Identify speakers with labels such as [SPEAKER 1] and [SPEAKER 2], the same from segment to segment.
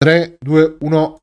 [SPEAKER 1] 3, 2, 1.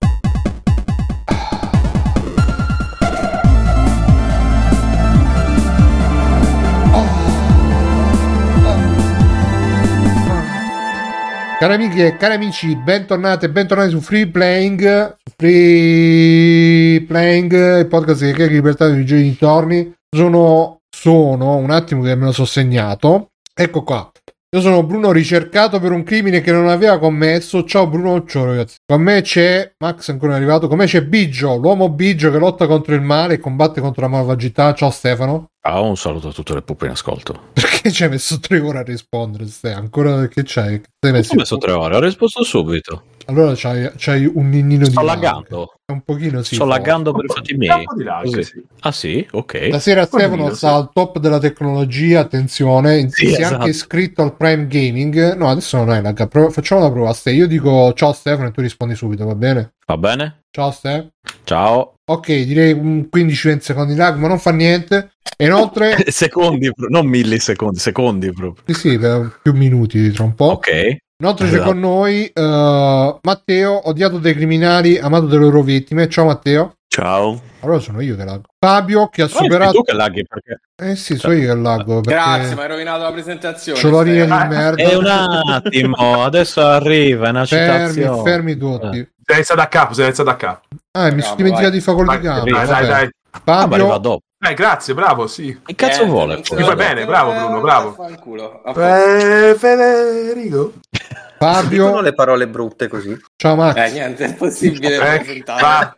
[SPEAKER 1] Cari amiche e cari amici, bentornate e bentornati su Free Playing, su Free Playing, il podcast che chiede libertà dei giochi dintorni. Sono, sono, un attimo che me lo so segnato, ecco qua. Io sono Bruno ricercato per un crimine che non aveva commesso. Ciao Bruno, ciao ragazzi. Con me c'è Max ancora arrivato, con me c'è Biggio, l'uomo Biggio che lotta contro il male e combatte contro la malvagità. Ciao Stefano.
[SPEAKER 2] Ciao, Ah, un saluto a tutte le puppe in ascolto.
[SPEAKER 1] Perché ci hai messo tre ore a rispondere? Ste? Ancora che c'hai? Che Sei
[SPEAKER 2] Ho messo tre ore, ho risposto subito.
[SPEAKER 1] Allora c'hai, c'hai un ninnino
[SPEAKER 2] Sto
[SPEAKER 1] di male.
[SPEAKER 2] laggando.
[SPEAKER 1] Un pochino sì.
[SPEAKER 2] Sto
[SPEAKER 1] forse.
[SPEAKER 2] laggando per i fatti miei.
[SPEAKER 3] Campo di là,
[SPEAKER 2] Così.
[SPEAKER 3] sì.
[SPEAKER 2] Ah sì? Ok.
[SPEAKER 1] Stasera Stefano
[SPEAKER 3] Pochino,
[SPEAKER 1] sta al top della tecnologia, attenzione,
[SPEAKER 2] Sì,
[SPEAKER 1] si è
[SPEAKER 2] esatto.
[SPEAKER 1] anche iscritto al Prime Gaming. No, adesso non è la pro- facciamo una prova. Ste. Io dico ciao Stefano e tu rispondi subito, va bene?
[SPEAKER 2] Va bene?
[SPEAKER 1] Ciao Stefano.
[SPEAKER 2] Ciao.
[SPEAKER 1] Ok, direi un 15-20 secondi di lag, ma non fa niente. E inoltre,
[SPEAKER 2] Secondi, pro- non millisecondi, secondi proprio.
[SPEAKER 1] sì, sì, per più minuti tra un po'.
[SPEAKER 2] Ok.
[SPEAKER 1] Inoltre c'è
[SPEAKER 2] Esatto.
[SPEAKER 1] con noi eh, Matteo, odiato dai criminali, amato dalle loro vittime. Ciao Matteo.
[SPEAKER 2] Ciao.
[SPEAKER 1] Allora sono io che laggo. Fabio che ha superato...
[SPEAKER 2] tu che laghi perché...
[SPEAKER 1] Eh sì, sono io che laggo. perché
[SPEAKER 4] Grazie, mi hai rovinato la presentazione. Eh,
[SPEAKER 1] c'ho l'orina
[SPEAKER 4] Stai-
[SPEAKER 1] di merda.
[SPEAKER 2] È Eh, un attimo, adesso arriva è una
[SPEAKER 1] Fermi,
[SPEAKER 2] citazione. Eh.
[SPEAKER 1] fermi tutti.
[SPEAKER 3] Se inizia da capo, se inizia da capo.
[SPEAKER 1] Ah, mi
[SPEAKER 4] Calma,
[SPEAKER 1] sono dimenticato
[SPEAKER 4] vai.
[SPEAKER 1] di facoltà
[SPEAKER 3] Dai,
[SPEAKER 1] di gamba.
[SPEAKER 3] dai, dai,
[SPEAKER 1] vabbè.
[SPEAKER 3] dai.
[SPEAKER 2] Ah, ma arriva
[SPEAKER 1] Fabio,
[SPEAKER 2] dopo.
[SPEAKER 3] Dai, Eh, grazie, bravo, sì.
[SPEAKER 2] Che cazzo
[SPEAKER 4] Eh,
[SPEAKER 2] vuole?
[SPEAKER 4] non ce
[SPEAKER 2] poi?
[SPEAKER 4] la
[SPEAKER 3] Va bene,
[SPEAKER 4] faccio,
[SPEAKER 3] bravo,
[SPEAKER 4] eh,
[SPEAKER 3] Bruno, bravo.
[SPEAKER 4] vaffanculo. A posto.
[SPEAKER 3] Eh, Federico.
[SPEAKER 5] Dicono
[SPEAKER 1] Fabio,
[SPEAKER 5] le parole brutte così.
[SPEAKER 1] ciao Max,
[SPEAKER 4] Eh, niente, è possibile
[SPEAKER 3] Eh,
[SPEAKER 4] presentare.
[SPEAKER 3] va.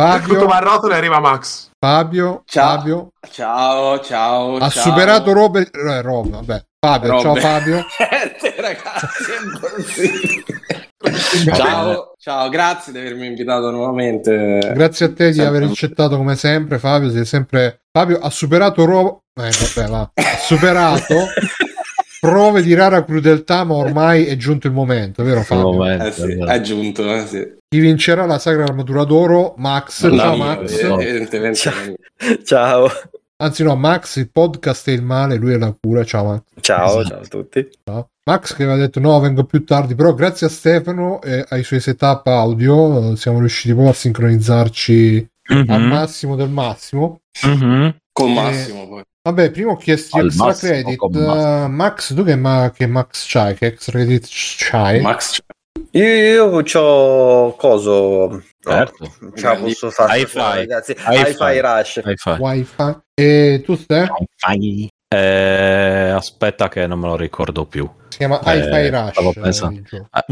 [SPEAKER 3] Tutto
[SPEAKER 1] Fabio,
[SPEAKER 3] va a rotolo e arriva Max.
[SPEAKER 1] Fabio,
[SPEAKER 4] Ciao.
[SPEAKER 1] Fabio.
[SPEAKER 4] Ciao, ciao.
[SPEAKER 1] Ha
[SPEAKER 4] ciao.
[SPEAKER 1] superato Robert, eh, Rob, vabbè. Fabio,
[SPEAKER 4] Rob.
[SPEAKER 1] ciao Fabio.
[SPEAKER 4] Niente, ragazzi, è impossibile. ciao, ciao, grazie di avermi invitato nuovamente.
[SPEAKER 1] Grazie a te di
[SPEAKER 4] Sempre.
[SPEAKER 1] aver accettato come sempre, Fabio. Sei sempre. Fabio ha superato Rob. Eh, vabbè, va. Ha superato prove di rara crudeltà, ma ormai è giunto il momento, vero
[SPEAKER 2] Un
[SPEAKER 1] Fabio?
[SPEAKER 2] momento,
[SPEAKER 4] Eh sì,
[SPEAKER 2] allora.
[SPEAKER 4] ha giunto, eh, sì.
[SPEAKER 1] Chi vincerà la sacra armatura d'oro? Max.
[SPEAKER 2] La
[SPEAKER 1] ciao
[SPEAKER 2] mia,
[SPEAKER 1] Max.
[SPEAKER 2] vero.
[SPEAKER 4] Evidentemente.
[SPEAKER 5] Ciao. Ciao.
[SPEAKER 1] Anzi, no, Max, il podcast è il male, lui è la cura. Ciao Max.
[SPEAKER 5] Ciao,
[SPEAKER 2] Esatto.
[SPEAKER 5] ciao a tutti.
[SPEAKER 1] Ciao. Max che aveva detto no, vengo più tardi, però grazie a Stefano e ai suoi setup audio eh, siamo riusciti proprio a sincronizzarci al
[SPEAKER 2] Mhm,
[SPEAKER 1] massimo del massimo.
[SPEAKER 2] mhm.
[SPEAKER 4] Con Massimo poi.
[SPEAKER 1] Vabbè, prima ho chiesto
[SPEAKER 2] Al
[SPEAKER 1] extra
[SPEAKER 2] massimo,
[SPEAKER 1] credit.
[SPEAKER 2] con
[SPEAKER 1] Eh,
[SPEAKER 2] massimo.
[SPEAKER 1] Max, tu che, ma- che Max c'hai? Che extra credit c'hai?
[SPEAKER 4] Max, cioè,
[SPEAKER 5] Io, io c'ho coso. no,
[SPEAKER 2] Certo.
[SPEAKER 5] non Ce la posso fare.
[SPEAKER 2] Hi-Fi.
[SPEAKER 5] ciao, Ragazzi.
[SPEAKER 2] Hi-Fi.
[SPEAKER 5] Hi-Fi Rush.
[SPEAKER 2] Dai, fai.
[SPEAKER 1] Wi-Fi? E tu, Ste?
[SPEAKER 2] Eh, aspetta che non me lo ricordo più.
[SPEAKER 1] Si chiama
[SPEAKER 2] Eh,
[SPEAKER 1] Hi-Fi Rush.
[SPEAKER 2] stavo
[SPEAKER 1] eh,
[SPEAKER 2] pensando.
[SPEAKER 1] il gioco.
[SPEAKER 2] Ah.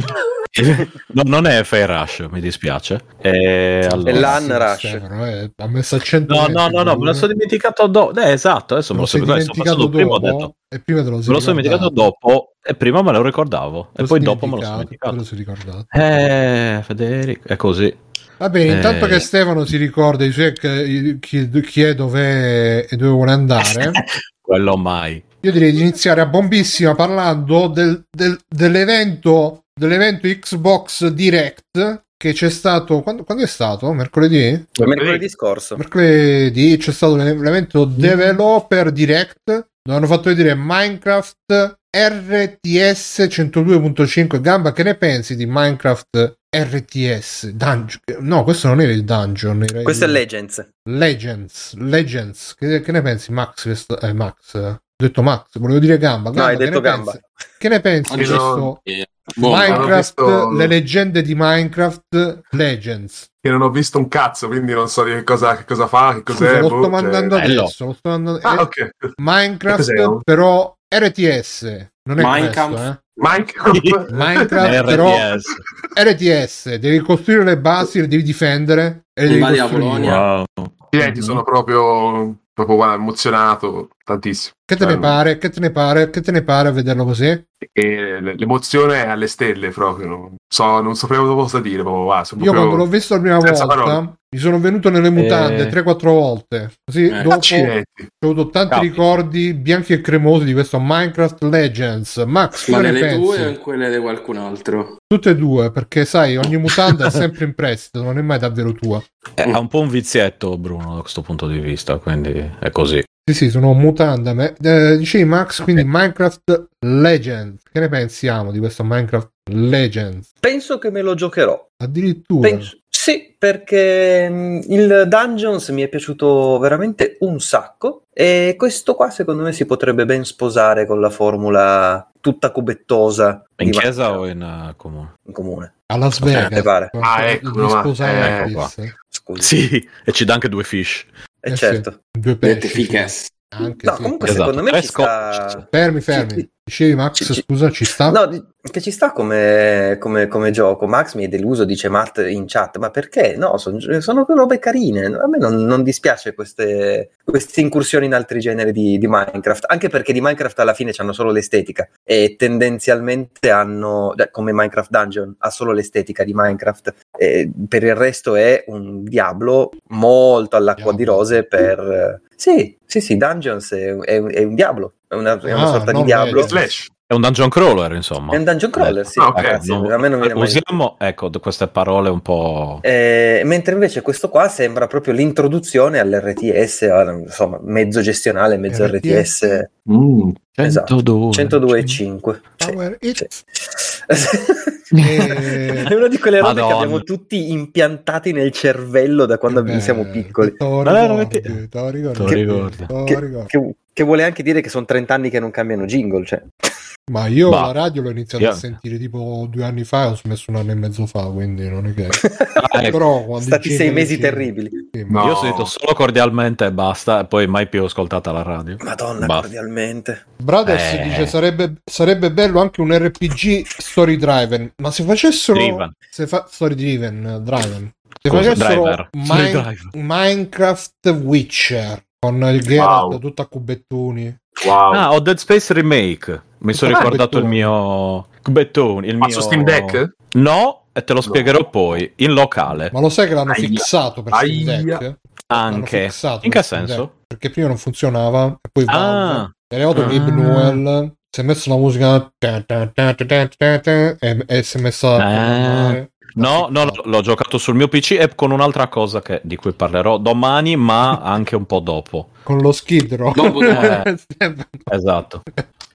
[SPEAKER 2] No, non è Fair Rush, mi dispiace. Eh, allora-
[SPEAKER 5] È l'an-
[SPEAKER 1] Sì,
[SPEAKER 5] Rush.
[SPEAKER 1] Stefano, eh, ha messo a 100
[SPEAKER 2] No, no,
[SPEAKER 1] metri,
[SPEAKER 2] no, no, me lo sono dimenticato dopo. Eh, esatto, adesso me
[SPEAKER 1] Lo
[SPEAKER 2] lo
[SPEAKER 1] sei
[SPEAKER 2] sono adesso ho
[SPEAKER 1] dimenticato
[SPEAKER 2] passato prima, ho detto.
[SPEAKER 1] dopo e prima te lo sei
[SPEAKER 2] Me lo sono dimenticato
[SPEAKER 1] ricordato.
[SPEAKER 2] dopo e prima me lo ricordavo e
[SPEAKER 1] Te lo
[SPEAKER 2] poi
[SPEAKER 1] sei
[SPEAKER 2] dopo me lo sono
[SPEAKER 1] te lo
[SPEAKER 2] dimenticato.
[SPEAKER 1] sei ricordato.
[SPEAKER 2] Eh, Federico, è così.
[SPEAKER 1] Va bene, intanto
[SPEAKER 2] Eh.
[SPEAKER 1] che Stefano si ricorda i suoi, eh, chi, chi è, dov'è e dove vuole andare,
[SPEAKER 2] Quello mai.
[SPEAKER 1] io direi di iniziare a bombissima parlando del- del- dell'evento, dell'evento Xbox Direct che c'è stato, quando, quando è stato? Mercoledì?
[SPEAKER 5] Mercoledì scorso.
[SPEAKER 1] Mercoledì c'è stato l'e- l'evento
[SPEAKER 5] Mm.
[SPEAKER 1] Developer Direct dove hanno fatto vedere Minecraft RTS 102.5 Gamba, che ne pensi di Minecraft RTS? Dungeon? No, questo non era il dungeon. Era
[SPEAKER 5] Questo è
[SPEAKER 2] Mm.
[SPEAKER 1] il...
[SPEAKER 5] Legends.
[SPEAKER 1] Legends, Legends, che, che ne pensi Max? questo- eh, Max, ho detto Max, volevo dire Gamba.
[SPEAKER 5] No,
[SPEAKER 1] Gamba
[SPEAKER 5] hai
[SPEAKER 1] che
[SPEAKER 5] detto
[SPEAKER 1] ne
[SPEAKER 5] gamba.
[SPEAKER 1] pensi? Che ne pensi di
[SPEAKER 3] Io non-
[SPEAKER 1] questo?
[SPEAKER 4] Eh, bomba.
[SPEAKER 1] Minecraft,
[SPEAKER 3] non ho visto-
[SPEAKER 1] le leggende di Minecraft Legends.
[SPEAKER 3] Che non ho visto un cazzo, quindi non so di che cosa, che cosa fa, che cos'è.
[SPEAKER 1] Scusa, lo
[SPEAKER 3] boh,
[SPEAKER 1] sto
[SPEAKER 3] cioè.
[SPEAKER 1] mandando
[SPEAKER 2] Bello.
[SPEAKER 1] adesso, lo sto mandando-
[SPEAKER 3] Ah,
[SPEAKER 1] eh,
[SPEAKER 3] ok. Cos'è,
[SPEAKER 1] Minecraft
[SPEAKER 3] oh?
[SPEAKER 1] però RTS, non è
[SPEAKER 4] Minecraft.
[SPEAKER 1] questo, eh?
[SPEAKER 3] Minecraft.
[SPEAKER 1] Minecraft però
[SPEAKER 2] RTS.
[SPEAKER 1] RTS, devi costruire le basi, le devi difendere e le devi
[SPEAKER 4] Invadi la
[SPEAKER 1] costruire.
[SPEAKER 4] Polonia.
[SPEAKER 2] Wow.
[SPEAKER 3] Niente, sono proprio, proprio guarda, emozionato tantissimo.
[SPEAKER 1] Che te ne
[SPEAKER 3] Bello.
[SPEAKER 1] pare? Che te ne pare? Che te ne pare a vederlo così?
[SPEAKER 3] E l- l'emozione è alle stelle proprio. Non, so, non sapevo cosa dire. Proprio, guarda, sono
[SPEAKER 1] Io
[SPEAKER 3] proprio-
[SPEAKER 1] quando l'ho visto la prima
[SPEAKER 3] senza
[SPEAKER 1] volta
[SPEAKER 3] parole.
[SPEAKER 1] mi sono venuto nelle mutande
[SPEAKER 2] Eh.
[SPEAKER 1] 3-4 volte. Così
[SPEAKER 4] Eh.
[SPEAKER 1] dopo ho
[SPEAKER 3] Accidenti.
[SPEAKER 1] avuto tanti
[SPEAKER 2] Capita.
[SPEAKER 1] ricordi bianchi e cremosi di questo Minecraft Legends. Max,
[SPEAKER 4] Ma
[SPEAKER 1] cosa ne
[SPEAKER 4] nelle
[SPEAKER 1] pensi?
[SPEAKER 4] tue o in quelle di qualcun altro?
[SPEAKER 1] Tutte e due, perché sai, ogni mutanda è sempre in prestito, non è mai davvero tua.
[SPEAKER 2] Eh, ha un po' un vizietto Bruno da questo punto di vista, quindi è così.
[SPEAKER 1] Sì, sì, sono mutandame. Eh, dicevi Max, quindi Minecraft Legends. Che ne pensiamo di questo Minecraft Legends?
[SPEAKER 5] Penso che me lo giocherò.
[SPEAKER 1] Addirittura.
[SPEAKER 5] Penso- sì, perché mh, il Dungeons mi è piaciuto veramente un sacco e questo qua secondo me si potrebbe ben sposare con la formula tutta cubettosa
[SPEAKER 2] In
[SPEAKER 5] di
[SPEAKER 2] chiesa
[SPEAKER 5] Minecraft
[SPEAKER 2] o in eh, comune?
[SPEAKER 5] in comune.
[SPEAKER 1] A Las
[SPEAKER 5] te
[SPEAKER 1] Vegas.
[SPEAKER 5] pare.
[SPEAKER 1] Con-
[SPEAKER 3] Ah, ecco,
[SPEAKER 1] gli
[SPEAKER 3] no, ma-
[SPEAKER 1] sposali,
[SPEAKER 2] eh, qua.
[SPEAKER 1] eh,
[SPEAKER 5] Scusa.
[SPEAKER 2] Sì, e ci dà anche due fish.
[SPEAKER 5] Eh,
[SPEAKER 1] eh,
[SPEAKER 5] certo.
[SPEAKER 1] Due
[SPEAKER 4] Dette
[SPEAKER 1] pesci. sì.
[SPEAKER 4] fiches.
[SPEAKER 1] Anche
[SPEAKER 5] No,
[SPEAKER 1] sì.
[SPEAKER 5] comunque
[SPEAKER 2] Esatto.
[SPEAKER 5] secondo me
[SPEAKER 2] Tre
[SPEAKER 5] ci sta...
[SPEAKER 2] scotch.
[SPEAKER 1] Fermi, fermi.
[SPEAKER 5] Sì, sì.
[SPEAKER 1] Dicevi Max,
[SPEAKER 5] Sì, sì.
[SPEAKER 1] scusa, ci sta?
[SPEAKER 5] No, di- che ci sta come, come- come gioco. Max mi è deluso, dice Matt in chat, ma perché? No, son- sono robe carine. A me non, non dispiace queste, queste incursioni in altri generi di, di Minecraft, anche perché di Minecraft alla fine hanno solo l'estetica e tendenzialmente hanno, cioè, come Minecraft Dungeon, ha solo l'estetica di Minecraft. E per il resto è un diablo molto all'acqua di
[SPEAKER 1] Diablo.
[SPEAKER 5] rose per... Sì, sì, sì, Dungeons è, è un- è un diablo, è una, è una
[SPEAKER 1] Ah,
[SPEAKER 5] sorta di
[SPEAKER 1] non
[SPEAKER 5] diablo.
[SPEAKER 1] leggo.
[SPEAKER 3] Slash.
[SPEAKER 2] È un dungeon crawler, insomma.
[SPEAKER 5] È un dungeon crawler, sì.
[SPEAKER 3] Ah, ok.
[SPEAKER 5] Ragazzi,
[SPEAKER 2] non-
[SPEAKER 5] a me non viene mai-
[SPEAKER 2] Usiamo, ecco, d- queste parole un po'...
[SPEAKER 5] Eh, mentre invece questo qua sembra proprio l'introduzione all'RTS, alla- insomma, mezzo gestionale, mezzo
[SPEAKER 1] RTS.
[SPEAKER 5] RTS,
[SPEAKER 2] Mm,
[SPEAKER 5] esatto.
[SPEAKER 2] 102.
[SPEAKER 5] 102.5. Sì,
[SPEAKER 1] Power it.
[SPEAKER 5] sì.
[SPEAKER 1] Eh,
[SPEAKER 5] È una di quelle robe
[SPEAKER 2] Madonna.
[SPEAKER 5] che abbiamo tutti impiantati nel cervello da quando
[SPEAKER 1] Eh,
[SPEAKER 5] siamo piccoli.
[SPEAKER 1] T'ho
[SPEAKER 2] Ma no,
[SPEAKER 1] ricordi,
[SPEAKER 2] perché-
[SPEAKER 1] t'ho ricordi,
[SPEAKER 2] T'ho ricordi.
[SPEAKER 1] t'ho
[SPEAKER 5] Che,
[SPEAKER 1] ricordi.
[SPEAKER 5] che- che vuole anche dire che sono 30 anni che non cambiano jingle. Cioè.
[SPEAKER 1] Ma io
[SPEAKER 2] Bah.
[SPEAKER 1] la radio l'ho iniziata
[SPEAKER 2] Io-
[SPEAKER 1] a sentire tipo due anni fa, ho smesso un anno e mezzo fa, quindi non è che...
[SPEAKER 2] Ah, ecco.
[SPEAKER 1] Però quando
[SPEAKER 5] Stati
[SPEAKER 1] gira,
[SPEAKER 5] sei mesi
[SPEAKER 1] gira.
[SPEAKER 5] terribili.
[SPEAKER 1] Sì, ma-
[SPEAKER 3] No.
[SPEAKER 2] Io ho sentito solo cordialmente e basta, e poi mai più ascoltata la radio.
[SPEAKER 5] Madonna,
[SPEAKER 2] Basta.
[SPEAKER 5] cordialmente.
[SPEAKER 1] Brothers
[SPEAKER 2] Eh.
[SPEAKER 1] dice sarebbe, sarebbe bello anche un RPG story driven, ma se facessero
[SPEAKER 2] Driven.
[SPEAKER 1] se fa- story driven, eh, driven. Se
[SPEAKER 2] Cosa?
[SPEAKER 1] facessero
[SPEAKER 2] Driver.
[SPEAKER 1] Min-
[SPEAKER 2] Story driver.
[SPEAKER 1] Minecraft Witcher con il Geralt
[SPEAKER 3] Wow.
[SPEAKER 1] tutto a cubettoni.
[SPEAKER 3] Wow.
[SPEAKER 2] Ah, ho Dead Space Remake. Mi sono
[SPEAKER 1] Ah,
[SPEAKER 2] ricordato il
[SPEAKER 1] Bettoni.
[SPEAKER 2] mio... Bettoni, il
[SPEAKER 3] Ma
[SPEAKER 2] mio...
[SPEAKER 3] su Steam Deck?
[SPEAKER 2] No, e te lo
[SPEAKER 3] No.
[SPEAKER 2] spiegherò poi, in locale.
[SPEAKER 1] Ma lo sai che l'hanno
[SPEAKER 3] Aia.
[SPEAKER 1] fissato per Steam Deck?
[SPEAKER 3] Aia.
[SPEAKER 1] L'hanno
[SPEAKER 2] Anche.
[SPEAKER 1] fissato
[SPEAKER 2] In
[SPEAKER 1] per
[SPEAKER 2] che
[SPEAKER 1] Steam Deck,
[SPEAKER 2] senso?
[SPEAKER 1] Perché prima non funzionava e poi
[SPEAKER 2] Ah,
[SPEAKER 1] Valve. Era auto di
[SPEAKER 2] Ah.
[SPEAKER 1] Gabe Newell si è messo la musica ta ta ta ta ta ta ta, e, e si è messa a
[SPEAKER 2] Ah.
[SPEAKER 1] programmare.
[SPEAKER 2] No,
[SPEAKER 1] L'ha
[SPEAKER 2] no,
[SPEAKER 1] fissato.
[SPEAKER 2] no, l'ho giocato sul mio PC e con un'altra cosa che- di cui parlerò domani, ma anche un po' dopo.
[SPEAKER 1] con lo schidro
[SPEAKER 4] Dopo
[SPEAKER 2] te. Esatto.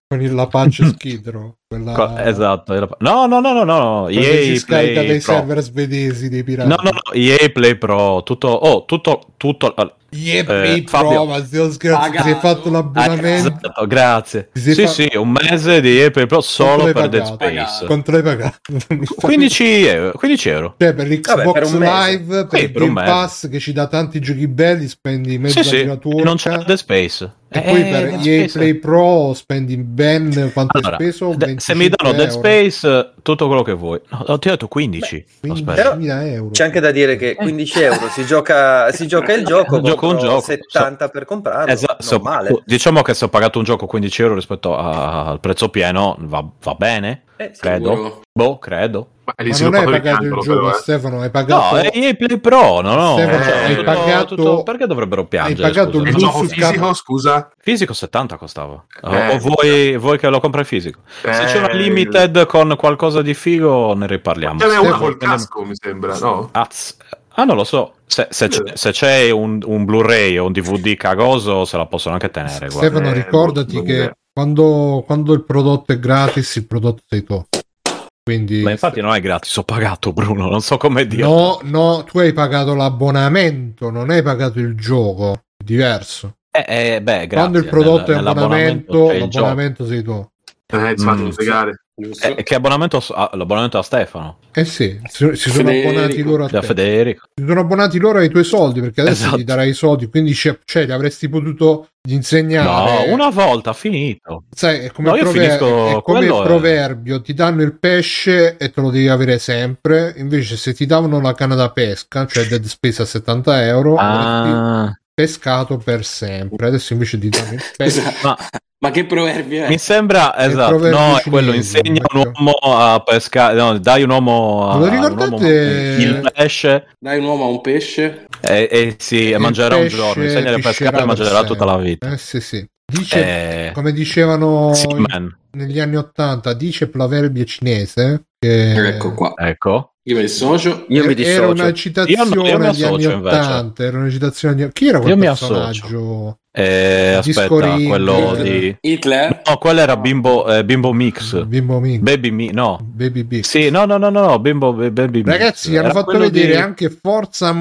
[SPEAKER 1] con il- la pancia schidro quella
[SPEAKER 2] Co- esatto. era- No, no, no, no, no.
[SPEAKER 1] quella che Ah. si
[SPEAKER 2] EA
[SPEAKER 1] scarica
[SPEAKER 2] Play
[SPEAKER 1] dai
[SPEAKER 2] Pro.
[SPEAKER 1] server svedesi dei pirati
[SPEAKER 2] No, no, no, EA Play Pro, tutto, oh, tutto, tutto, ah,
[SPEAKER 1] Yep,
[SPEAKER 2] Eh,
[SPEAKER 1] mi
[SPEAKER 2] Fabio.
[SPEAKER 1] trova, zio scherzo,
[SPEAKER 4] Pagato.
[SPEAKER 1] ti sei fatto l'abbonamento
[SPEAKER 2] esatto, grazie.
[SPEAKER 1] Ti sei
[SPEAKER 2] Sì,
[SPEAKER 1] fa-
[SPEAKER 2] sì, un mese di EA Play Pro solo
[SPEAKER 1] l'hai
[SPEAKER 2] per Dead
[SPEAKER 1] pagato?
[SPEAKER 2] Space.
[SPEAKER 1] quanto l'hai pagato
[SPEAKER 2] 15 euro, 15 euro.
[SPEAKER 1] Cioè, per l'Xbox
[SPEAKER 5] Vabbè, per un mese.
[SPEAKER 1] Live per
[SPEAKER 2] Sì,
[SPEAKER 1] il
[SPEAKER 2] per un
[SPEAKER 1] Game
[SPEAKER 2] mese.
[SPEAKER 1] Pass che ci dà tanti giochi belli spendi mezza
[SPEAKER 2] Sì, sì,
[SPEAKER 1] lira turca
[SPEAKER 2] non c'è Dead Space.
[SPEAKER 1] cioè. e
[SPEAKER 2] Eh,
[SPEAKER 1] poi per
[SPEAKER 2] Dead
[SPEAKER 1] EA
[SPEAKER 2] Space.
[SPEAKER 1] Play Pro spendi ben quanto
[SPEAKER 2] Allora,
[SPEAKER 1] hai speso?
[SPEAKER 2] de- se mi danno Dead
[SPEAKER 1] 25
[SPEAKER 2] Space, tutto quello che vuoi. No, ho tirato 15.
[SPEAKER 1] euro,
[SPEAKER 2] aspetta.
[SPEAKER 1] 15.000 euro.
[SPEAKER 5] C'è anche da dire che 15 euro si gioca, si gioca il gioco,
[SPEAKER 2] Gioco un
[SPEAKER 5] contro
[SPEAKER 2] gioco.
[SPEAKER 5] 70 per comprarlo.
[SPEAKER 2] Esatto,
[SPEAKER 5] non
[SPEAKER 2] so-
[SPEAKER 5] male.
[SPEAKER 2] diciamo che se ho pagato un gioco 15 euro rispetto a- al prezzo pieno, va, va bene.
[SPEAKER 5] Eh, sì.
[SPEAKER 2] Credo.
[SPEAKER 4] Sicuro.
[SPEAKER 2] Boh, credo.
[SPEAKER 3] Ma
[SPEAKER 1] Ma
[SPEAKER 3] è
[SPEAKER 1] non hai
[SPEAKER 3] sviluppatori
[SPEAKER 1] pagato il
[SPEAKER 3] cantano,
[SPEAKER 1] gioco,
[SPEAKER 3] però, eh.
[SPEAKER 1] Stefano, hai pagato,
[SPEAKER 2] No, è EA Play Pro, no, no.
[SPEAKER 1] Stefano,
[SPEAKER 2] cioè,
[SPEAKER 3] hai
[SPEAKER 2] tutto-
[SPEAKER 1] pagato-
[SPEAKER 2] tutto- perché dovrebbero piangere?
[SPEAKER 1] pagato
[SPEAKER 2] scusa?
[SPEAKER 1] il
[SPEAKER 3] È il
[SPEAKER 1] Bluetooth
[SPEAKER 3] gioco
[SPEAKER 1] sul cavo.
[SPEAKER 3] fisico, scusa?
[SPEAKER 2] Fisico 70 costava. O-
[SPEAKER 3] Eh.
[SPEAKER 2] o vuoi, vuoi che lo compri fisico? Se
[SPEAKER 3] Eh,
[SPEAKER 2] c'è una limited con qualcosa di figo, ne riparliamo.
[SPEAKER 3] Ce n'è una
[SPEAKER 1] Stefano,
[SPEAKER 3] col casco, mi sembra, no?
[SPEAKER 2] Az- Ah, non lo so. Se, se
[SPEAKER 1] Eh.
[SPEAKER 2] c'è, se c'è un, un Blu-ray o un DVD cagoso, se la possono anche tenere. guarda.
[SPEAKER 1] Stefano,
[SPEAKER 3] eh,
[SPEAKER 1] ricordati
[SPEAKER 3] non-
[SPEAKER 1] che quando, quando il prodotto è gratis, il prodotto sei tu. Quindi
[SPEAKER 2] Ma infatti non è gratis, ho pagato Bruno, non so come dire.
[SPEAKER 1] no, no, tu hai pagato l'abbonamento, non hai pagato il gioco, è diverso.
[SPEAKER 2] Eh, eh, beh, grazie.
[SPEAKER 1] quando il prodotto
[SPEAKER 2] Nel-
[SPEAKER 1] è
[SPEAKER 2] nell'abbonamento
[SPEAKER 1] abbonamento,
[SPEAKER 2] c'è il gioco.
[SPEAKER 1] l'abbonamento sei tu.
[SPEAKER 3] Eh, ci
[SPEAKER 2] Mm.
[SPEAKER 3] fanno fregare.
[SPEAKER 4] Giusto.
[SPEAKER 2] Eh, che abbonamento? so- ah, l'abbonamento a Stefano,
[SPEAKER 1] Eh sì, si, si sono
[SPEAKER 4] Federico.
[SPEAKER 1] abbonati loro a
[SPEAKER 2] da
[SPEAKER 1] te.
[SPEAKER 2] Federico.
[SPEAKER 1] Si sono abbonati loro ai tuoi soldi perché adesso
[SPEAKER 2] Esatto.
[SPEAKER 1] gli darai i soldi, quindi c'è- cioè, li avresti potuto
[SPEAKER 2] No,
[SPEAKER 1] insegnare.
[SPEAKER 2] una volta finito.
[SPEAKER 1] Sai, è come,
[SPEAKER 2] No,
[SPEAKER 1] il,
[SPEAKER 2] io
[SPEAKER 1] prover-
[SPEAKER 2] finisco-
[SPEAKER 1] è come il
[SPEAKER 2] quello eh. è-
[SPEAKER 1] proverbio, ti danno il pesce e te lo devi avere sempre, invece se ti davano la canna da pesca, cioè dead space a 70 euro, avresti
[SPEAKER 2] Ah,
[SPEAKER 1] pescato per sempre. Adesso invece ti danno il
[SPEAKER 6] Esatto.
[SPEAKER 1] pesce.
[SPEAKER 4] Scusa,
[SPEAKER 2] eh, ma
[SPEAKER 4] Esatto. Ma che eh? proverbio è?
[SPEAKER 2] Eh, mi sembra esatto.
[SPEAKER 1] proverbio
[SPEAKER 2] No, è
[SPEAKER 1] cinese,
[SPEAKER 2] quello insegna un
[SPEAKER 1] Mario.
[SPEAKER 2] uomo a pescare. No, dai un uomo
[SPEAKER 1] Ve
[SPEAKER 2] a
[SPEAKER 1] lo
[SPEAKER 2] a un uomo
[SPEAKER 1] ricordate-
[SPEAKER 2] il pesce
[SPEAKER 4] Dai un uomo a un pesce.
[SPEAKER 2] e, e si
[SPEAKER 1] Il
[SPEAKER 2] mangerà un
[SPEAKER 1] pesce
[SPEAKER 2] giorno. Insegna a
[SPEAKER 1] piscerà
[SPEAKER 2] pescare e mangerà
[SPEAKER 1] per
[SPEAKER 2] tutta la vita.
[SPEAKER 1] Eh sì, sì. Dice,
[SPEAKER 2] Eh,
[SPEAKER 1] come dicevano
[SPEAKER 2] sì,
[SPEAKER 1] in-
[SPEAKER 2] man.
[SPEAKER 1] negli anni 80, dice proverbio cinese che
[SPEAKER 4] Ecco qua.
[SPEAKER 2] Ecco.
[SPEAKER 4] Io mi dissocio.
[SPEAKER 5] Io
[SPEAKER 1] era
[SPEAKER 5] mi dissocio.
[SPEAKER 1] una citazione
[SPEAKER 2] Io no- io mi
[SPEAKER 1] degli anni
[SPEAKER 2] associo, invece.
[SPEAKER 1] 80 era una citazione agli- chi era quel
[SPEAKER 2] Io mi
[SPEAKER 1] personaggio
[SPEAKER 2] Eh, aspetta,
[SPEAKER 1] Discorino,
[SPEAKER 2] quello
[SPEAKER 1] Hitler.
[SPEAKER 2] di...
[SPEAKER 4] Hitler?
[SPEAKER 2] No, quello era Bimbo, eh, Bimbo Mix.
[SPEAKER 1] bimbo Mix,
[SPEAKER 2] Baby Mi... No.
[SPEAKER 1] baby Bix.
[SPEAKER 2] Sì, no, no, no, no, no, Bimbo Be- Baby Mix.
[SPEAKER 1] Ragazzi, hanno
[SPEAKER 2] Era
[SPEAKER 1] fatto
[SPEAKER 2] quello di-
[SPEAKER 1] vedere anche Forza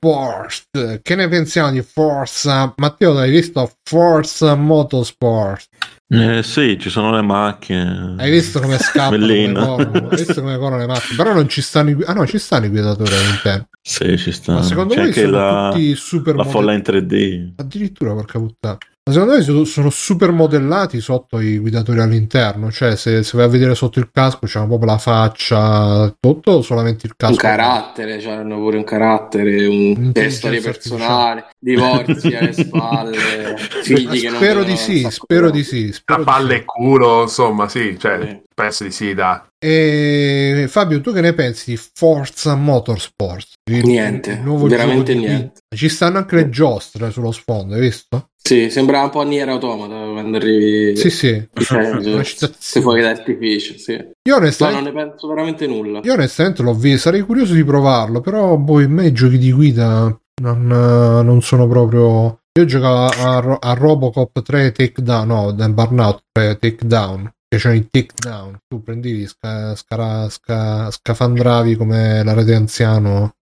[SPEAKER 1] Motorsport. Che ne pensiamo di Forza? Matteo, l'hai visto Forza Motorsport?
[SPEAKER 7] Eh, sì, ci sono le macchine.
[SPEAKER 1] Hai visto come scappano? Come
[SPEAKER 7] Bellino.
[SPEAKER 1] corrono? Hai visto come corrono le macchine? Però non ci stanno i, gui- ah, no, ci stanno i guidatori all'interno.
[SPEAKER 7] Sì, ci sta.
[SPEAKER 1] Ma secondo
[SPEAKER 7] C'è
[SPEAKER 1] voi
[SPEAKER 7] anche
[SPEAKER 1] sono
[SPEAKER 7] Ah, cioè la,
[SPEAKER 1] tutti super
[SPEAKER 7] la folla in 3D.
[SPEAKER 1] Addirittura, porca puttana. Ma secondo me so- sono super modellati sotto i guidatori all'interno. Cioè, se, se vai a vedere sotto il casco, c'hanno proprio la faccia, tutto o solamente il casco.
[SPEAKER 4] Un carattere, cioè hanno pure un carattere, un
[SPEAKER 1] Intelligenza
[SPEAKER 4] testo di personale, divorzi alle spalle,
[SPEAKER 1] Ma
[SPEAKER 4] figli che non
[SPEAKER 1] diciamo. spero
[SPEAKER 4] vedono
[SPEAKER 1] di
[SPEAKER 4] un
[SPEAKER 1] sì,
[SPEAKER 4] sacco
[SPEAKER 1] spero di
[SPEAKER 4] d'anni.
[SPEAKER 1] sì.
[SPEAKER 3] Tra
[SPEAKER 1] spero di
[SPEAKER 3] palle
[SPEAKER 1] sì.
[SPEAKER 3] e culo, insomma, sì, cioè,
[SPEAKER 4] Sì.
[SPEAKER 3] penso di sì, da.
[SPEAKER 1] E Fabio, tu che ne pensi di Forza Motorsport? Il-
[SPEAKER 4] Niente,
[SPEAKER 1] il nuovo
[SPEAKER 4] veramente
[SPEAKER 1] gioco di-
[SPEAKER 4] niente.
[SPEAKER 1] Ci stanno anche le giostre sullo sfondo, hai visto?
[SPEAKER 4] Sì, sembra un po' Nier Automata quando arrivi. Eh,
[SPEAKER 1] Sì, sì. Una citazione.
[SPEAKER 4] Si fuochi d'artificio, sì. No,
[SPEAKER 1] Io onestamente,
[SPEAKER 4] non ne penso veramente nulla.
[SPEAKER 1] io onestamente l'ho visto, sarei curioso di provarlo, però poi me i giochi di guida non, eh, non sono proprio... Io giocavo a, Ro- a Robocop 3 Takedown, no, da Burnout 3 Takedown, che c'è il Takedown, tu prendevi, sca- scara- sca- scafandravi come l'erede anziano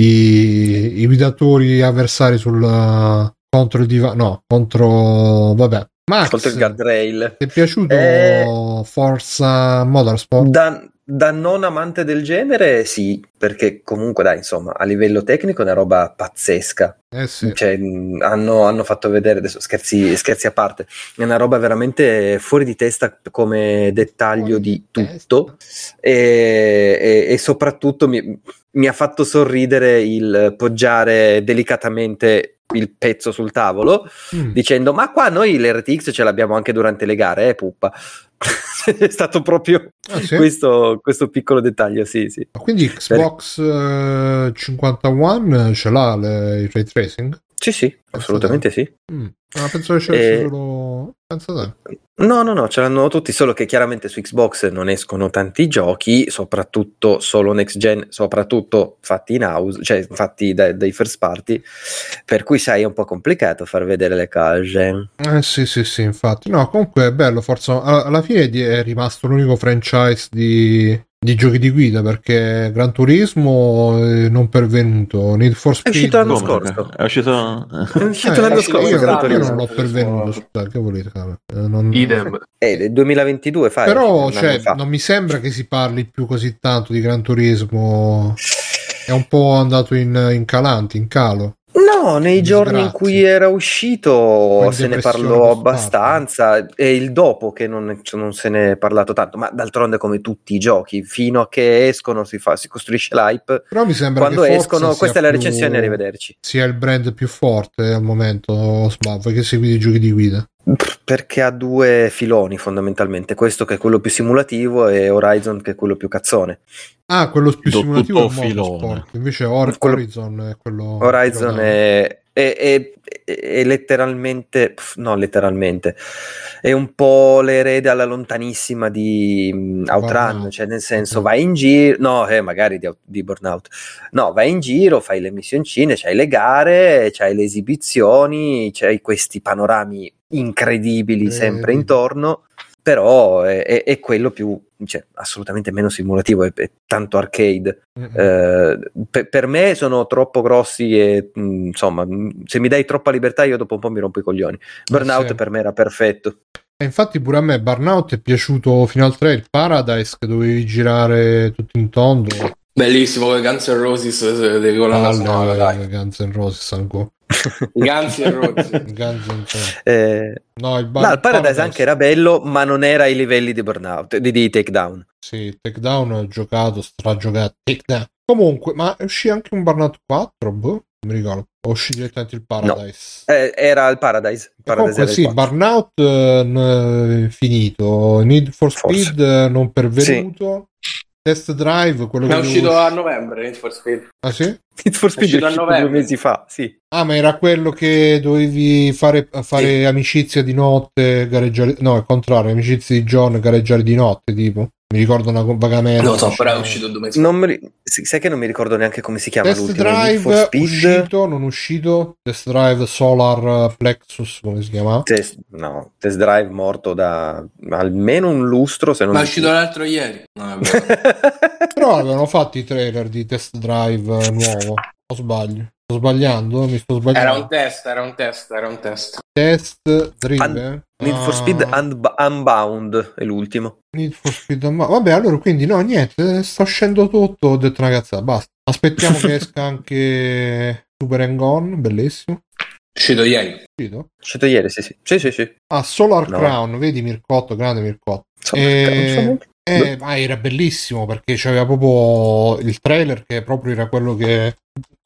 [SPEAKER 1] i, i guidatori avversari sul... eh, contro il divano, no, contro... vabbè. Max,
[SPEAKER 5] Sotto il
[SPEAKER 1] ti
[SPEAKER 5] guardrail.
[SPEAKER 1] è piaciuto
[SPEAKER 5] Eh.
[SPEAKER 1] Forza Motorsport?
[SPEAKER 5] Da, da non amante del genere, sì, perché comunque, dai, insomma, a livello tecnico è una roba pazzesca.
[SPEAKER 1] Eh sì.
[SPEAKER 5] Cioè, mh, hanno, hanno fatto vedere, adesso scherzi, scherzi a parte, è una roba veramente fuori di testa come dettaglio di tutto e, e- e soprattutto mi, mi ha fatto sorridere il poggiare delicatamente il pezzo sul tavolo
[SPEAKER 1] Mm.
[SPEAKER 5] dicendo ma qua noi l'RTX ce l'abbiamo anche durante le gare, eh puppa. È stato proprio
[SPEAKER 1] Ah, sì?
[SPEAKER 5] questo, questo piccolo dettaglio, sì, sì.
[SPEAKER 1] Ma Quindi Xbox eh, 51 ce l'ha le- il ray tracing?
[SPEAKER 5] Sì, sì, assolutamente sì.
[SPEAKER 1] Mm. Ah, penso che ce l'avesse
[SPEAKER 5] Eh.
[SPEAKER 1] solo. Pensa te.
[SPEAKER 5] No, no, no, ce l'hanno tutti, solo che chiaramente su Xbox non escono tanti giochi, soprattutto solo next gen, soprattutto fatti in house, cioè fatti dai, dai first party, per cui sai è un po' complicato far vedere le case.
[SPEAKER 1] Eh sì, sì, sì, infatti. No, comunque è bello, forza. Alla, alla fine di- è rimasto l'unico franchise di, di giochi di guida perché Gran Turismo eh, non pervenuto, Need for Speed
[SPEAKER 5] uscito l'anno
[SPEAKER 7] Come?
[SPEAKER 5] scorso.
[SPEAKER 7] È uscito...
[SPEAKER 5] È uscito
[SPEAKER 1] Eh,
[SPEAKER 5] l'anno
[SPEAKER 1] io-
[SPEAKER 5] scorso,
[SPEAKER 1] io,
[SPEAKER 5] Gran
[SPEAKER 1] io
[SPEAKER 5] Turismo.
[SPEAKER 1] non l'ho pervenuto, scusate, che volete? Eh, non-
[SPEAKER 3] Idem.
[SPEAKER 5] Eh, del 2022 fa.
[SPEAKER 1] Però
[SPEAKER 5] un anno
[SPEAKER 1] cioè,
[SPEAKER 5] fa.
[SPEAKER 1] non mi sembra che si parli più così tanto di Gran Turismo. È un po' andato in, in calante, in calo.
[SPEAKER 5] No, nei
[SPEAKER 1] Disgrazi.
[SPEAKER 5] giorni in cui era uscito
[SPEAKER 1] Con
[SPEAKER 5] se ne
[SPEAKER 1] depressione
[SPEAKER 5] parlò
[SPEAKER 1] postpartum.
[SPEAKER 5] abbastanza, e il dopo che non, non se ne è parlato tanto, ma d'altronde come tutti i giochi, fino a che escono si, fa- si costruisce l'hype,
[SPEAKER 1] Però mi sembra
[SPEAKER 5] quando
[SPEAKER 1] che Forza
[SPEAKER 5] escono,
[SPEAKER 1] sia
[SPEAKER 5] questa è la
[SPEAKER 1] più-
[SPEAKER 5] recensione, arrivederci.
[SPEAKER 1] Sia il brand più forte eh, al momento, Smav, che seguite i giochi di guida.
[SPEAKER 5] Pff, Perché ha due filoni fondamentalmente, questo che è quello più simulativo e Horizon che è quello più cazzone.
[SPEAKER 1] Ah, quello più
[SPEAKER 2] Do-
[SPEAKER 1] simulativo è
[SPEAKER 2] tutto filone.
[SPEAKER 1] Motorsport. Invece Or-
[SPEAKER 5] Quello-
[SPEAKER 1] Horizon è quello.
[SPEAKER 5] Horizon
[SPEAKER 1] quello
[SPEAKER 5] è, è- è- è letteralmente, pff, no letteralmente, è un po' l'erede alla lontanissima di mh, Outrun,
[SPEAKER 1] Burnout.
[SPEAKER 5] cioè nel senso vai in giro, no eh, magari di, out- di Burnout, no vai in giro, fai le missioncine, c'hai le gare, c'hai le esibizioni, c'hai questi panorami incredibili sempre
[SPEAKER 1] Incredibili.
[SPEAKER 5] intorno, però è, è- è quello più, cioè, assolutamente meno simulativo, è- è tanto arcade.
[SPEAKER 1] da- Mm-mm.
[SPEAKER 5] Eh, per, per me sono troppo grossi e mh, insomma mh, se mi dai troppa libertà io dopo un po' mi rompo i coglioni burnout
[SPEAKER 1] sì.
[SPEAKER 5] per me era perfetto
[SPEAKER 1] E Eh, infatti pure a me Burnout è piaciuto fino al 3 il Paradise che dovevi girare tutto in tondo.
[SPEAKER 4] Bellissimo quel Guns N' Roses eh, di colonna sonora, dai.
[SPEAKER 1] Palle, Guns N' Roses ancora.
[SPEAKER 4] Guns N' Roses.
[SPEAKER 1] Guns N' Roses.
[SPEAKER 5] Eh,
[SPEAKER 1] No, il, bar-
[SPEAKER 5] no, il paradise anche era bello ma non era ai livelli di burnout di, di takedown
[SPEAKER 1] Sì, takedown ho giocato, stragiocato. Takedown. Comunque, ma è uscito anche un Burnout 4? Boh, non mi ricordo. O uscì direttamente il Paradise.
[SPEAKER 5] Eh, era il paradise,
[SPEAKER 1] E
[SPEAKER 5] paradise
[SPEAKER 1] Comunque
[SPEAKER 5] era il
[SPEAKER 1] sì,
[SPEAKER 5] quattro.
[SPEAKER 1] Burnout eh, n- eh, finito, Need for
[SPEAKER 5] Forse.
[SPEAKER 1] Speed eh, non pervenuto, Test Drive quello
[SPEAKER 4] Ma
[SPEAKER 1] che
[SPEAKER 4] È uscito
[SPEAKER 1] usci-
[SPEAKER 4] a novembre Need for Speed.
[SPEAKER 1] Ah, sì?
[SPEAKER 5] Need for Speed è
[SPEAKER 4] uscito a
[SPEAKER 5] uscito due
[SPEAKER 4] novembre.
[SPEAKER 5] mesi fa sì.
[SPEAKER 1] Ah, ma era quello che dovevi fare, fare amicizia di notte, gareggiare... No, è il contrario, amicizia di giorno, gareggiare di notte, tipo. Mi ricordo una vagamente.
[SPEAKER 6] Non lo so, però è uscito due mesi fa.
[SPEAKER 5] Non me li- sì, sai che non mi ricordo neanche come si chiama
[SPEAKER 1] Test
[SPEAKER 5] l'ultimo Need for
[SPEAKER 1] Drive
[SPEAKER 5] Speed
[SPEAKER 1] uscito, non uscito. Test Drive Solar eh, Plexus, come si chiama?
[SPEAKER 5] Test- no, Test Drive morto da almeno un lustro se non
[SPEAKER 6] Ma è uscito l'altro ieri. No, è vero.
[SPEAKER 1] Però avevano fatto i trailer di Test Drive eh, nuovo. O sbaglio? Sto sbagliando? Mi sto
[SPEAKER 4] Era
[SPEAKER 1] sbagliando.
[SPEAKER 4] un test, era un test, era un test.
[SPEAKER 1] Test Drive. eh?
[SPEAKER 5] Need for
[SPEAKER 1] Ah,
[SPEAKER 5] Speed Unb- Unbound è l'ultimo.
[SPEAKER 1] Need for Speed Unbound. Vabbè, allora quindi no, niente, sta uscendo tutto. Ho detto una cazzata, basta. Aspettiamo che esca anche Super and Gone, bellissimo.
[SPEAKER 4] È uscito ieri.
[SPEAKER 1] Uscito?
[SPEAKER 5] Uscito ieri, sì, sì. Sì, sì, sì.
[SPEAKER 1] Ah, Solar
[SPEAKER 5] No.
[SPEAKER 1] Crown, vedi Mircotto, grande Mircotto.
[SPEAKER 5] So-
[SPEAKER 1] Eh,
[SPEAKER 5] so molto.
[SPEAKER 1] Eh, ma era bellissimo perché c'aveva proprio il trailer che proprio era quello che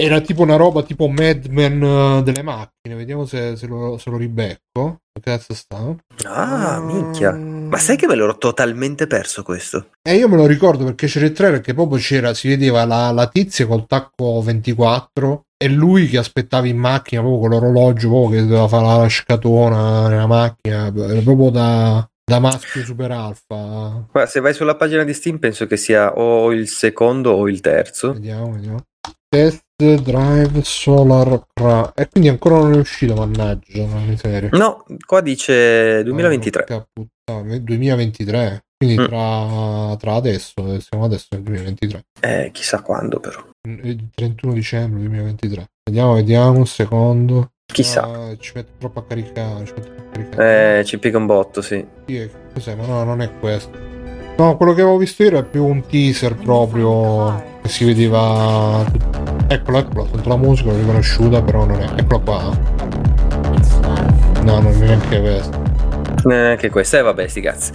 [SPEAKER 1] era tipo una roba tipo Mad Men eh, delle macchine. Vediamo se, se lo, se lo ribecco. Che cazzo sta?
[SPEAKER 5] Ah,
[SPEAKER 1] mm.
[SPEAKER 5] minchia. Ma sai che me l'ero totalmente perso questo?
[SPEAKER 1] E Eh, io me lo ricordo perché c'era il trailer che proprio c'era, si vedeva la, la tizia col tacco 24 e lui che aspettava in macchina proprio con l'orologio, proprio che doveva fare la scatona nella macchina, era proprio da, da maschio super alfa.
[SPEAKER 5] Guarda, se vai sulla pagina di Steam penso che sia o il secondo o il terzo.
[SPEAKER 1] Vediamo, vediamo. Test Drive Solar Cra- E quindi ancora non è uscito, mannaggia, una miseria.
[SPEAKER 5] No, qua dice 2023.
[SPEAKER 1] Porca puttana, 2023. Quindi
[SPEAKER 5] Mm.
[SPEAKER 1] tra, tra adesso, eh, siamo adesso nel 2023.
[SPEAKER 5] Eh, chissà quando però.
[SPEAKER 1] Il 31 dicembre 2023. Vediamo, vediamo un secondo.
[SPEAKER 5] Chissà.
[SPEAKER 1] Ah, ci metto troppo a caricare. Ci metto troppo a caricare.
[SPEAKER 5] Eh, ci piega un botto, sì.
[SPEAKER 1] Sì, eh, cos'è? Ma no, non è questo. No, quello che avevo visto io era più un teaser proprio che si vedeva. Eccolo, eccolo, sento la musica, l'ho riconosciuta, però non è. Eccolo qua. No, non è neanche questo.
[SPEAKER 5] Eh, che questo, eh vabbè, sti cazzi.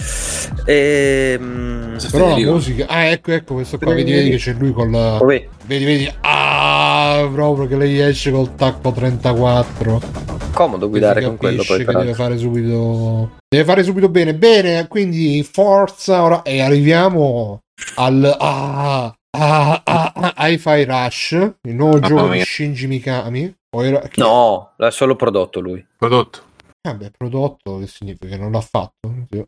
[SPEAKER 5] Ehm...
[SPEAKER 1] Però la
[SPEAKER 6] Federico.
[SPEAKER 1] musica. Ah, ecco, ecco questo qua. Vedi, vedi che c'è lui col.
[SPEAKER 5] vabbè,
[SPEAKER 1] Vedi, vedi. Ah, proprio che lei esce col tacco 34.
[SPEAKER 5] comodo guidare con quello
[SPEAKER 1] capisce
[SPEAKER 5] poi
[SPEAKER 1] che deve
[SPEAKER 5] peraltro.
[SPEAKER 1] fare subito deve fare subito bene bene quindi forza ora e arriviamo al ah, ah, ah, ah, Hi-Fi Rush il nuovo
[SPEAKER 3] Mamma
[SPEAKER 1] gioco di
[SPEAKER 3] mia.
[SPEAKER 1] Shinji Mikami o era che-
[SPEAKER 5] No, l'ha solo prodotto lui.
[SPEAKER 3] Prodotto.
[SPEAKER 1] vabbè, prodotto che significa che non l'ha fatto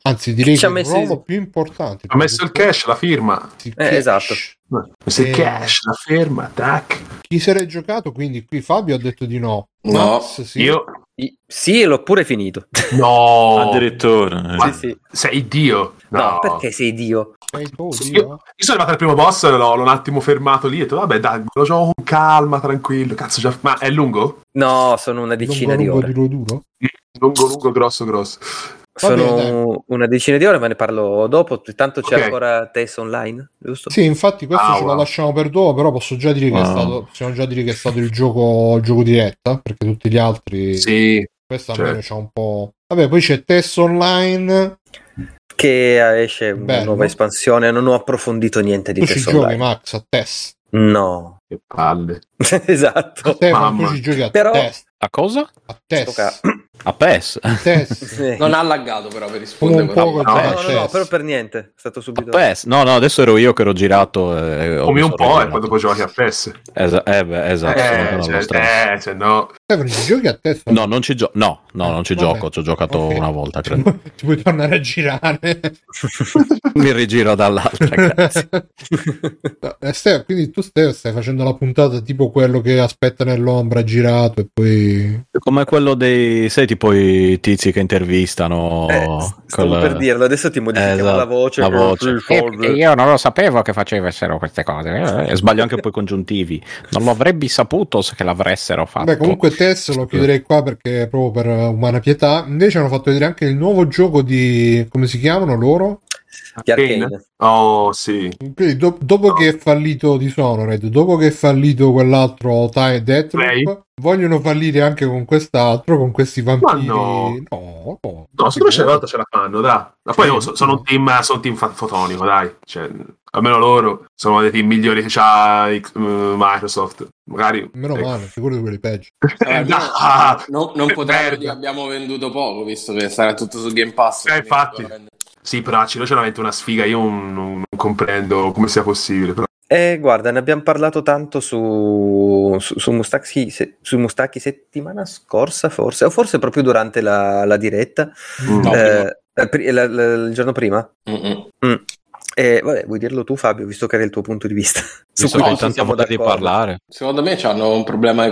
[SPEAKER 1] anzi direi
[SPEAKER 5] Ci
[SPEAKER 1] che
[SPEAKER 5] ha
[SPEAKER 1] è il
[SPEAKER 5] messo-
[SPEAKER 1] ruolo più importante
[SPEAKER 3] Ha messo il cash, la firma.
[SPEAKER 1] Il
[SPEAKER 5] Eh, esatto.
[SPEAKER 3] Ma
[SPEAKER 1] Eh.
[SPEAKER 3] se cash, la firma, tac.
[SPEAKER 1] chi se l'è giocato quindi qui Fabio ha detto di no
[SPEAKER 6] No,
[SPEAKER 1] Max, sì.
[SPEAKER 3] Io
[SPEAKER 5] I- Sì, l'ho pure finito.
[SPEAKER 2] Oh.
[SPEAKER 3] no.
[SPEAKER 7] Addirittura. eh.
[SPEAKER 3] Ma-
[SPEAKER 5] Sì, sì.
[SPEAKER 3] Sei Dio.
[SPEAKER 5] No, perché sei Dio?
[SPEAKER 1] Sei tu,
[SPEAKER 3] Sì,
[SPEAKER 1] Dio?
[SPEAKER 3] Io sono arrivato al primo boss, l'ho, l'ho un attimo fermato lì e ho detto, vabbè dai, lo gioco con calma, tranquillo. Cazzo, già... ma è lungo?
[SPEAKER 5] No, sono una decina di
[SPEAKER 1] lungo,
[SPEAKER 5] ore.
[SPEAKER 1] lungo, duro, duro?
[SPEAKER 3] Lungo, lungo, grosso, grosso.
[SPEAKER 1] Va bene,
[SPEAKER 5] Sono una decina di ore, ma ne parlo dopo. Tanto c'è
[SPEAKER 3] Ok.
[SPEAKER 5] ancora Tess online, giusto?
[SPEAKER 1] Sì, infatti questo
[SPEAKER 3] Ah,
[SPEAKER 1] ce la
[SPEAKER 3] wow.
[SPEAKER 1] lasciamo per dopo, però posso già dire
[SPEAKER 3] Ah.
[SPEAKER 1] che è
[SPEAKER 7] Wow.
[SPEAKER 1] stato, possiamo già dire che è stato il gioco, il gioco diretta, perché tutti gli altri,
[SPEAKER 3] Sì.
[SPEAKER 1] questo
[SPEAKER 3] certo.
[SPEAKER 1] almeno c'ha un po'... Vabbè, poi c'è Test Online,
[SPEAKER 5] Che eh, esce una
[SPEAKER 1] Bello.
[SPEAKER 5] nuova espansione. Non ho approfondito niente di
[SPEAKER 1] tu ci
[SPEAKER 5] Tess
[SPEAKER 1] giochi
[SPEAKER 5] online.
[SPEAKER 1] Max a Test.
[SPEAKER 5] No,
[SPEAKER 3] Che palle.
[SPEAKER 5] esatto.
[SPEAKER 1] Stefano,
[SPEAKER 3] Oh, mamma.
[SPEAKER 1] tu ci giochi a
[SPEAKER 5] Però-
[SPEAKER 1] Test,
[SPEAKER 2] A cosa?
[SPEAKER 1] a
[SPEAKER 5] Sto ca-
[SPEAKER 1] Test,
[SPEAKER 2] A PES.
[SPEAKER 1] a Test.
[SPEAKER 5] Eh.
[SPEAKER 4] Non ha laggato però per
[SPEAKER 1] Come
[SPEAKER 4] rispondere.
[SPEAKER 1] un po'
[SPEAKER 4] quello.
[SPEAKER 1] che gioca
[SPEAKER 5] No,
[SPEAKER 1] a
[SPEAKER 5] no, no,
[SPEAKER 1] Tess.
[SPEAKER 5] però per niente. È stato
[SPEAKER 2] A
[SPEAKER 5] subito.
[SPEAKER 2] PES. No, no, adesso ero io che ero girato. eh, ho-
[SPEAKER 3] Come un
[SPEAKER 2] sono
[SPEAKER 3] po' e
[SPEAKER 2] girato.
[SPEAKER 3] poi dopo giochi a PES.
[SPEAKER 2] Esa- eh, beh, esatto. sono
[SPEAKER 3] Eh,
[SPEAKER 2] andato allo
[SPEAKER 3] cioè,
[SPEAKER 2] strano.
[SPEAKER 3] eh, cioè, no.
[SPEAKER 1] Stefano, ci giochi a Test?
[SPEAKER 2] No, non ci gioco. No, no, non ci
[SPEAKER 1] eh. Vabbè.
[SPEAKER 2] gioco. Ci ho giocato
[SPEAKER 1] Ok.
[SPEAKER 2] una volta, credo.
[SPEAKER 1] Ti puoi tornare a girare.
[SPEAKER 2] Mi rigiro dall'altra. grazie.
[SPEAKER 1] No, eh, Stefano, quindi tu Stefano, stai facendo la puntata tipo quello che aspetta nell'ombra girato e poi...
[SPEAKER 2] Come quello dei. Sai, tipo i tizi che intervistano.
[SPEAKER 5] Eh, stavo
[SPEAKER 2] col-
[SPEAKER 5] per dirlo, adesso ti modifichiamo
[SPEAKER 2] Esatto,
[SPEAKER 5] la voce.
[SPEAKER 2] la
[SPEAKER 5] con
[SPEAKER 2] voce.
[SPEAKER 5] il
[SPEAKER 1] Eh,
[SPEAKER 5] solver.
[SPEAKER 2] io non lo sapevo che facessero queste cose. eh, sbaglio anche poi i congiuntivi. Non lo avrebbe saputo se che l'avessero fatto.
[SPEAKER 1] Beh, comunque Tess lo chiuderei qua perché è proprio per eh, umana pietà. Invece hanno fatto vedere anche il nuovo gioco di come si chiamano loro?
[SPEAKER 5] Di
[SPEAKER 3] Arcane.
[SPEAKER 5] Arcane.
[SPEAKER 3] Oh, sì.
[SPEAKER 1] Quindi do- dopo che è fallito Dishonored, dopo che è fallito quell'altro Time Deathloop,
[SPEAKER 3] Prey?
[SPEAKER 1] vogliono fallire anche con quest'altro, con questi vampiri.
[SPEAKER 3] Ma no.
[SPEAKER 1] no. no.
[SPEAKER 3] No, secondo me c'è la volta ce la fanno, dai. Ma poi
[SPEAKER 1] Sì.
[SPEAKER 3] oh, so- sono un team, sono un team fa- fotonico, dai. Cioè, almeno loro sono uno dei team migliori che c'ha eh, Microsoft. Magari...
[SPEAKER 1] Meno
[SPEAKER 3] ecco.
[SPEAKER 1] male, sicuro di quelli peggio.
[SPEAKER 3] Eh,
[SPEAKER 4] Vabbè,
[SPEAKER 3] no,
[SPEAKER 4] no, non
[SPEAKER 3] che
[SPEAKER 4] potremmo
[SPEAKER 3] merda.
[SPEAKER 4] dire abbiamo venduto poco visto che sarà tutto su Game Pass.
[SPEAKER 3] Eh,
[SPEAKER 4] quindi
[SPEAKER 3] infatti.
[SPEAKER 4] sicuramente.
[SPEAKER 3] Sì, però c'è veramente una sfiga, io non, non- non comprendo come sia possibile. Però.
[SPEAKER 5] Eh, guarda, ne abbiamo parlato tanto su, su, su Mustacchi, se- su Mustacchi settimana scorsa, forse, o forse proprio durante la, la diretta,
[SPEAKER 3] Mm.
[SPEAKER 4] No.
[SPEAKER 5] Eh, pri- la- la- il giorno prima.
[SPEAKER 4] Mm-mm.
[SPEAKER 5] Mm. Eh, vabbè, vuoi dirlo tu, Fabio, visto che era il tuo punto di vista?
[SPEAKER 2] Visto
[SPEAKER 5] cui
[SPEAKER 2] che
[SPEAKER 5] non
[SPEAKER 2] hai tanta
[SPEAKER 5] siamo
[SPEAKER 2] voglia di
[SPEAKER 5] d'accordo.
[SPEAKER 2] parlare.
[SPEAKER 6] Secondo me hanno un problema di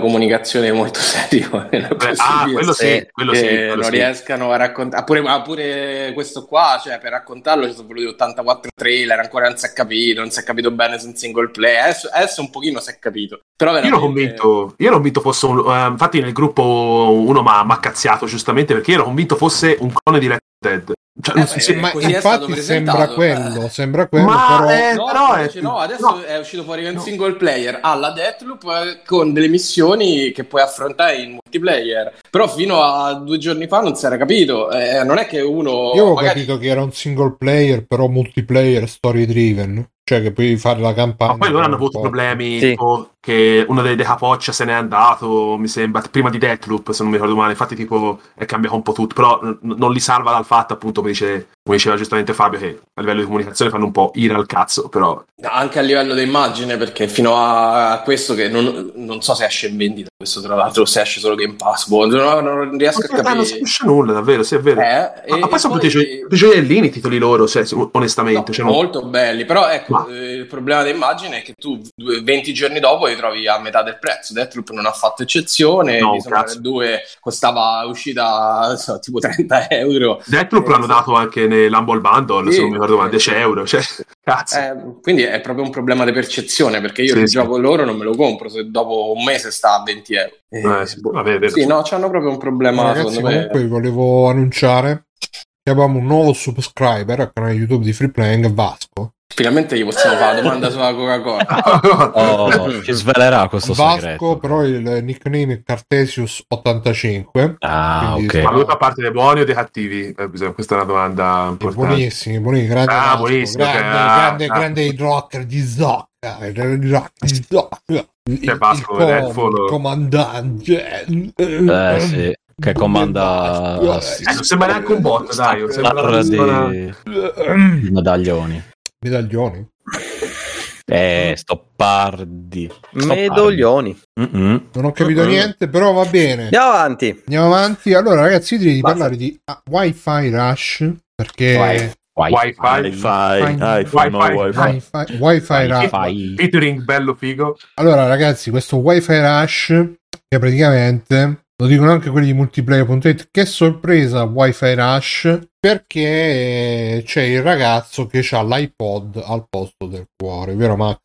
[SPEAKER 6] comunicazione molto serio. nella
[SPEAKER 3] Beh, ah,
[SPEAKER 6] possibilità
[SPEAKER 3] quello sì,
[SPEAKER 5] eh,
[SPEAKER 3] quello
[SPEAKER 6] che
[SPEAKER 3] sì. quello
[SPEAKER 6] non
[SPEAKER 3] sì.
[SPEAKER 6] riescano a raccontare. Ah, pure, ah, pure questo qua, cioè, per raccontarlo ci sono voluti 84 trailer, ancora non si è capito, non si è capito bene se è un single play. Adesso, adesso un pochino si è capito. Però
[SPEAKER 3] Io ero
[SPEAKER 6] veramente...
[SPEAKER 3] convinto, io ero convinto fosse un, eh, infatti nel gruppo uno mi ha mi ha cazziato giustamente perché io ero convinto fosse un clone di Red Dead. Cioè, non
[SPEAKER 6] Eh,
[SPEAKER 3] si-
[SPEAKER 6] beh,
[SPEAKER 3] si-
[SPEAKER 1] Ma
[SPEAKER 6] così è stato
[SPEAKER 1] infatti
[SPEAKER 6] presentato,
[SPEAKER 1] sembra
[SPEAKER 6] eh.
[SPEAKER 1] quello, sembra quello,
[SPEAKER 3] Ma
[SPEAKER 1] però
[SPEAKER 3] è-
[SPEAKER 6] No,
[SPEAKER 3] Eh, però è-
[SPEAKER 6] dice, no, adesso
[SPEAKER 3] no.
[SPEAKER 6] è uscito fuori che è un
[SPEAKER 3] No.
[SPEAKER 6] single player alla Deathloop eh, con delle missioni che puoi affrontare in multiplayer. Però fino a due giorni fa non si era capito. Eh, non è che uno
[SPEAKER 1] io avevo
[SPEAKER 6] Oh, magari
[SPEAKER 1] capito che era un single player, però multiplayer story driven, cioè che puoi fare la campagna.
[SPEAKER 3] Ma poi loro hanno
[SPEAKER 1] però,
[SPEAKER 3] avuto
[SPEAKER 1] poi.
[SPEAKER 3] problemi
[SPEAKER 5] Sì.
[SPEAKER 3] tipo, che uno dei, dei capoccia se n'è andato, mi sembra, prima di Deathloop, se non mi ricordo male. Infatti, tipo, è cambiato un po' tutto, però n- non li salva dal fatto, appunto, come, dice- come diceva giustamente Fabio, che a livello di comunicazione fanno un po' ira al cazzo, però...
[SPEAKER 6] anche a livello di immagine, perché fino a a questo che non, non so se esce in vendita, questo tra l'altro se esce solo Game Pass, boh, no, non riesco a
[SPEAKER 3] Non, non si
[SPEAKER 6] capire.
[SPEAKER 3] capisce nulla, davvero, sì, è vero.
[SPEAKER 6] Eh,
[SPEAKER 3] ma,
[SPEAKER 6] e-
[SPEAKER 3] ma poi
[SPEAKER 6] e
[SPEAKER 3] sono
[SPEAKER 6] poi-
[SPEAKER 3] tutti gio- tutti gioiellini i titoli loro, cioè, sì, onestamente.
[SPEAKER 6] No,
[SPEAKER 3] cioè, non-
[SPEAKER 6] molto belli, però ecco,
[SPEAKER 3] Ma-
[SPEAKER 6] eh, il problema dell'immagine è che tu due- 20 giorni dopo li trovi a metà del prezzo. Deathloop non ha fatto eccezione,
[SPEAKER 3] No,
[SPEAKER 6] mi sembra
[SPEAKER 3] cazzo.
[SPEAKER 6] che due costava uscita non so, tipo 30 euro.
[SPEAKER 3] Deathloop
[SPEAKER 6] Eh,
[SPEAKER 3] l'hanno
[SPEAKER 6] sì.
[SPEAKER 3] dato anche nell'Humble Bundle,
[SPEAKER 6] Sì,
[SPEAKER 3] se non mi ricordo male,
[SPEAKER 6] sì,
[SPEAKER 3] 10
[SPEAKER 6] sì.
[SPEAKER 3] euro, cioè, cazzo.
[SPEAKER 6] Eh, quindi è proprio un problema di percezione, perché io
[SPEAKER 3] Sì,
[SPEAKER 6] il
[SPEAKER 3] sì.
[SPEAKER 6] gioco loro non me lo compro se dopo un mese sta a 20 euro.
[SPEAKER 3] Eh, sì, vabbè, è vero.
[SPEAKER 6] Sì, no, c'hanno proprio un problema,
[SPEAKER 1] Ma ragazzi,
[SPEAKER 6] Eh, secondo me.
[SPEAKER 1] comunque vi volevo annunciare che abbiamo un nuovo subscriber al canale YouTube di Free Playing Vasco.
[SPEAKER 6] Finalmente gli possiamo fare la domanda sulla Coca-Cola.
[SPEAKER 2] Oh, ci svelerà questo
[SPEAKER 1] Vasco,
[SPEAKER 2] segreto.
[SPEAKER 1] però il nickname è Cartesius 85.
[SPEAKER 2] Ah,
[SPEAKER 1] Quindi-
[SPEAKER 2] ok.
[SPEAKER 3] Ma lui fa parte dei buoni o dei cattivi? Eh, bisogna- questa è una domanda importante.
[SPEAKER 1] Buonissimi, buonissimi, grande,
[SPEAKER 3] Ah,
[SPEAKER 1] Vasco,
[SPEAKER 3] buonissimo,
[SPEAKER 1] grande,
[SPEAKER 3] ok, ah,
[SPEAKER 1] grande,
[SPEAKER 3] ah.
[SPEAKER 1] grande hard rocker di Zocca, il hard rocker di Zocca. Il, il
[SPEAKER 3] Cioè, Vasco, eh,
[SPEAKER 1] com-
[SPEAKER 3] Redfall.
[SPEAKER 1] il comandante,
[SPEAKER 2] Eh, sì, che comanda
[SPEAKER 3] Eh, non sembra neanche un bot, dai. non sembra una
[SPEAKER 2] star
[SPEAKER 3] persona-
[SPEAKER 2] di medaglioni.
[SPEAKER 1] medaglioni.
[SPEAKER 2] Eh, stoppardi.
[SPEAKER 5] Medoglioni.
[SPEAKER 2] Mm-mm.
[SPEAKER 1] Non ho
[SPEAKER 3] Eh,
[SPEAKER 1] capito
[SPEAKER 5] Mm-mm.
[SPEAKER 1] niente, però va bene.
[SPEAKER 5] Andiamo avanti.
[SPEAKER 1] Andiamo avanti. Allora, ragazzi, io direi di
[SPEAKER 5] Basta.
[SPEAKER 1] parlare di ah, Wi-Fi Rush perché
[SPEAKER 5] Vai.
[SPEAKER 2] Wi-
[SPEAKER 3] Wi-Fi.
[SPEAKER 7] Wi-Fi,
[SPEAKER 1] Wi-Fi.
[SPEAKER 7] iPhone, no, Wi-Fi.
[SPEAKER 1] Wi-Fi, Wi-Fi Rush.
[SPEAKER 2] Wi-Fi.
[SPEAKER 3] Featuring bello figo.
[SPEAKER 1] Allora, ragazzi, questo Wi-Fi Rush che praticamente lo dicono anche quelli di multiplayer.it. Che sorpresa Wi-Fi Rush perché c'è il ragazzo che ha l'iPod al posto del cuore, vero Max?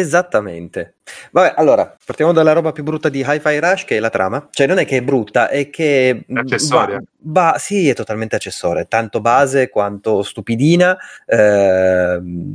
[SPEAKER 5] Esattamente. Vabbè, allora, partiamo dalla roba più brutta di Hi-Fi Rush, che è la trama. Cioè, non è che è brutta, è che...
[SPEAKER 3] È accessoria.
[SPEAKER 5] Ba- ba- sì, è totalmente accessoria. Tanto base quanto stupidina. ehm,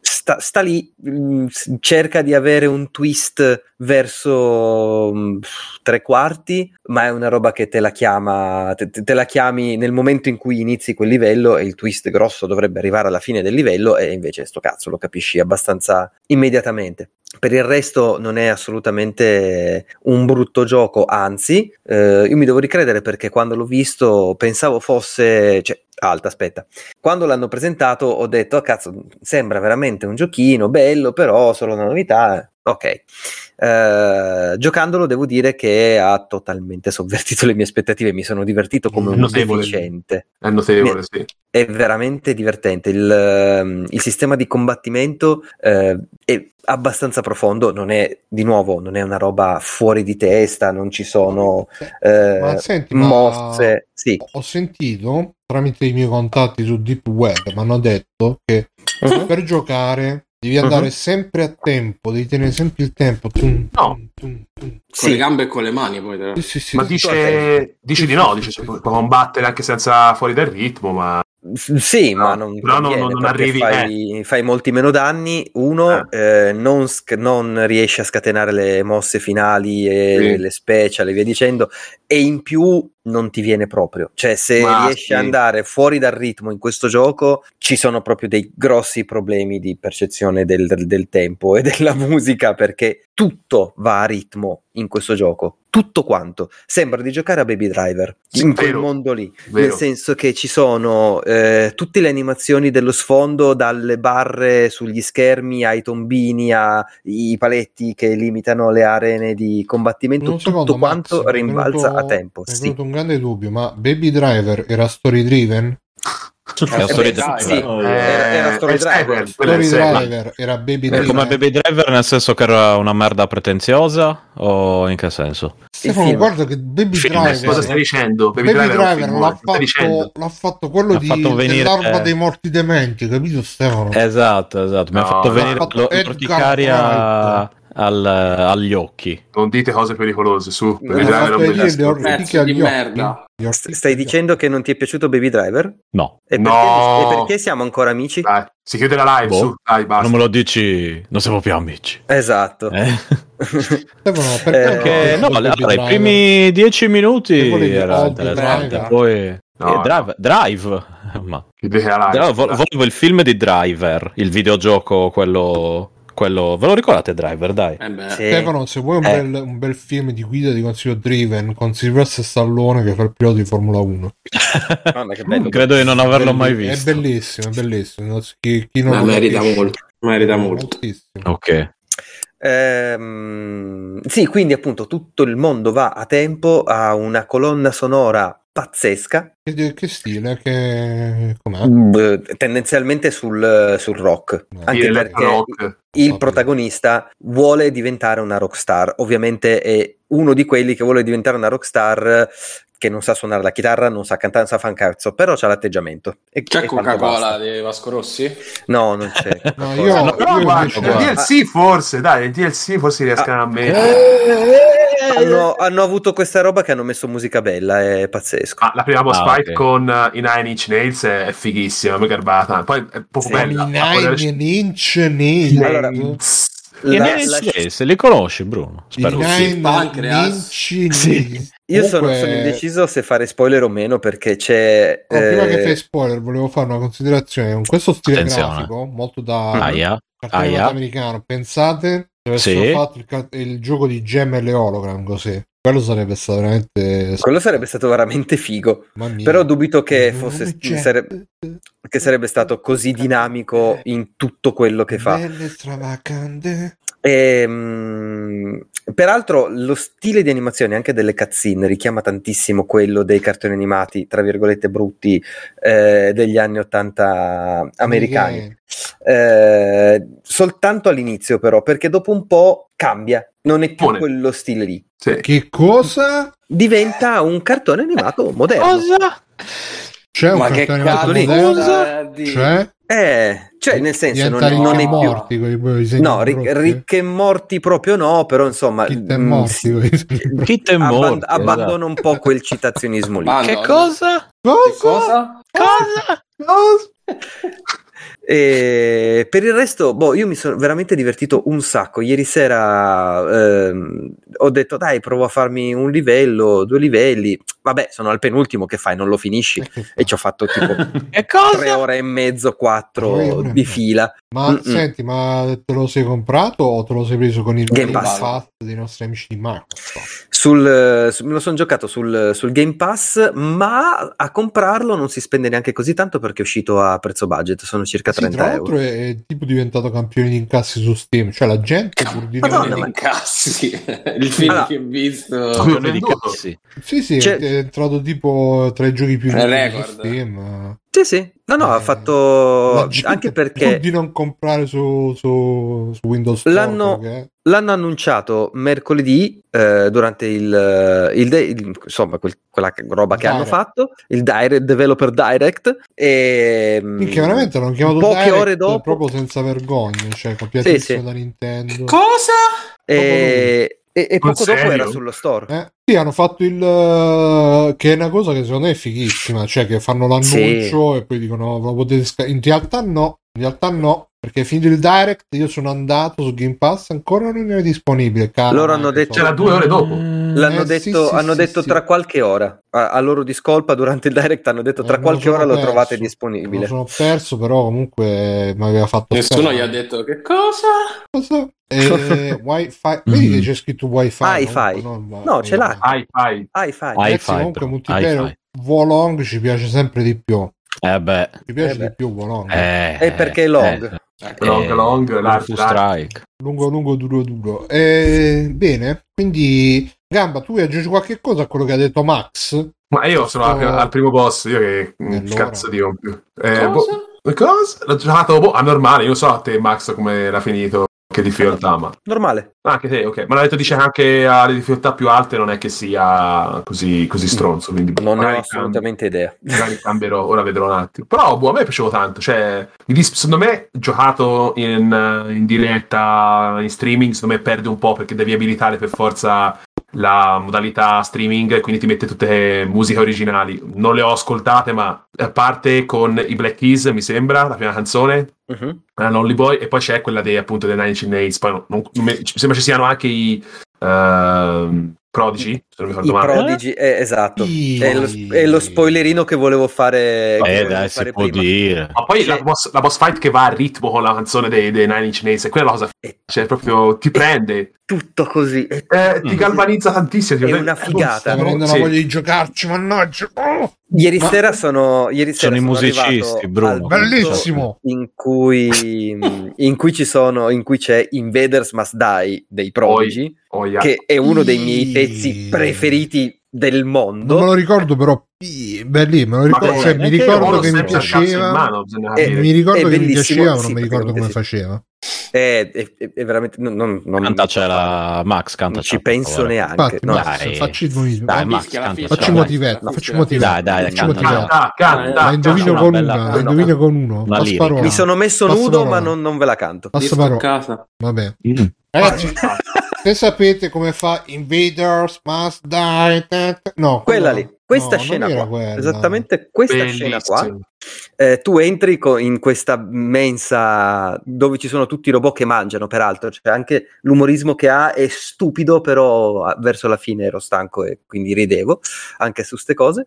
[SPEAKER 5] sta, sta lì, mh, s- cerca di avere un twist verso mh, tre quarti, ma è una roba che te la chiama, te, te- te la chiami nel momento in cui inizi quel livello e il twist grosso dovrebbe arrivare alla fine del livello e invece sto cazzo lo capisci abbastanza immediatamente. Per il resto non è assolutamente un brutto gioco, anzi, eh, io mi devo ricredere perché quando l'ho visto pensavo fosse... Cioè, alta, aspetta quando l'hanno presentato ho detto, "Ah, cazzo, sembra veramente un giochino bello, però solo una novità. Ok, Eh, giocandolo devo dire che ha totalmente sovvertito le mie aspettative, mi sono divertito come un
[SPEAKER 3] Notevole.
[SPEAKER 5] deficiente
[SPEAKER 3] È notevole, sì.
[SPEAKER 5] è veramente divertente. Il, ehm, il sistema di combattimento eh, è abbastanza profondo, non è di nuovo, non è una roba fuori di testa, non ci sono eh,
[SPEAKER 1] Ma senti, ma-
[SPEAKER 5] mosse. Sì.
[SPEAKER 1] Ho sentito tramite i miei contatti su Deep Web, mi hanno detto che
[SPEAKER 5] Mhm.
[SPEAKER 1] per giocare devi andare sempre a tempo, devi tenere sempre il tempo. Tum,
[SPEAKER 3] No.
[SPEAKER 1] tum, tum, tum.
[SPEAKER 6] Con le
[SPEAKER 5] Sì.
[SPEAKER 6] gambe e con le mani poi. tra l'altro.
[SPEAKER 1] Sì, sì, Mm, sì,
[SPEAKER 3] Ma
[SPEAKER 1] sì.
[SPEAKER 3] dice, dice di no, dice che può combattere anche senza fuori dal ritmo, ma
[SPEAKER 5] S- Sì,
[SPEAKER 3] No,
[SPEAKER 5] ma non,
[SPEAKER 3] però non-
[SPEAKER 5] conviene,
[SPEAKER 3] non
[SPEAKER 5] perché
[SPEAKER 3] arrivi, eh. Ah.
[SPEAKER 5] fai, fai molti meno danni. Uno, eh, non, sc- non riesci a scatenare le mosse finali e
[SPEAKER 3] Sì.
[SPEAKER 5] le special e via dicendo, e in più non ti viene proprio. Cioè, se
[SPEAKER 3] Ma
[SPEAKER 5] riesci
[SPEAKER 3] sì.
[SPEAKER 5] ad andare fuori dal ritmo in questo gioco, ci sono proprio dei grossi problemi di percezione del, del- del tempo e della musica, perché tutto va a ritmo in questo gioco. Tutto quanto sembra di giocare a Baby Driver
[SPEAKER 3] Sì,
[SPEAKER 5] in quel
[SPEAKER 3] vero.
[SPEAKER 5] mondo lì. Nel
[SPEAKER 3] vero.
[SPEAKER 5] senso che ci sono eh, tutte le animazioni dello sfondo, dalle barre sugli schermi ai tombini ai paletti che limitano le arene di combattimento,
[SPEAKER 1] Un
[SPEAKER 5] tutto
[SPEAKER 1] secondo, Max,
[SPEAKER 5] quanto
[SPEAKER 1] mi è
[SPEAKER 5] rimbalza
[SPEAKER 1] venuto-
[SPEAKER 5] a tempo.
[SPEAKER 1] Mi è
[SPEAKER 5] Sì.
[SPEAKER 1] venuto un grande dubbio, ma Baby Driver era story driven?
[SPEAKER 2] È un story driver.
[SPEAKER 5] Eh, sì,
[SPEAKER 7] Oh,
[SPEAKER 5] era, era
[SPEAKER 3] Eh,
[SPEAKER 5] Story
[SPEAKER 3] eh,
[SPEAKER 5] Driver.
[SPEAKER 3] quello è il
[SPEAKER 1] Story
[SPEAKER 3] sequel.
[SPEAKER 1] Driver era Baby
[SPEAKER 2] È
[SPEAKER 1] Driver.
[SPEAKER 2] come Baby Driver nel senso che era una merda pretenziosa o in che senso?
[SPEAKER 1] Stefano,
[SPEAKER 5] Il film.
[SPEAKER 1] guarda che Baby
[SPEAKER 2] Film,
[SPEAKER 1] Driver,
[SPEAKER 3] Cosa stai dicendo?
[SPEAKER 1] Baby Driver,
[SPEAKER 3] è un film,
[SPEAKER 1] l'ha,
[SPEAKER 3] cosa stai dicendo?
[SPEAKER 1] fatto, l'ha fatto quello
[SPEAKER 2] L'ha
[SPEAKER 1] di
[SPEAKER 2] fatto venire-
[SPEAKER 1] dell'arma
[SPEAKER 2] eh.
[SPEAKER 1] dei morti dementi, capito Stefano?
[SPEAKER 2] Esatto, esatto. Mi ha
[SPEAKER 3] No,
[SPEAKER 2] fatto
[SPEAKER 3] l'ha
[SPEAKER 2] venire
[SPEAKER 1] fatto
[SPEAKER 2] lo-
[SPEAKER 1] Edgar
[SPEAKER 2] l'orticaria al- agli occhi.
[SPEAKER 3] Non dite cose pericolose, su.
[SPEAKER 1] Mi
[SPEAKER 3] Baby
[SPEAKER 1] ha
[SPEAKER 3] Driver
[SPEAKER 1] fatto
[SPEAKER 3] non mi
[SPEAKER 1] venire le
[SPEAKER 3] resta.
[SPEAKER 1] ortiche
[SPEAKER 6] Pezzo di
[SPEAKER 1] agli occhi.
[SPEAKER 6] merda.
[SPEAKER 1] Gli
[SPEAKER 5] S-
[SPEAKER 1] ortiche
[SPEAKER 5] Stai
[SPEAKER 1] agli
[SPEAKER 5] dicendo che non ti è piaciuto Baby Driver?
[SPEAKER 2] No,
[SPEAKER 5] E perché,
[SPEAKER 3] No. Ah.
[SPEAKER 5] e perché siamo ancora amici?
[SPEAKER 3] Dai, si chiude la live,
[SPEAKER 2] Boh.
[SPEAKER 3] su. Dai, basta.
[SPEAKER 2] non me lo dici, non siamo più amici.
[SPEAKER 5] Esatto.
[SPEAKER 2] Eh?
[SPEAKER 1] occhi. Stefano, perché
[SPEAKER 5] Eh,
[SPEAKER 2] Che-
[SPEAKER 5] Eh,
[SPEAKER 2] no,
[SPEAKER 1] Baby
[SPEAKER 2] allora, i
[SPEAKER 1] Driver?
[SPEAKER 2] primi dieci minuti
[SPEAKER 1] Io volevo
[SPEAKER 2] era
[SPEAKER 1] Odd
[SPEAKER 2] interessante,
[SPEAKER 1] Driver.
[SPEAKER 2] poi
[SPEAKER 3] No, Ah,
[SPEAKER 2] eh, Drive, Drive. ma
[SPEAKER 3] Chiudete la live.
[SPEAKER 2] Drive, vo- volevo il film di Driver, il videogioco quello quello ve lo ricordate Driver, dai.
[SPEAKER 6] Eh beh.
[SPEAKER 5] Sì.
[SPEAKER 1] Stefano, se vuoi un,
[SPEAKER 5] Eh.
[SPEAKER 1] bel, un bel film di guida ti consiglio Driven con Sylvester Stallone che fa il pilota di Formula 1.
[SPEAKER 5] Guarda che bello.
[SPEAKER 2] Mm, Credo di non averlo mai
[SPEAKER 1] Belli-
[SPEAKER 2] visto.
[SPEAKER 1] È bellissimo, è bellissimo. Non si- Chi, chi non
[SPEAKER 6] Ma
[SPEAKER 1] lo
[SPEAKER 6] merita
[SPEAKER 1] capisce.
[SPEAKER 6] molto. Merita molto.
[SPEAKER 1] Moltissimo.
[SPEAKER 2] Ok.
[SPEAKER 5] Ehm, sì, quindi appunto tutto il mondo va a tempo a una colonna sonora pazzesca,
[SPEAKER 1] Che, che stile, che... com'è?
[SPEAKER 5] b- tendenzialmente sul, sul rock.
[SPEAKER 1] No.
[SPEAKER 5] Anche
[SPEAKER 3] Dire
[SPEAKER 5] perché
[SPEAKER 3] Electro Rock.
[SPEAKER 5] il protagonista vuole diventare una rockstar. Ovviamente è uno di quelli che vuole diventare una rockstar che non sa suonare la chitarra, non sa cantare, non sa fare un cazzo, però c'ha l'atteggiamento. E,
[SPEAKER 6] C'è
[SPEAKER 5] e tanto
[SPEAKER 6] Coca-Cola
[SPEAKER 5] basta.
[SPEAKER 6] di Vasco Rossi?
[SPEAKER 5] No, non c'è.
[SPEAKER 1] No,
[SPEAKER 5] Coca-Cola.
[SPEAKER 1] io-
[SPEAKER 3] No, però
[SPEAKER 1] io
[SPEAKER 3] guarda,
[SPEAKER 1] invece-
[SPEAKER 3] il DLC forse, dai, il DLC forse riescano
[SPEAKER 5] Ah,
[SPEAKER 3] a
[SPEAKER 1] Eh,
[SPEAKER 5] eh.
[SPEAKER 3] mettere.
[SPEAKER 5] hanno, hanno avuto questa roba che hanno messo musica bella, è pazzesco.
[SPEAKER 3] Ah, la prima boss
[SPEAKER 2] Ah,
[SPEAKER 3] fight
[SPEAKER 2] ok.
[SPEAKER 3] con eh, i Nine Inch Nails è, è fighissima, mega garbata. Poi è poco
[SPEAKER 5] Sì,
[SPEAKER 3] bella. la
[SPEAKER 1] Nine
[SPEAKER 3] poter-
[SPEAKER 1] Inch Nails.
[SPEAKER 5] Allora,
[SPEAKER 2] I
[SPEAKER 5] La-
[SPEAKER 2] Nine
[SPEAKER 5] la-
[SPEAKER 2] Inch Nails, li conosci Bruno?
[SPEAKER 1] I
[SPEAKER 2] Spero. sì.
[SPEAKER 1] Nine
[SPEAKER 6] Pancreas.
[SPEAKER 1] Inch Nails.
[SPEAKER 5] Io sono,
[SPEAKER 1] Comunque,
[SPEAKER 5] sono indeciso se fare spoiler o meno perché c'è...
[SPEAKER 1] no, prima
[SPEAKER 5] eh,
[SPEAKER 1] che fai spoiler, volevo fare una considerazione. Con questo stile
[SPEAKER 2] Attenzione.
[SPEAKER 1] grafico, molto da
[SPEAKER 2] Aia.
[SPEAKER 1] cartone
[SPEAKER 2] Aia.
[SPEAKER 1] animato americano, pensate se avessero
[SPEAKER 2] Sì.
[SPEAKER 1] fatto il, ca- il gioco di gemme e le hologram così. Quello sarebbe stato veramente...
[SPEAKER 5] quello sarebbe stato veramente figo,
[SPEAKER 1] Mamma mia.
[SPEAKER 5] però dubito che fosse...
[SPEAKER 1] Gemme.
[SPEAKER 5] sarebbe- che sarebbe stato così dinamico in tutto quello che fa.
[SPEAKER 1] Belle stravagante.
[SPEAKER 5] Ehm, peraltro lo stile di animazione anche delle cutscene richiama tantissimo quello dei cartoni animati, tra virgolette, brutti eh, degli anni 80 americani. Eh, soltanto all'inizio però, perché dopo un po' cambia, non è più
[SPEAKER 3] Buone.
[SPEAKER 5] quello stile lì.
[SPEAKER 3] Sì.
[SPEAKER 1] Che cosa?
[SPEAKER 5] Diventa un cartone animato moderno.
[SPEAKER 2] Eh, Cosa?
[SPEAKER 1] C'è un
[SPEAKER 6] Ma che
[SPEAKER 1] cartone animato
[SPEAKER 6] cazzo
[SPEAKER 5] lì.
[SPEAKER 1] moderno?
[SPEAKER 6] eh, di-
[SPEAKER 1] C'è?
[SPEAKER 5] Eh, cioè, nel senso, non,
[SPEAKER 1] Diventa Rick
[SPEAKER 5] non
[SPEAKER 1] e
[SPEAKER 5] è più...
[SPEAKER 1] morti, quei bei disegni
[SPEAKER 5] No, Rick,
[SPEAKER 1] brutti.
[SPEAKER 5] Rick e Morti proprio no, però insomma...
[SPEAKER 1] Kit e
[SPEAKER 5] mm,
[SPEAKER 1] morti.
[SPEAKER 5] si-
[SPEAKER 1] quei disegni brutti.
[SPEAKER 2] Kit e
[SPEAKER 5] abban-
[SPEAKER 2] Morty, esatto.
[SPEAKER 5] abbandona un po' quel citazionismo lì.
[SPEAKER 6] Ma-
[SPEAKER 2] Che
[SPEAKER 6] Madonna.
[SPEAKER 2] cosa?
[SPEAKER 6] Che cosa?
[SPEAKER 2] Cosa?
[SPEAKER 5] E per il resto, boh, io mi sono veramente divertito un sacco. Ieri sera ehm, ho detto, dai, provo a farmi un livello, due livelli. Vabbè, sono al penultimo, che fai? Non lo finisci.
[SPEAKER 1] Eh, che fa?
[SPEAKER 5] E ci ho fatto tipo
[SPEAKER 2] Che
[SPEAKER 5] tre
[SPEAKER 2] cosa?
[SPEAKER 5] ore e mezzo,
[SPEAKER 1] Tre
[SPEAKER 5] quattro
[SPEAKER 1] ore e
[SPEAKER 5] di
[SPEAKER 1] mezzo.
[SPEAKER 5] fila.
[SPEAKER 1] Ma
[SPEAKER 5] Mm-mm.
[SPEAKER 1] senti, ma te lo sei comprato o te lo sei preso con il
[SPEAKER 5] Game
[SPEAKER 1] Pass
[SPEAKER 5] Pass.
[SPEAKER 1] dei nostri amici di Microsoft?
[SPEAKER 5] Sul, su- me lo sono giocato sul, sul Game Pass, ma a comprarlo non si spende neanche così tanto perché è uscito a prezzo budget, sono circa
[SPEAKER 1] Sì,
[SPEAKER 5] 30
[SPEAKER 1] tra l'altro
[SPEAKER 5] euro.
[SPEAKER 1] è, è tipo diventto campione di incassi su Steam, cioè la gente pur di non-
[SPEAKER 5] Madonna, ma-
[SPEAKER 6] Incassi. Il film
[SPEAKER 5] Allora.
[SPEAKER 6] che ho visto.
[SPEAKER 2] Campione di cazzi.
[SPEAKER 1] Sì, sì,
[SPEAKER 5] Cioè-
[SPEAKER 1] è entrato tipo tra i giochi più
[SPEAKER 6] È
[SPEAKER 1] venduti su
[SPEAKER 6] record.
[SPEAKER 1] Steam.
[SPEAKER 5] Sì, sì, no, no,
[SPEAKER 1] Eh,
[SPEAKER 5] ha fatto
[SPEAKER 1] La gente
[SPEAKER 5] Oh, anche
[SPEAKER 1] pur
[SPEAKER 5] perché
[SPEAKER 1] di non comprare su, su, su Windows Store,
[SPEAKER 5] L'hanno-
[SPEAKER 1] perché-
[SPEAKER 5] L'hanno annunciato mercoledì eh, durante il, eh, il de- il- insomma, quel- quella roba che hanno
[SPEAKER 1] Direct.
[SPEAKER 5] fatto, il Direct Developer Direct. E, mm,
[SPEAKER 1] Minchia, veramente l'hanno chiamato
[SPEAKER 5] poche
[SPEAKER 1] Direct
[SPEAKER 5] ore dopo.
[SPEAKER 1] proprio senza vergogna, cioè copiatissimo
[SPEAKER 5] Sì, sì.
[SPEAKER 1] da Nintendo.
[SPEAKER 6] Cosa?
[SPEAKER 5] e, e- e
[SPEAKER 3] Sul
[SPEAKER 5] poco dopo
[SPEAKER 3] serio?
[SPEAKER 5] era sullo store.
[SPEAKER 1] Eh, sì, hanno fatto il eh, che è una cosa che secondo me è fighissima, cioè che fanno l'annuncio e poi dicono "Ve lo potete sca-". in realtà no, in realtà no, perché finito il direct io sono andato su Game Pass ancora non era disponibile, caro
[SPEAKER 5] Loro hanno
[SPEAKER 1] Microsoft.
[SPEAKER 3] C'era due ore dopo.
[SPEAKER 5] Mm. L'hanno
[SPEAKER 1] Eh, sì,
[SPEAKER 5] detto,
[SPEAKER 1] sì,
[SPEAKER 5] hanno
[SPEAKER 1] sì,
[SPEAKER 5] detto
[SPEAKER 1] sì.
[SPEAKER 5] tra qualche ora. A, a loro discolpa durante il Direct hanno detto
[SPEAKER 1] Eh,
[SPEAKER 5] tra
[SPEAKER 1] me lo
[SPEAKER 5] qualche
[SPEAKER 1] sono
[SPEAKER 5] ora lo
[SPEAKER 1] perso,
[SPEAKER 5] trovate
[SPEAKER 1] Me lo
[SPEAKER 5] disponibile.
[SPEAKER 1] sono perso, però comunque mi aveva fatto
[SPEAKER 6] Nessuno
[SPEAKER 1] sperare.
[SPEAKER 6] gli ha detto che cosa?
[SPEAKER 1] Cosa? Eh, wifi, vedi che
[SPEAKER 2] Mm.
[SPEAKER 1] c'è scritto wifi?
[SPEAKER 5] Hi-Fi. No, ce l'ha.
[SPEAKER 3] Ai, ai.
[SPEAKER 5] Hai fai. eh,
[SPEAKER 2] Hai-
[SPEAKER 1] Ragazzi,
[SPEAKER 2] Hi-Fi,
[SPEAKER 1] comunque
[SPEAKER 2] però.
[SPEAKER 1] multiplayer
[SPEAKER 2] Hi-Fi.
[SPEAKER 1] Volong ci piace sempre di più.
[SPEAKER 2] Eh beh.
[SPEAKER 1] Ci piace
[SPEAKER 5] Eh beh.
[SPEAKER 1] di più Volong.
[SPEAKER 2] Eh,
[SPEAKER 5] È perché è long.
[SPEAKER 6] Ecco.
[SPEAKER 3] Long, long, large,
[SPEAKER 2] Full
[SPEAKER 3] large.
[SPEAKER 2] strike.
[SPEAKER 1] Lungo, lungo, duro, duro. Eh, bene, quindi Gamba, tu vuoi aggiungi qualche cosa a quello che ha detto Max?
[SPEAKER 3] Ma io sono al,
[SPEAKER 5] Oh.
[SPEAKER 3] al primo boss, io che mm,
[SPEAKER 1] Allora.
[SPEAKER 3] cazzo dico. Eh, boh, cosa? L'ho giocato boh, a normale, io so a te Max come l'ha finito, che difficoltà, ma...
[SPEAKER 5] Normale.
[SPEAKER 3] Ah, anche te, ok. Ma l'ha detto dice che anche alle difficoltà più alte non è che sia così, così stronzo, quindi
[SPEAKER 5] Non ne ho
[SPEAKER 3] magari
[SPEAKER 5] assolutamente idea.
[SPEAKER 3] magari cambierò, ora vedrò un attimo. Però boh, a me piacevo tanto, cioè, mi dis- secondo me giocato in, eh, in diretta, in streaming, secondo me perde un po' perché devi abilitare per forza la modalità streaming e quindi ti mette tutte musiche originali. Non le ho ascoltate, ma a parte con i Black Keys, mi sembra, la prima canzone,
[SPEAKER 5] Mhm.
[SPEAKER 3] la Lonely Boy, e poi c'è quella dei, appunto, dei Nine Inch Nails, poi non- non- mi mi sembra ci siano anche i... ehm, Prodigy, se non mi
[SPEAKER 5] I
[SPEAKER 3] ricordo male.
[SPEAKER 5] prodigi, eh, esatto.
[SPEAKER 1] Ih.
[SPEAKER 5] È lo, è lo spoilerino che volevo fare.
[SPEAKER 2] Eh,
[SPEAKER 5] che volevo
[SPEAKER 2] dai, si
[SPEAKER 5] fare
[SPEAKER 2] può
[SPEAKER 5] prima.
[SPEAKER 2] dire.
[SPEAKER 3] Ma poi
[SPEAKER 5] Sì.
[SPEAKER 3] la, boss, la boss fight che va a ritmo con la canzone dei, dei Nine Inch Nails, è quella la cosa
[SPEAKER 5] È
[SPEAKER 3] cioè proprio ti prende,
[SPEAKER 5] tutto così. È
[SPEAKER 3] eh, ti
[SPEAKER 5] Mm.
[SPEAKER 3] galvanizza tantissimo. ti Eh,
[SPEAKER 5] È
[SPEAKER 3] prende-
[SPEAKER 5] una figata.
[SPEAKER 1] Sta prendendo
[SPEAKER 3] Sì.
[SPEAKER 1] la voglia di giocarci, mannaggia. Oh,
[SPEAKER 5] Ieri
[SPEAKER 1] Ma-
[SPEAKER 5] sera sono, ieri sera
[SPEAKER 2] Sono i musicisti,
[SPEAKER 5] arrivato
[SPEAKER 2] Bruno.
[SPEAKER 5] al punto
[SPEAKER 1] bellissimo.
[SPEAKER 5] In cui, in cui ci sono, in cui c'è Invaders Must Die dei Prodigy,
[SPEAKER 3] Oh, yeah.
[SPEAKER 5] che è uno dei miei
[SPEAKER 1] Ih.
[SPEAKER 5] pezzi preferiti del mondo.
[SPEAKER 1] Non me lo ricordo, però. Ih, Beh, lì me lo ricordo.
[SPEAKER 3] beh,
[SPEAKER 1] cioè, mi
[SPEAKER 7] è che
[SPEAKER 1] ricordo
[SPEAKER 3] Ora
[SPEAKER 1] che mi
[SPEAKER 3] sempre il cazzo in
[SPEAKER 1] piaceva.
[SPEAKER 3] mano, bisogna
[SPEAKER 5] Eh,
[SPEAKER 3] capire.
[SPEAKER 1] Mi ricordo
[SPEAKER 5] È
[SPEAKER 1] che mi
[SPEAKER 5] bellissimo,
[SPEAKER 1] piaceva, ma non
[SPEAKER 5] sì,
[SPEAKER 1] mi ricordo come
[SPEAKER 5] praticamente
[SPEAKER 1] faceva.
[SPEAKER 5] È, è- è veramente. non- non- non-
[SPEAKER 2] cioè. Cantacela, Max,
[SPEAKER 5] non
[SPEAKER 2] cantacela.
[SPEAKER 5] ci
[SPEAKER 2] per
[SPEAKER 5] penso
[SPEAKER 2] favore.
[SPEAKER 5] neanche.
[SPEAKER 1] Infatti,
[SPEAKER 5] No,
[SPEAKER 1] Max, eh,
[SPEAKER 2] dai.
[SPEAKER 1] facci il motivo.
[SPEAKER 2] Dai, Max,
[SPEAKER 4] Fischia, la
[SPEAKER 2] cantacela.
[SPEAKER 4] fischia.
[SPEAKER 1] facci un
[SPEAKER 2] dai.
[SPEAKER 1] motivetto,
[SPEAKER 4] dai,
[SPEAKER 1] facci un
[SPEAKER 4] dai,
[SPEAKER 1] motivetto.
[SPEAKER 2] dai, dai,
[SPEAKER 1] facci un
[SPEAKER 2] canta.
[SPEAKER 1] motivetto.
[SPEAKER 3] Canta, canta,
[SPEAKER 1] La
[SPEAKER 3] canta.
[SPEAKER 1] indovino
[SPEAKER 2] una
[SPEAKER 1] con
[SPEAKER 2] bella-
[SPEAKER 1] una, la
[SPEAKER 2] una-
[SPEAKER 1] indovino con uno.
[SPEAKER 2] una
[SPEAKER 1] Passa
[SPEAKER 2] lirica.
[SPEAKER 1] parola.
[SPEAKER 5] mi sono messo
[SPEAKER 1] Passa
[SPEAKER 5] nudo,
[SPEAKER 1] parola.
[SPEAKER 5] ma non, non ve la canto.
[SPEAKER 1] Passa
[SPEAKER 4] Io sto a
[SPEAKER 1] parola.
[SPEAKER 4] casa.
[SPEAKER 1] Vabbè.
[SPEAKER 7] Mm.
[SPEAKER 1] Ragazzi, se sapete come fa Invaders Must Die, ta- ta- no,
[SPEAKER 5] Quella
[SPEAKER 1] no,
[SPEAKER 5] lì, questa
[SPEAKER 1] no,
[SPEAKER 5] scena
[SPEAKER 1] non era
[SPEAKER 5] qua,
[SPEAKER 1] quella.
[SPEAKER 5] esattamente questa scena qua,
[SPEAKER 3] Bellissimo.
[SPEAKER 5] eh, tu entri co- in questa mensa dove ci sono tutti i robot che mangiano, peraltro, cioè anche l'umorismo che ha è stupido, però ah, verso la fine ero stanco e quindi ridevo anche su ste cose.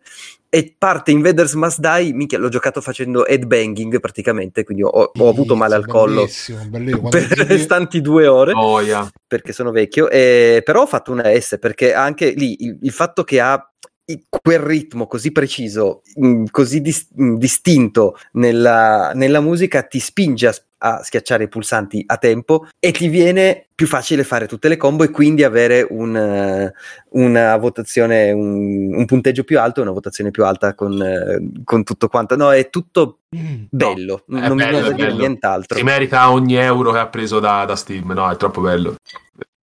[SPEAKER 5] E parte Invaders Must Die, minchia, l'ho giocato facendo headbanging praticamente, quindi ho, ho avuto male al collo
[SPEAKER 1] Bellissimo, bellissimo. Quando
[SPEAKER 5] per
[SPEAKER 1] giochi-
[SPEAKER 5] restanti due ore
[SPEAKER 3] Oh, yeah.
[SPEAKER 5] perché sono vecchio, eh, però ho fatto una S perché anche lì il, il fatto che ha i- quel ritmo così preciso, mh, così dis- mh, distinto nella, nella musica ti spinge a, s- a schiacciare i pulsanti a tempo e ti viene più facile fare tutte le combo e quindi avere un, eh, una votazione, un, un punteggio più alto e una votazione più alta con, eh, con tutto quanto. No, è tutto
[SPEAKER 1] Mm.
[SPEAKER 5] bello,
[SPEAKER 3] No, è
[SPEAKER 5] non mi
[SPEAKER 3] bello,
[SPEAKER 5] viene da
[SPEAKER 3] è
[SPEAKER 5] dire
[SPEAKER 3] bello.
[SPEAKER 5] nient'altro.
[SPEAKER 3] Si merita ogni euro che ha preso da, da Steam, no, è troppo bello.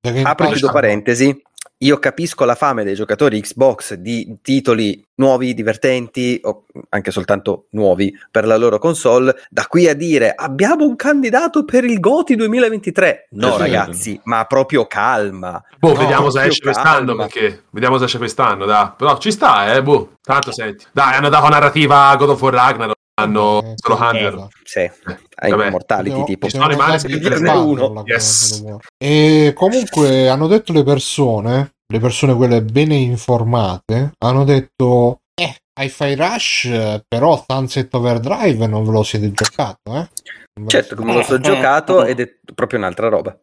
[SPEAKER 1] Da Game
[SPEAKER 5] apro e
[SPEAKER 1] Pass.
[SPEAKER 5] chiudo parentesi. Io capisco la fame dei giocatori Xbox di titoli nuovi, divertenti o anche soltanto nuovi per la loro console. Da qui a dire abbiamo un candidato per il GOTI 2023. No,
[SPEAKER 7] Esatto.
[SPEAKER 5] ragazzi, ma proprio calma.
[SPEAKER 3] Boh,
[SPEAKER 5] No,
[SPEAKER 3] vediamo se
[SPEAKER 5] proprio
[SPEAKER 3] esce quest'anno,
[SPEAKER 5] calma.
[SPEAKER 3] perché vediamo se esce quest'anno, dai. Però ci sta, eh, boh. Tanto senti. Dai, hanno dato narrativa a God of War Ragnarok, hanno
[SPEAKER 1] Eh,
[SPEAKER 3] solo
[SPEAKER 1] sì,
[SPEAKER 3] Hunter.
[SPEAKER 1] guarda.
[SPEAKER 5] Sì, ai
[SPEAKER 3] Vabbè.
[SPEAKER 5] immortality
[SPEAKER 1] Devo-
[SPEAKER 5] tipo.
[SPEAKER 3] Ci
[SPEAKER 1] devo
[SPEAKER 3] sono i mani
[SPEAKER 1] dargli
[SPEAKER 3] sempre
[SPEAKER 1] il
[SPEAKER 5] prende
[SPEAKER 1] palo
[SPEAKER 5] uno.
[SPEAKER 1] alla
[SPEAKER 3] Yes.
[SPEAKER 1] cosa, devo- E comunque hanno detto le persone, le persone quelle bene informate, hanno detto eh, Hi-Fi Rush, eh, però Sunset Overdrive non ve lo siete giocato, eh? Non ve lo
[SPEAKER 5] Certo,
[SPEAKER 1] siete-
[SPEAKER 5] come lo so giocato ed è proprio un'altra roba.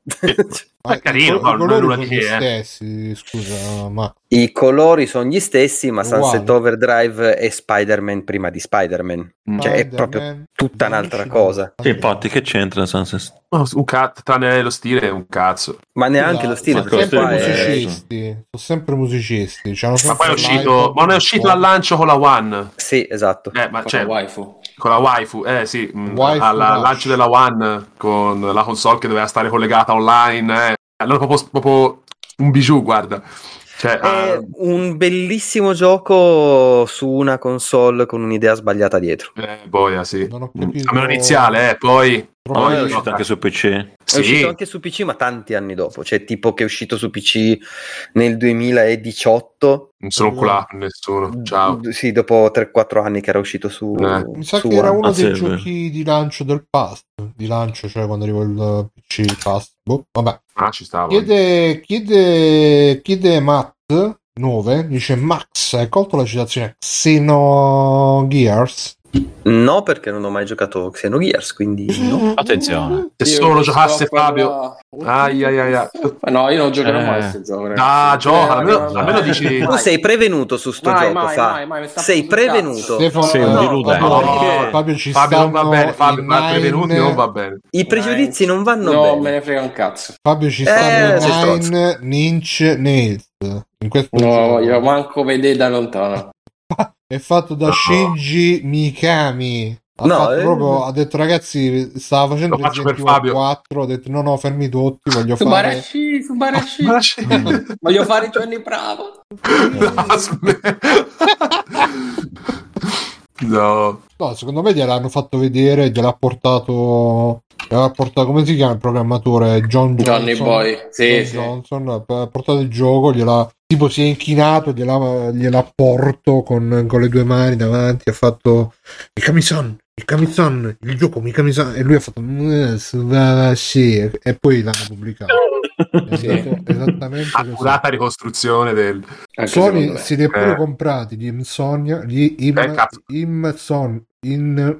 [SPEAKER 1] Ma
[SPEAKER 3] È carino,
[SPEAKER 1] i col-
[SPEAKER 3] però
[SPEAKER 1] i
[SPEAKER 3] non è
[SPEAKER 1] colori
[SPEAKER 3] nulla
[SPEAKER 1] sono
[SPEAKER 3] di
[SPEAKER 1] gli
[SPEAKER 3] che, eh.
[SPEAKER 1] stessi, scusa, ma
[SPEAKER 5] I colori sono gli stessi, ma
[SPEAKER 1] Uguale.
[SPEAKER 5] Sunset Overdrive è Spider-Man prima di Spider-Man.
[SPEAKER 1] Mm.
[SPEAKER 5] Cioè, è proprio
[SPEAKER 1] Spider-Man,
[SPEAKER 5] tutta
[SPEAKER 1] Vinci,
[SPEAKER 5] un'altra cosa.
[SPEAKER 7] Sì, infatti, che c'entra Sunset?
[SPEAKER 3] Oh, un cazzo, tranne lo stile, un cazzo.
[SPEAKER 5] Ma neanche
[SPEAKER 1] Scusa,
[SPEAKER 5] lo stile,
[SPEAKER 7] ma
[SPEAKER 5] perché
[SPEAKER 1] sono
[SPEAKER 7] questo
[SPEAKER 1] sempre
[SPEAKER 5] qua
[SPEAKER 7] è
[SPEAKER 5] è,
[SPEAKER 7] il musicista.
[SPEAKER 1] musicisti, sono sempre musicisti. cioè hanno
[SPEAKER 3] Ma
[SPEAKER 1] sempre
[SPEAKER 3] poi è uscito,
[SPEAKER 1] l'iPod,
[SPEAKER 3] ma non è uscito al lancio con la One.
[SPEAKER 5] Sì, esatto.
[SPEAKER 3] Eh, ma
[SPEAKER 4] Con
[SPEAKER 3] cioè,
[SPEAKER 4] la waifu.
[SPEAKER 3] con la waifu, eh sì, mh,
[SPEAKER 1] Waifu
[SPEAKER 3] alla- al
[SPEAKER 1] Rush.
[SPEAKER 3] lancio della One con la console che doveva stare collegata online. Eh. Allora proprio, proprio un bijou, guarda. Cioè,
[SPEAKER 5] È
[SPEAKER 3] ah,
[SPEAKER 5] un bellissimo gioco su una console con un'idea sbagliata dietro.
[SPEAKER 3] eh, boia, sì.
[SPEAKER 1] Non ho capito.
[SPEAKER 3] Almeno iniziale, eh, poi...
[SPEAKER 1] Troppo-
[SPEAKER 7] Ma
[SPEAKER 3] Poi-
[SPEAKER 7] è uscito anche su PC.
[SPEAKER 5] È uscito
[SPEAKER 3] Sì,
[SPEAKER 5] anche su PC, ma tanti anni dopo. Cioè, tipo che è uscito su PC nel 2018.
[SPEAKER 3] non sono culato con
[SPEAKER 5] Mm.
[SPEAKER 3] nessuno. Ciao.
[SPEAKER 5] D- Sì, dopo 3-4 anni che era uscito su.
[SPEAKER 3] Eh.
[SPEAKER 1] Mi sa
[SPEAKER 5] su
[SPEAKER 1] che era
[SPEAKER 5] One.
[SPEAKER 1] uno
[SPEAKER 7] Ah, sì,
[SPEAKER 1] dei
[SPEAKER 7] è vero.
[SPEAKER 1] giochi di lancio del pass. Di lancio, cioè quando arrivò il eh, PC pass. Boh, vabbè.
[SPEAKER 3] Ah, ci stavo.
[SPEAKER 1] Chiede, chiede, chiede Matt 9. Dice Max, hai colto la citazione Xeno Gears?
[SPEAKER 5] No, perché non ho mai giocato Xenogears, quindi no.
[SPEAKER 2] Attenzione.
[SPEAKER 3] Se
[SPEAKER 4] Io
[SPEAKER 3] solo
[SPEAKER 4] che
[SPEAKER 3] giocasse
[SPEAKER 4] sto a
[SPEAKER 3] Fabio...
[SPEAKER 4] parlare-
[SPEAKER 3] Ai, ai, ai, ai.
[SPEAKER 4] Ma No, io non giocherò
[SPEAKER 2] Eh.
[SPEAKER 4] mai a questo gioco. ragazzi.
[SPEAKER 3] Ah, gioca, almeno,
[SPEAKER 4] Eh,
[SPEAKER 3] almeno dici...
[SPEAKER 5] Tu sei prevenuto su sto
[SPEAKER 4] Mai,
[SPEAKER 5] gioco,
[SPEAKER 4] mai,
[SPEAKER 5] fa.
[SPEAKER 4] mai, mai, mi sta
[SPEAKER 5] sei
[SPEAKER 4] proprio sul
[SPEAKER 5] prevenuto.
[SPEAKER 4] cazzo.
[SPEAKER 1] Stefano,
[SPEAKER 2] Sei un deludente.
[SPEAKER 1] Fabio,
[SPEAKER 3] No,
[SPEAKER 1] Fabio ci
[SPEAKER 3] Fabio non va
[SPEAKER 1] stanno
[SPEAKER 3] bene, Fabio,
[SPEAKER 1] i
[SPEAKER 3] ma benvenuti
[SPEAKER 1] nine-
[SPEAKER 3] non va bene.
[SPEAKER 5] I pregiudizi non vanno
[SPEAKER 4] No,
[SPEAKER 5] bene.
[SPEAKER 4] me ne frega un cazzo.
[SPEAKER 1] Fabio ci
[SPEAKER 5] Eh, sei
[SPEAKER 1] stanno i
[SPEAKER 5] stronzo.
[SPEAKER 1] Nine Ninch Nails. in questo
[SPEAKER 6] No,
[SPEAKER 1] gioco.
[SPEAKER 6] voglio manco vedere da lontano.
[SPEAKER 1] è fatto da Shinji Mikami. Ha,
[SPEAKER 5] No,
[SPEAKER 1] fatto
[SPEAKER 5] eh.
[SPEAKER 1] proprio- ha detto ragazzi, stava facendo
[SPEAKER 3] Lo faccio
[SPEAKER 1] Resident
[SPEAKER 3] per
[SPEAKER 1] Evil
[SPEAKER 3] Fabio.
[SPEAKER 1] 4, ha detto no no, fermi tutti, voglio fare
[SPEAKER 6] Subarashi, Subarashi.
[SPEAKER 3] Ma c'è-
[SPEAKER 6] Voglio fare Johnny Bravo.
[SPEAKER 3] No, sm- No.
[SPEAKER 1] No, secondo me gliel'hanno fatto vedere, gliel'ha portato gliel'ha portato come si chiama il programmatore John
[SPEAKER 6] Johnny
[SPEAKER 1] Johnson.
[SPEAKER 6] Boy. Sì,
[SPEAKER 1] John
[SPEAKER 6] sì.
[SPEAKER 1] Johnson ha portato il gioco, gliel'ha tipo si è inchinato, gliel'ha, gliel'ha porto con, con le due mani davanti, ha fatto il Kamison, il Kamison, il gioco il Kamison e lui ha fatto "Mm, su- va- va- sì e poi l'hanno pubblicato.
[SPEAKER 3] Esatto,
[SPEAKER 1] È
[SPEAKER 6] Sì.
[SPEAKER 1] stato esattamente così.
[SPEAKER 3] Accurata ricostruzione del...
[SPEAKER 6] Anche secondo
[SPEAKER 1] Sony
[SPEAKER 6] me.
[SPEAKER 1] se li è pure
[SPEAKER 3] Eh.
[SPEAKER 1] comprati gli Insomnia, gli im,
[SPEAKER 3] Eh, cazzo.
[SPEAKER 1] Imson-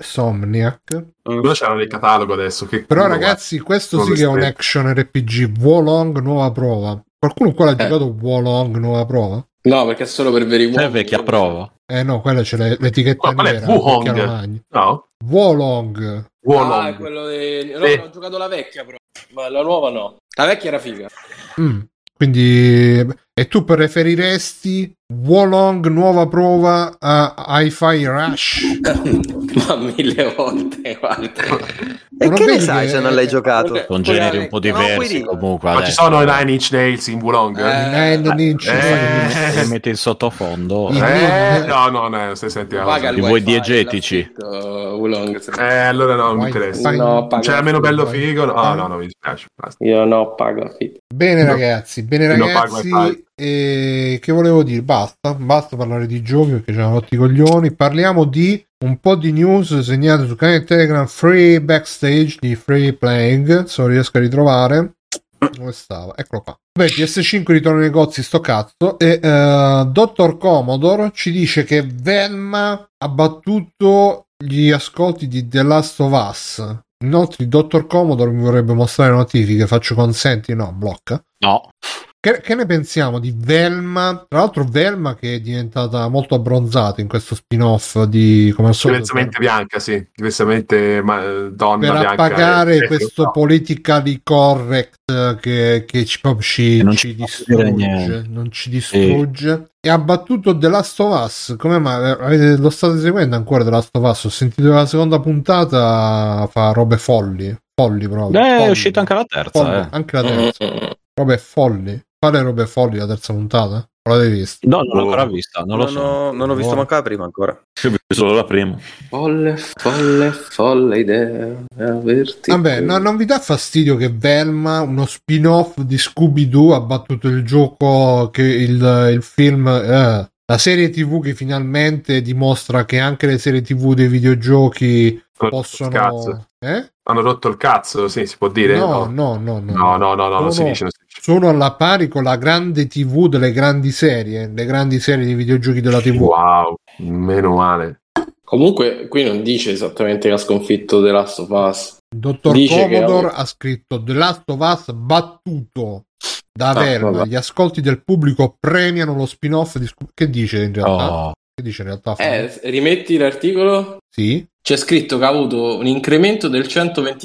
[SPEAKER 1] Insomniac.
[SPEAKER 3] Loro c'erano nel catalogo adesso. Che
[SPEAKER 1] Però
[SPEAKER 3] culo,
[SPEAKER 1] ragazzi, questo
[SPEAKER 3] Con
[SPEAKER 1] sì che è un
[SPEAKER 3] rispetto.
[SPEAKER 1] action RPG, Wolong nuova prova. Qualcuno qua l'ha
[SPEAKER 6] Eh.
[SPEAKER 1] giocato Wolong nuova prova?
[SPEAKER 6] No, perché è solo per veri uomini.
[SPEAKER 2] C'è Cioè, vecchia
[SPEAKER 3] Ah,
[SPEAKER 2] prova.
[SPEAKER 1] Eh no, quella c'è l'e- l'etichetta
[SPEAKER 3] Qua- qual è?
[SPEAKER 1] nera.
[SPEAKER 3] Wuhong?
[SPEAKER 1] perché era magna.
[SPEAKER 3] guarda. No?
[SPEAKER 1] Wolong.
[SPEAKER 6] Ah, è
[SPEAKER 3] Wolong.
[SPEAKER 6] quello di... No,
[SPEAKER 3] Sì.
[SPEAKER 6] no, ho giocato la vecchia però. Ma la nuova no. La vecchia era figa.
[SPEAKER 1] Mm. Quindi e tu preferiresti Wolong nuova prova a Hi-Fi Rush?
[SPEAKER 6] Ma mille volte, guarda.
[SPEAKER 5] E
[SPEAKER 1] Non
[SPEAKER 5] che ne
[SPEAKER 1] vedi
[SPEAKER 5] sai
[SPEAKER 1] che-
[SPEAKER 5] se non l'hai giocato?
[SPEAKER 6] Perché-
[SPEAKER 2] Con generi un po'
[SPEAKER 6] No,
[SPEAKER 2] diversi
[SPEAKER 5] quindi-
[SPEAKER 2] comunque.
[SPEAKER 3] Ma ci
[SPEAKER 2] adesso.
[SPEAKER 3] sono i Nine Inch Nails in Wolong?
[SPEAKER 6] Eh,
[SPEAKER 1] Nine Inch
[SPEAKER 3] eh,
[SPEAKER 1] Nails.
[SPEAKER 2] E metti il sottofondo.
[SPEAKER 1] Eh.
[SPEAKER 3] Eh, no, no, no, stai sentendo.
[SPEAKER 6] Paga il
[SPEAKER 2] Di voi
[SPEAKER 6] wifi,
[SPEAKER 2] diegetici.
[SPEAKER 6] l'affitto, Wulong, se-
[SPEAKER 3] Eh, allora no, non mi
[SPEAKER 1] Vai,
[SPEAKER 3] interessa.
[SPEAKER 1] vai.
[SPEAKER 6] No, paga.
[SPEAKER 3] C'è almeno bello
[SPEAKER 1] Vai.
[SPEAKER 3] figo. No, no, no, mi dispiace. Basta.
[SPEAKER 6] Io no, pago l'affitto.
[SPEAKER 1] Bene
[SPEAKER 3] No.
[SPEAKER 1] ragazzi, bene
[SPEAKER 3] No,
[SPEAKER 1] ragazzi,
[SPEAKER 3] vai, vai.
[SPEAKER 1] e che volevo dire? Basta, basta parlare di giochi perché ci hanno rotti i coglioni, parliamo di un po' di news segnate su canale Telegram Free Backstage di Free Playing, se lo riesco a ritrovare, dove stava? Eccolo qua. Beh, PS5 ritorna nei negozi, sto cazzo, e eh, Dottor Commodore ci dice che Velma ha battuto gli ascolti di The Last of Us. Inoltre, il Dottor Commodore mi vorrebbe mostrare notifiche. Faccio consenti? No, blocca.
[SPEAKER 2] No,
[SPEAKER 1] Che, che ne pensiamo di Velma? Tra l'altro, Velma che è diventata molto abbronzata in questo spin-off di come al solito per,
[SPEAKER 3] Diversamente bianca, sì. Diversamente ma- eh, donna
[SPEAKER 1] per
[SPEAKER 3] bianca.
[SPEAKER 1] appagare
[SPEAKER 3] eh,
[SPEAKER 1] questo
[SPEAKER 3] no.
[SPEAKER 1] politically correct che, che ci, proprio ci-
[SPEAKER 2] Che non
[SPEAKER 1] ci
[SPEAKER 2] ci fa vedere
[SPEAKER 1] distrugge.
[SPEAKER 2] niente.
[SPEAKER 1] Non ci distrugge. E ha battuto The Last of Us. Come mai? Eh, Avete- Lo state seguendo ancora The Last of Us? Ho sentito che la seconda puntata, fa robe folli. Folli proprio.
[SPEAKER 2] Beh, Eh, è
[SPEAKER 1] folli.
[SPEAKER 2] uscita anche la
[SPEAKER 1] Folli,
[SPEAKER 2] terza. eh.
[SPEAKER 1] Anche la terza. Robe folli. Quale robe folli la terza puntata? Non l'avete vista?
[SPEAKER 2] No, non l'ho ancora vista. Non lo
[SPEAKER 5] non,
[SPEAKER 2] so.
[SPEAKER 5] ho, non ho visto
[SPEAKER 1] Buono.
[SPEAKER 5] manco la prima ancora.
[SPEAKER 7] Io ho visto solo la prima.
[SPEAKER 6] Folle, folle, folle idea. Averti
[SPEAKER 1] Vabbè,
[SPEAKER 6] qui.
[SPEAKER 1] no- non vi dà fastidio che Velma, uno spin-off di Scooby-Doo, ha battuto il gioco, che il, il film, eh, la serie tv che finalmente dimostra che anche le serie tv dei videogiochi
[SPEAKER 3] Hanno rotto il cazzo.
[SPEAKER 1] possono... Eh?
[SPEAKER 3] Hanno rotto il cazzo, sì, si può dire?
[SPEAKER 1] No, no, no, no.
[SPEAKER 3] no, no, no, no, non si
[SPEAKER 1] Sono-
[SPEAKER 3] dice. Non si dice.
[SPEAKER 1] Sono alla pari con la grande tv delle grandi serie, le grandi serie di videogiochi della tv.
[SPEAKER 3] Wow, meno male.
[SPEAKER 6] Comunque, qui non dice esattamente che ha sconfitto The Last of Us.
[SPEAKER 1] Dottor
[SPEAKER 6] Dice che
[SPEAKER 1] Commodore
[SPEAKER 6] ha-
[SPEAKER 1] ha scritto The Last of Us battuto da
[SPEAKER 6] Ah,
[SPEAKER 1] Verma.
[SPEAKER 6] vabbè.
[SPEAKER 1] Gli ascolti del pubblico premiano lo spin-off di Sco- Che dice in realtà?
[SPEAKER 3] Ah.
[SPEAKER 2] Oh,
[SPEAKER 1] Che dice in realtà?
[SPEAKER 6] Eh, rimetti l'articolo?
[SPEAKER 1] Sì.
[SPEAKER 6] C'è scritto che ha avuto un incremento del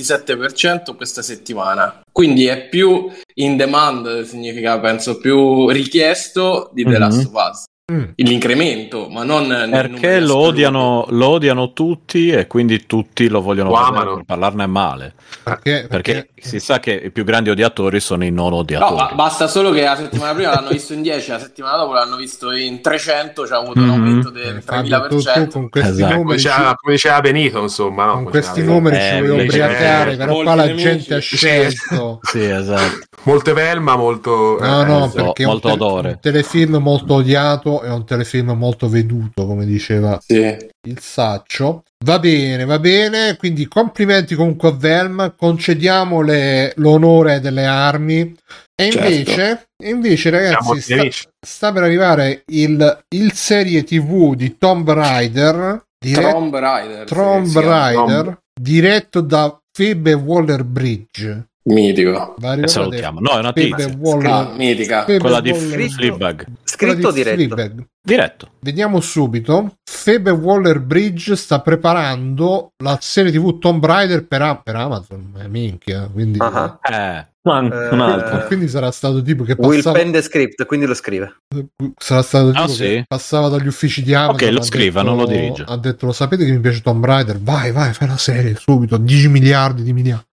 [SPEAKER 6] 127% questa settimana. Quindi è più in demand, significa penso più richiesto di The
[SPEAKER 2] Mhm.
[SPEAKER 6] Last of Us.
[SPEAKER 1] Mm-hmm. Mm.
[SPEAKER 6] L'incremento, ma non nei
[SPEAKER 2] Perché
[SPEAKER 6] numeri
[SPEAKER 2] lo
[SPEAKER 6] assoluti.
[SPEAKER 2] odiano, lo odiano tutti e quindi tutti lo vogliono
[SPEAKER 3] Lo
[SPEAKER 2] vedere
[SPEAKER 3] amano.
[SPEAKER 2] per parlarne male.
[SPEAKER 1] Perché,
[SPEAKER 2] ah, Perché si sa che i più grandi odiatori sono i non
[SPEAKER 6] No,
[SPEAKER 2] odiatori.
[SPEAKER 6] ma basta solo che la settimana prima l'hanno visto in 10, la settimana dopo l'hanno visto in 300, c'è avuto un
[SPEAKER 2] Mhm.
[SPEAKER 6] aumento
[SPEAKER 1] eh,
[SPEAKER 6] del
[SPEAKER 1] Fabio, tu,
[SPEAKER 6] 3000%.
[SPEAKER 1] tu con questi
[SPEAKER 2] Esatto.
[SPEAKER 3] Come
[SPEAKER 1] numeri, ci-
[SPEAKER 3] diceva, come diceva Benito, insomma, no?
[SPEAKER 1] con
[SPEAKER 3] Come
[SPEAKER 1] questi
[SPEAKER 3] diceva-
[SPEAKER 1] numeri
[SPEAKER 2] Eh,
[SPEAKER 1] ci volevo
[SPEAKER 2] invece-
[SPEAKER 1] ubriacare,
[SPEAKER 3] eh,
[SPEAKER 1] però
[SPEAKER 6] molti
[SPEAKER 1] qua la
[SPEAKER 6] nemici.
[SPEAKER 1] gente ha scelto.
[SPEAKER 2] Sì, esatto.
[SPEAKER 3] Molte Eh, Velma, molto...
[SPEAKER 1] No,
[SPEAKER 3] eh,
[SPEAKER 1] no,
[SPEAKER 2] so,
[SPEAKER 1] perché è un,
[SPEAKER 2] molto odore.
[SPEAKER 1] un telefilm molto odiato e un telefilm molto veduto, come diceva
[SPEAKER 6] Sì.
[SPEAKER 1] il saccio. Va bene, va bene. Quindi complimenti comunque a Velm, concediamole l'onore delle armi. E
[SPEAKER 6] Certo.
[SPEAKER 1] invece, e invece
[SPEAKER 3] Siamo
[SPEAKER 1] ragazzi, sta,
[SPEAKER 3] felici.
[SPEAKER 1] sta per arrivare il, il serie TV di Tomb Raider, diretto,
[SPEAKER 6] Tomb Raider. sì,
[SPEAKER 1] Tomb
[SPEAKER 6] si chiama.
[SPEAKER 1] Raider,
[SPEAKER 3] Tomb.
[SPEAKER 1] diretto da Phoebe Waller-Bridge.
[SPEAKER 6] Mitico.
[SPEAKER 1] Va
[SPEAKER 2] E
[SPEAKER 1] arrivata
[SPEAKER 2] salutiamo. No, è una
[SPEAKER 1] Phoebe
[SPEAKER 2] tizia.
[SPEAKER 1] Waller-
[SPEAKER 6] Ah, mitica.
[SPEAKER 1] Phoebe
[SPEAKER 2] Quella di
[SPEAKER 1] Waller-
[SPEAKER 5] Fri-
[SPEAKER 2] Fleabag.
[SPEAKER 1] quella
[SPEAKER 5] Scritto o
[SPEAKER 1] di
[SPEAKER 5] diretto.
[SPEAKER 1] Fleabag.
[SPEAKER 2] Diretto.
[SPEAKER 1] Vediamo subito. Phoebe Waller Bridge sta preparando la serie TV Tomb Raider per, Am- per Amazon. Eh, minchia. Quindi,
[SPEAKER 5] Ah, ah.
[SPEAKER 2] Eh,
[SPEAKER 7] Un,
[SPEAKER 5] Eh,
[SPEAKER 7] un altro.
[SPEAKER 1] Quindi sarà stato tipo che
[SPEAKER 5] Will
[SPEAKER 1] passava,
[SPEAKER 5] Pen the script, quindi lo scrive.
[SPEAKER 1] sarà stato tipo
[SPEAKER 2] Ah,
[SPEAKER 1] che
[SPEAKER 2] sì?
[SPEAKER 1] passava dagli uffici di Amazon.
[SPEAKER 2] Ok, lo
[SPEAKER 1] ha
[SPEAKER 2] scriva,
[SPEAKER 1] detto-
[SPEAKER 2] non lo dirige.
[SPEAKER 1] Ha detto: Lo sapete che mi piace Tomb Raider? Vai, vai, fai una serie subito. 10 miliardi di miliardi.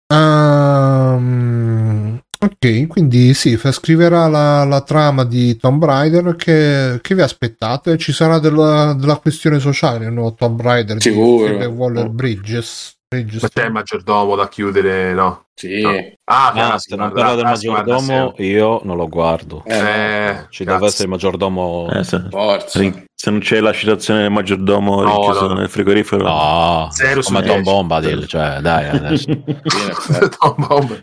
[SPEAKER 1] Ehm, ok, quindi sì, fa- scriverà la, la trama di Tomb Raider. Che, che vi aspettate? Ci sarà della, della questione sociale nel nuovo Tomb Raider di
[SPEAKER 6] Sicuro.
[SPEAKER 1] Waller Bridges. Bridges.
[SPEAKER 3] Ma c'è il maggiordomo da chiudere, no?
[SPEAKER 6] Sì. Eh,
[SPEAKER 3] No. Ah,
[SPEAKER 2] Ah, se non parla del maggiordomo, io non lo guardo.
[SPEAKER 3] Eh,
[SPEAKER 2] Ci
[SPEAKER 3] cazzo.
[SPEAKER 2] deve essere il maggiordomo.
[SPEAKER 7] Eh, se,
[SPEAKER 6] Forza.
[SPEAKER 7] se- se non c'è la citazione del maggiordomo
[SPEAKER 3] No,
[SPEAKER 7] rinchiuso
[SPEAKER 3] no.
[SPEAKER 7] nel frigorifero,
[SPEAKER 2] No,
[SPEAKER 3] Zero su
[SPEAKER 2] come Tom
[SPEAKER 3] dieci.
[SPEAKER 2] Bombadil, cioè, dai, adesso.
[SPEAKER 6] Sì, in effetti.
[SPEAKER 3] Tom Bomb.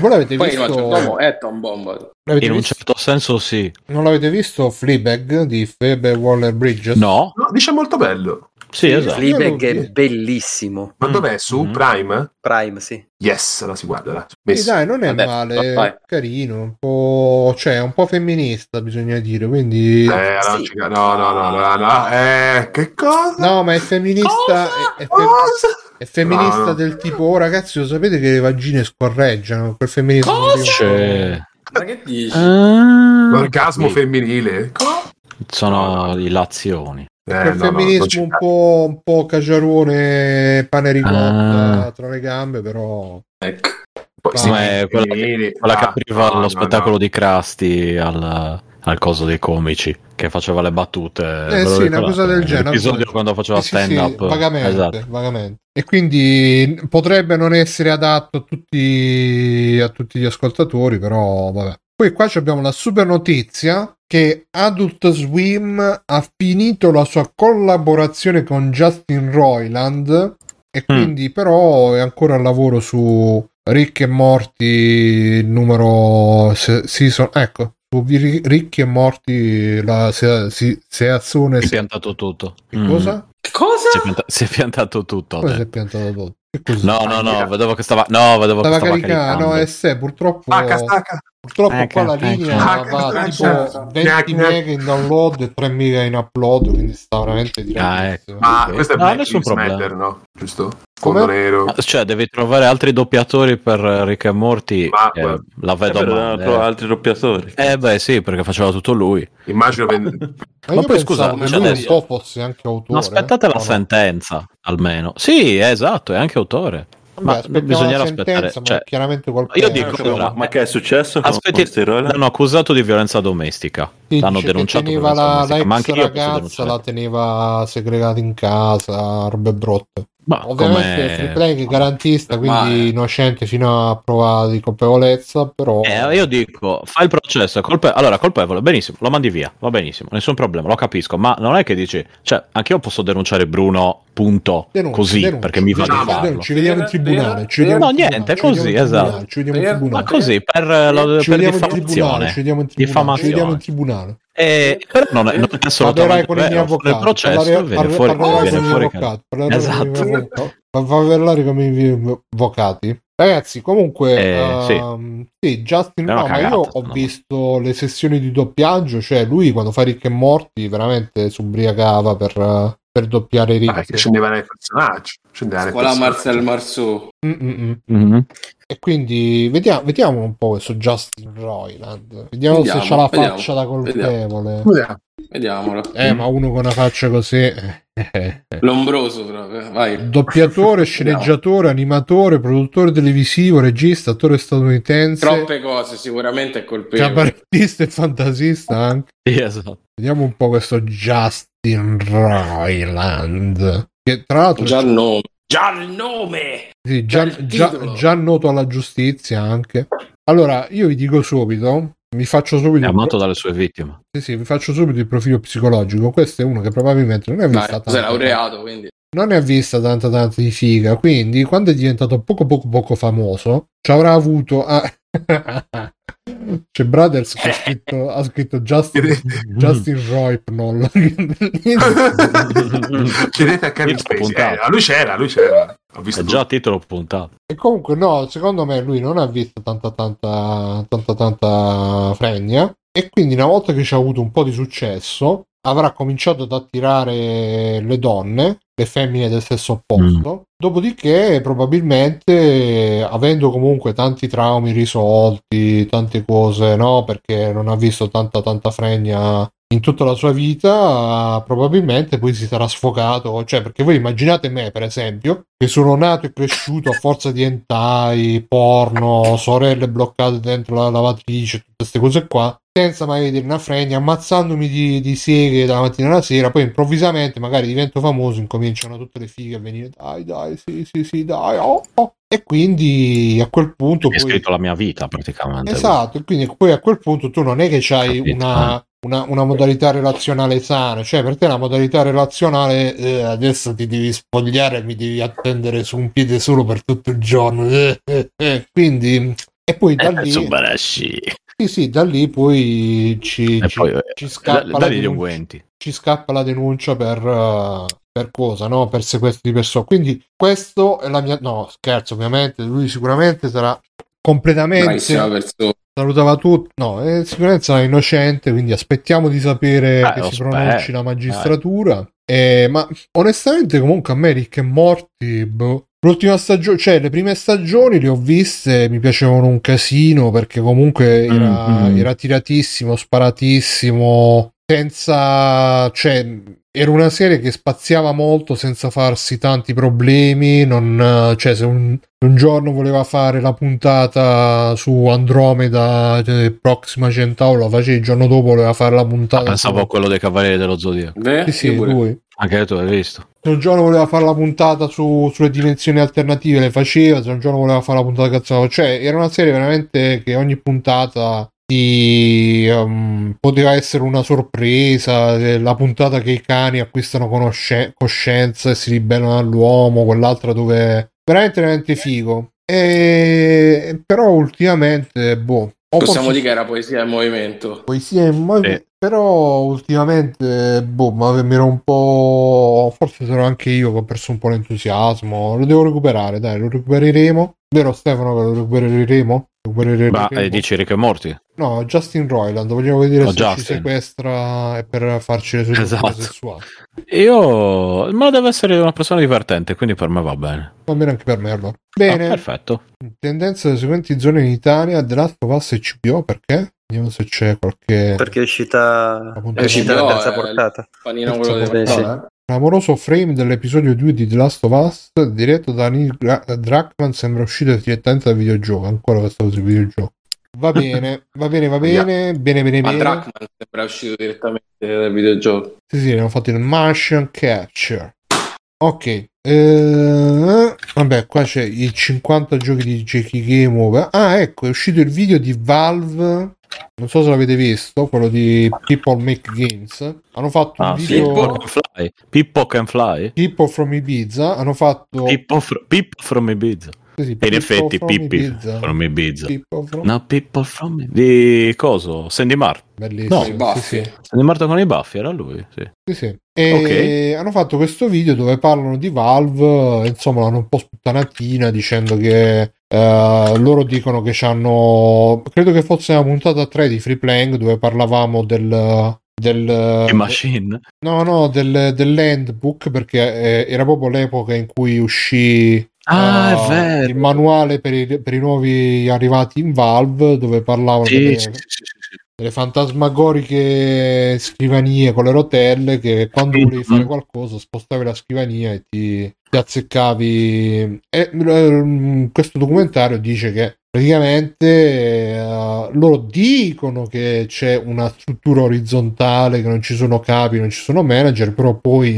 [SPEAKER 1] Voi l'avete
[SPEAKER 6] Poi il
[SPEAKER 3] certo
[SPEAKER 1] visto?
[SPEAKER 6] maggiordomo è eh, Tom Bombadil.
[SPEAKER 1] l'avete
[SPEAKER 2] In un
[SPEAKER 1] visto-
[SPEAKER 2] certo senso sì.
[SPEAKER 1] Non l'avete visto Fleabag di Phoebe Waller Bridges?
[SPEAKER 2] No?
[SPEAKER 3] No, dice molto bello.
[SPEAKER 2] Sì, esatto.
[SPEAKER 5] Fleabag
[SPEAKER 1] Io non
[SPEAKER 5] è
[SPEAKER 1] vi-
[SPEAKER 5] bellissimo.
[SPEAKER 3] Ma
[SPEAKER 2] Mm.
[SPEAKER 3] dov'è? Su
[SPEAKER 2] Mm.
[SPEAKER 3] Prime?
[SPEAKER 5] Prime, sì.
[SPEAKER 3] Yes, la si guarda. là.
[SPEAKER 1] Sì,
[SPEAKER 3] Messo.
[SPEAKER 1] dai, non è
[SPEAKER 6] Vabbè,
[SPEAKER 1] male,
[SPEAKER 6] vai.
[SPEAKER 1] carino, un po', cioè, è un po' femminista, bisogna dire, quindi
[SPEAKER 3] Eh, allora
[SPEAKER 5] Sì.
[SPEAKER 3] ci- no, no, no, no, no. Eh, che cosa?
[SPEAKER 1] No, ma è femminista,
[SPEAKER 3] Cosa?
[SPEAKER 1] è- è fe-
[SPEAKER 3] Cosa?
[SPEAKER 1] è femminista
[SPEAKER 3] No, no.
[SPEAKER 1] del tipo "Oh ragazzi, lo sapete che le vagine scorreggiano", quel femminismo
[SPEAKER 6] Cosa?
[SPEAKER 1] lì un po'-
[SPEAKER 3] Cioè, eh,
[SPEAKER 2] C'è-
[SPEAKER 6] Ma che dici?
[SPEAKER 1] Eh.
[SPEAKER 7] Ah.
[SPEAKER 3] L'orgasmo
[SPEAKER 2] Sì,
[SPEAKER 3] femminile? Co-
[SPEAKER 2] Sono illazioni.
[SPEAKER 3] Eh,
[SPEAKER 1] quel
[SPEAKER 3] no, no, non ci-
[SPEAKER 1] femminismo un po' un po' cagiarone, pane ricotta
[SPEAKER 2] Ah.
[SPEAKER 1] tra le gambe, però
[SPEAKER 6] Ecco.
[SPEAKER 3] Poi,
[SPEAKER 1] Sì,
[SPEAKER 2] Come quella che,
[SPEAKER 3] femminili.
[SPEAKER 2] quella che
[SPEAKER 3] Ah,
[SPEAKER 2] apriva
[SPEAKER 3] no,
[SPEAKER 2] lo
[SPEAKER 3] no,
[SPEAKER 2] spettacolo
[SPEAKER 3] no.
[SPEAKER 2] di Crasti al, al coso dei comici, che faceva le battute. ve lo
[SPEAKER 1] Eh, sì, una
[SPEAKER 2] ricordate?
[SPEAKER 1] cosa del genere, una cosa del
[SPEAKER 2] L'episodio
[SPEAKER 1] genere.
[SPEAKER 2] quando faceva
[SPEAKER 1] Eh sì, sì,
[SPEAKER 2] stand up.
[SPEAKER 1] vagamente,
[SPEAKER 2] Esatto.
[SPEAKER 1] vagamente. E quindi potrebbe non essere adatto a tutti, a tutti gli ascoltatori, però vabbè. Poi qua ci abbiamo la super notizia che Adult Swim ha finito la sua collaborazione con Justin Roiland
[SPEAKER 2] Mm.
[SPEAKER 1] e quindi però è ancora al lavoro su Ricchi e Morti numero se- season, ecco, su Vi- Ricchi e Morti la se- si- seazione
[SPEAKER 2] Si è
[SPEAKER 1] se-
[SPEAKER 2] piantato tutto.
[SPEAKER 1] che
[SPEAKER 2] Mm.
[SPEAKER 1] cosa?
[SPEAKER 6] Che cosa?
[SPEAKER 2] Si è, pianta- si è piantato tutto.
[SPEAKER 1] Poi
[SPEAKER 2] ha
[SPEAKER 1] si è
[SPEAKER 2] detto.
[SPEAKER 1] piantato tutto. Che cos'è?
[SPEAKER 2] No, no, no, vedevo che stava. No, vedevo
[SPEAKER 1] Stava
[SPEAKER 2] che stava
[SPEAKER 1] caricando,
[SPEAKER 2] caricando.
[SPEAKER 1] no, eh, se, purtroppo,
[SPEAKER 3] Stacca, stacca.
[SPEAKER 1] purtroppo
[SPEAKER 2] Stacca,
[SPEAKER 1] qua la
[SPEAKER 2] stacca.
[SPEAKER 1] linea
[SPEAKER 3] Stacca,
[SPEAKER 1] va
[SPEAKER 3] stacca.
[SPEAKER 1] tipo 20
[SPEAKER 3] Stacca.
[SPEAKER 1] mega in download e 3 mega in upload, quindi sta veramente di
[SPEAKER 2] Ah,
[SPEAKER 1] ragazzo.
[SPEAKER 3] Ma
[SPEAKER 2] Ok.
[SPEAKER 3] questo è
[SPEAKER 2] No,
[SPEAKER 3] Black
[SPEAKER 2] nessun
[SPEAKER 3] Lives
[SPEAKER 2] problema.
[SPEAKER 3] Matter, no? Giusto? Fondo
[SPEAKER 1] Come?
[SPEAKER 3] nero.
[SPEAKER 2] Ah, Cioè, devi trovare altri doppiatori per eh, Rick e Morty.
[SPEAKER 3] Ma-
[SPEAKER 2] eh,
[SPEAKER 1] cioè,
[SPEAKER 2] la vedo
[SPEAKER 7] Davvero,
[SPEAKER 2] male.
[SPEAKER 7] tro- altri doppiatori.
[SPEAKER 2] Eh beh sì, perché faceva tutto lui.
[SPEAKER 3] Immagino che...
[SPEAKER 1] Ma
[SPEAKER 2] ma
[SPEAKER 1] io
[SPEAKER 2] poi,
[SPEAKER 1] pensavo
[SPEAKER 2] scusa,
[SPEAKER 1] che
[SPEAKER 2] cioè,
[SPEAKER 1] lui un
[SPEAKER 2] adesso-
[SPEAKER 1] po' fosse anche autore. eh,
[SPEAKER 2] No, aspettate la
[SPEAKER 1] No, no.
[SPEAKER 2] sentenza, almeno. Sì, è esatto, è anche autore.
[SPEAKER 1] Vabbè,
[SPEAKER 2] Ma
[SPEAKER 1] aspettiamo
[SPEAKER 2] bisognerà
[SPEAKER 1] la sentenza,
[SPEAKER 2] aspettare.
[SPEAKER 1] ma
[SPEAKER 2] Cioè,
[SPEAKER 1] chiaramente
[SPEAKER 2] io
[SPEAKER 1] qualcuno
[SPEAKER 2] dico,
[SPEAKER 7] Cioè, ma,
[SPEAKER 2] allora,
[SPEAKER 7] ma che è successo con
[SPEAKER 2] aspetti,
[SPEAKER 7] questi roller?
[SPEAKER 2] l'hanno accusato di violenza domestica.
[SPEAKER 1] Sì,
[SPEAKER 2] L'hanno
[SPEAKER 1] dice che
[SPEAKER 2] denunciato per
[SPEAKER 1] teneva
[SPEAKER 2] violenza
[SPEAKER 1] la, la
[SPEAKER 2] domestica, ma
[SPEAKER 1] ex
[SPEAKER 2] anche io posso
[SPEAKER 1] ragazza
[SPEAKER 2] denunciare.
[SPEAKER 1] la teneva segregata in casa, robe brotte.
[SPEAKER 2] Ma
[SPEAKER 1] Ovviamente Free
[SPEAKER 2] come...
[SPEAKER 1] Play è garantista,
[SPEAKER 6] Ma-
[SPEAKER 1] quindi innocente fino a prova di colpevolezza, però
[SPEAKER 2] Eh, io dico, fai il processo, è colpe- allora colpevole, benissimo, lo mandi via, va benissimo, nessun problema, lo capisco, ma non è che dici, cioè, anche io posso denunciare Bruno, punto,
[SPEAKER 1] Denuncia,
[SPEAKER 2] così,
[SPEAKER 1] denuncia,
[SPEAKER 2] perché mi va di
[SPEAKER 1] denuncia,
[SPEAKER 2] farlo.
[SPEAKER 1] denuncia, Ci vediamo in tribunale. Ci
[SPEAKER 6] No,
[SPEAKER 1] vediamo in
[SPEAKER 2] niente,
[SPEAKER 1] tribunale, ci
[SPEAKER 2] così,
[SPEAKER 1] vediamo in tribunale,
[SPEAKER 2] esatto.
[SPEAKER 1] Ci vediamo in
[SPEAKER 6] Ma
[SPEAKER 2] Ma
[SPEAKER 1] tribunale.
[SPEAKER 2] così, per, eh, lo-
[SPEAKER 1] Ci
[SPEAKER 2] per
[SPEAKER 1] vediamo in tribunale,
[SPEAKER 2] diffamazione.
[SPEAKER 1] ci vediamo in tribunale, ci vediamo in
[SPEAKER 2] Diffamazione.
[SPEAKER 1] tribunale.
[SPEAKER 2] E, Eh, però non è, non è
[SPEAKER 1] Parlerai
[SPEAKER 2] assolutamente
[SPEAKER 1] con il mio
[SPEAKER 2] vero.
[SPEAKER 1] avvocato.
[SPEAKER 2] Nel processo
[SPEAKER 1] parlerai-
[SPEAKER 2] viene
[SPEAKER 1] parle-
[SPEAKER 2] fuori,
[SPEAKER 1] parlerai
[SPEAKER 2] viene
[SPEAKER 1] con il mio
[SPEAKER 2] fuori
[SPEAKER 1] avvocato. Parlerai con il
[SPEAKER 2] Esatto.
[SPEAKER 1] mio avvocato. Va a parlare con i miei avvocati. Ragazzi, comunque,
[SPEAKER 2] Eh, sì.
[SPEAKER 1] ehm, sì, Justin,
[SPEAKER 2] È una
[SPEAKER 1] no, ma io
[SPEAKER 2] cagata,
[SPEAKER 1] ho
[SPEAKER 2] secondo me.
[SPEAKER 1] visto le sessioni di doppiaggio, cioè lui quando fa Rick e Morti veramente si ubriacava per, eh, per doppiare Rick.
[SPEAKER 3] Vabbè, Ah, che scendeva nel personaggio. Scendeva nel
[SPEAKER 6] Scuola
[SPEAKER 3] personaggio.
[SPEAKER 6] Marcel Marceau.
[SPEAKER 1] Mm, mm, mm.
[SPEAKER 2] Mhm.
[SPEAKER 1] E quindi vediamo, vediamo un po' questo Justin Roiland. Vediamo,
[SPEAKER 6] Vediamo,
[SPEAKER 1] se c'ha la
[SPEAKER 6] vediamo,
[SPEAKER 1] faccia da colpevole.
[SPEAKER 3] Scusa,
[SPEAKER 6] Vediamolo.
[SPEAKER 1] Eh, ma uno con una faccia così. eh, eh, eh.
[SPEAKER 6] Lombroso proprio. Vai.
[SPEAKER 1] Doppiatore, sceneggiatore, animatore, produttore televisivo, regista, attore statunitense,
[SPEAKER 6] Troppe cose sicuramente è colpevole.
[SPEAKER 1] cabarettista e fantasista anche.
[SPEAKER 2] Sì, esatto.
[SPEAKER 1] Vediamo un po' questo Justin Roiland. Che tra l'altro
[SPEAKER 6] Già il nome. Già il nome!
[SPEAKER 1] Sì, già,
[SPEAKER 6] il
[SPEAKER 1] già-
[SPEAKER 6] titolo.
[SPEAKER 1] già noto alla giustizia anche. Allora, io vi dico subito, vi faccio
[SPEAKER 2] È
[SPEAKER 1] subito,
[SPEAKER 2] amato dalle sue vittime.
[SPEAKER 1] sì, sì, vi faccio subito il profilo psicologico. Questo è uno che probabilmente non ne ha
[SPEAKER 6] Dai,
[SPEAKER 1] vista
[SPEAKER 6] sei
[SPEAKER 1] tanta,
[SPEAKER 6] laureato quindi.
[SPEAKER 1] non ne ha vista tanta tanta di figa, quindi quando è diventato poco poco poco famoso, ci avrà avuto... ah, C'è Brothers che ha scritto, ha scritto Justin, Justin Roipnol.
[SPEAKER 3] Chiedete a
[SPEAKER 2] Io
[SPEAKER 3] Kevin
[SPEAKER 2] l'ho
[SPEAKER 3] Spacey.
[SPEAKER 2] puntato.
[SPEAKER 3] Eh, a lui c'era, a lui c'era. Ho visto
[SPEAKER 2] È già a titolo puntato.
[SPEAKER 1] E comunque no, secondo me lui non ha visto tanta tanta tanta tanta fregna e quindi una volta che ci ha avuto un po' di successo avrà cominciato ad attirare le donne, le femmine del stesso opposto. Dopodiché, probabilmente, avendo comunque tanti traumi risolti, tante cose, no? Perché non ha visto tanta, tanta fregna in tutta la sua vita, probabilmente poi si sarà sfocato. Cioè, perché voi immaginate me, per esempio, che sono nato e cresciuto a forza di hentai, porno, sorelle bloccate dentro la lavatrice, tutte queste cose qua, senza mai vedere una fregna, ammazzandomi di, di seghe dalla mattina alla sera, poi improvvisamente magari divento famoso, incominciano tutte le fighe a venire, dai, dai, sì, sì, sì, dai, oh, oh. E quindi a quel punto...
[SPEAKER 2] Hai scritto la mia vita praticamente.
[SPEAKER 1] Esatto, e quindi poi a quel punto tu non è che hai
[SPEAKER 2] Capito,
[SPEAKER 1] una, una- una modalità relazionale sana, cioè per te la modalità relazionale eh, adesso ti devi spogliare e mi devi attendere su un piede solo per tutto il giorno. eh, eh, eh. Quindi, e poi da
[SPEAKER 2] Eh,
[SPEAKER 1] lì,
[SPEAKER 2] Subarashi.
[SPEAKER 1] sì, sì, da lì poi ci,
[SPEAKER 2] E
[SPEAKER 1] ci-
[SPEAKER 2] poi, eh,
[SPEAKER 1] ci scappa
[SPEAKER 2] da-
[SPEAKER 1] la
[SPEAKER 2] dagli gli
[SPEAKER 1] denuncia
[SPEAKER 2] unguenti.
[SPEAKER 1] ci scappa la denuncia per, eh, per cosa, no? Per sequestro di persona. Quindi questo è la mia... No, scherzo, ovviamente, lui sicuramente sarà completamente...
[SPEAKER 6] Bravissima persona.
[SPEAKER 1] Salutava tutti, no, eh, sicuramente sarà innocente, quindi aspettiamo di sapere
[SPEAKER 2] Beh,
[SPEAKER 1] che
[SPEAKER 2] lo
[SPEAKER 1] si
[SPEAKER 2] spero,
[SPEAKER 1] pronunci la magistratura. Eh, ma onestamente comunque a me Rick e Morty, boh, l'ultima stagione, cioè le prime stagioni le ho viste, mi piacevano un casino perché comunque era,
[SPEAKER 7] Mhm.
[SPEAKER 1] era tiratissimo, sparatissimo, senza... cioè era una serie che spaziava molto senza farsi tanti problemi, non, eh, cioè se un, un giorno voleva fare la puntata su Andromeda, cioè, Proxima Centauro, la faceva il giorno dopo voleva fare la puntata...
[SPEAKER 2] Ah, Pensavo a quello dei Cavalieri dello Zodiaco.
[SPEAKER 1] Sì, sì, lui.
[SPEAKER 2] Anche tu l'hai visto.
[SPEAKER 1] Se un giorno voleva fare la puntata su- sulle dimensioni alternative le faceva, se un giorno voleva fare la puntata cazzata, cioè era una serie veramente che ogni puntata ti, ehm, poteva essere una sorpresa, eh, la puntata che i cani acquistano conosce- coscienza e si ribellano all'uomo, quell'altra dove veramente veramente figo. E, però ultimamente, boh, o
[SPEAKER 6] Possiamo
[SPEAKER 1] forse-
[SPEAKER 6] dire che era poesia in movimento.
[SPEAKER 1] Poesia in mo-
[SPEAKER 2] Sì.
[SPEAKER 1] però ultimamente, boh, ma mi ero un po'. Forse sarò anche io che ho perso un po' l'entusiasmo. Lo devo recuperare, dai, lo recupereremo. Vero Stefano che lo recupereremo? Recupereremo.
[SPEAKER 2] Ma eh, dici Rick e Morty?
[SPEAKER 1] No, Justin Roiland, vogliamo vedere
[SPEAKER 2] No,
[SPEAKER 1] se ci
[SPEAKER 2] Justin.
[SPEAKER 1] sequestra e per farci le sue
[SPEAKER 2] Esatto.
[SPEAKER 1] cose sessuali.
[SPEAKER 2] Io... Ma deve essere una persona divertente, quindi per me va bene.
[SPEAKER 1] Va bene anche per me allora.
[SPEAKER 2] Ah,
[SPEAKER 1] Bene,
[SPEAKER 2] perfetto.
[SPEAKER 1] tendenza delle seguenti zone in Italia, The Last of Us e CBO, perché? Vediamo se c'è qualche...
[SPEAKER 5] Perché è uscita,
[SPEAKER 1] Appunto,
[SPEAKER 5] è uscita
[SPEAKER 6] no,
[SPEAKER 5] la terza
[SPEAKER 6] eh,
[SPEAKER 5] portata.
[SPEAKER 6] Panino
[SPEAKER 1] Terzo
[SPEAKER 6] quello dei
[SPEAKER 5] Sì, sì.
[SPEAKER 6] Madonna, eh.
[SPEAKER 1] L'amoroso frame dell'episodio 2 di The Last of Us, diretto da Neil Gra- Druckmann, sembra uscito direttamente dal videogioco. Ancora questo cosa videogioco. Va bene, va bene, va bene, bene, bene,
[SPEAKER 6] Ma
[SPEAKER 1] bene.
[SPEAKER 6] Drachman sembra uscito direttamente dal videogioco.
[SPEAKER 1] Sì, sì, abbiamo fatto il Martian Capture. Ok, eh, vabbè, qua c'è i 50 giochi di Jackie Game Over. Ah, ecco, è uscito il video di Valve. Non so se l'avete visto, quello di People Make Games. Hanno fatto un
[SPEAKER 7] Ah, sì.
[SPEAKER 1] video
[SPEAKER 2] Pippo can fly. Pippo can fly.
[SPEAKER 1] People from Ibiza. Hanno fatto
[SPEAKER 2] Pippo, fr- Pippo from Ibiza.
[SPEAKER 1] Sì, sì,
[SPEAKER 2] E in
[SPEAKER 1] Pippo
[SPEAKER 2] effetti
[SPEAKER 1] from
[SPEAKER 2] Pippi
[SPEAKER 1] Ibiza.
[SPEAKER 2] from Ibiza.
[SPEAKER 1] Pippo from-
[SPEAKER 2] No, Pippo from Ibiza. Di coso? Sandy Mart.
[SPEAKER 1] Bellissimo.
[SPEAKER 2] no,
[SPEAKER 1] sì,
[SPEAKER 6] Baffi.
[SPEAKER 1] sì,
[SPEAKER 2] Sandy Mart con i baffi, era lui, sì.
[SPEAKER 1] sì, sì. E hanno fatto questo video dove parlano di Valve, insomma, l'hanno un po' sputtanatina dicendo che eh, loro dicono che hanno credo che fosse una puntata 3 di Free Playing dove parlavamo del del
[SPEAKER 2] E Machine.
[SPEAKER 1] no no del, dell'handbook perché eh, era proprio l'epoca in cui uscì
[SPEAKER 2] Ah,
[SPEAKER 1] Uh,
[SPEAKER 2] è vero.
[SPEAKER 1] il manuale per i, per i nuovi arrivati in Valve dove parlavano
[SPEAKER 2] Sì,
[SPEAKER 1] delle,
[SPEAKER 2] sì, sì, sì, sì.
[SPEAKER 1] delle fantasmagoriche scrivanie con le rotelle che quando
[SPEAKER 2] Mhm.
[SPEAKER 1] volevi fare qualcosa spostavi la scrivania e ti, ti azzeccavi e ehm, questo documentario dice che praticamente eh, loro dicono che c'è una struttura orizzontale che non ci sono capi non ci sono manager però poi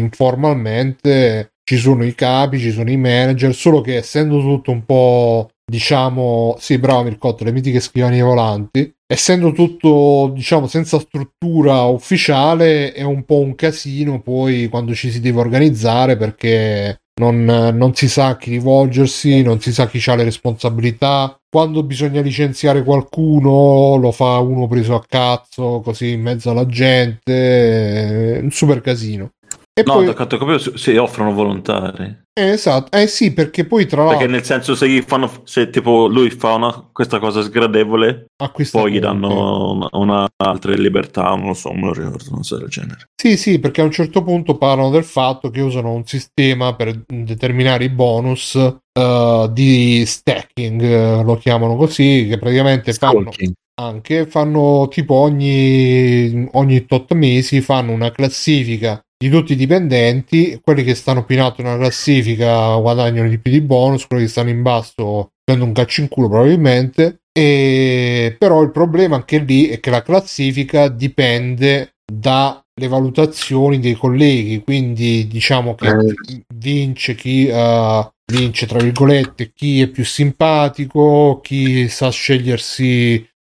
[SPEAKER 1] informalmente ci sono i capi ci sono i manager solo che essendo tutto un po' diciamo sì bravo Mircotto le mitiche scrivanie volanti essendo tutto diciamo senza struttura ufficiale è un po' un casino poi quando ci si deve organizzare perché non, non si sa a chi rivolgersi non si sa chi ha le responsabilità quando bisogna licenziare qualcuno lo fa uno preso a cazzo così in mezzo alla gente è un super casino E
[SPEAKER 7] No,
[SPEAKER 1] poi,
[SPEAKER 7] attaccato a copio si offrono volontari.
[SPEAKER 1] eh, esatto, eh sì, perché poi tra
[SPEAKER 7] Perché
[SPEAKER 1] l'altro
[SPEAKER 7] nel senso se gli fanno se tipo lui fa una, questa cosa sgradevole,
[SPEAKER 1] acquista
[SPEAKER 7] poi gli
[SPEAKER 1] punti.
[SPEAKER 7] danno una- un'altra libertà, non lo so, non lo ricordo, non so del genere.
[SPEAKER 1] Sì, sì, perché a un certo punto parlano del fatto che usano un sistema per determinare i bonus eh, di stacking, eh, lo chiamano così, che praticamente fanno
[SPEAKER 2] Stalking.
[SPEAKER 1] anche fanno tipo ogni, ogni tot mesi fanno una classifica di tutti i dipendenti quelli che stanno più in alto nella classifica guadagnano di più di bonus quelli che stanno in basso prendono un caccio in culo probabilmente e però il problema anche lì è che la classifica dipende dalle valutazioni dei colleghi quindi diciamo che vince chi eh, vince tra virgolette chi è più simpatico chi sa scegliersi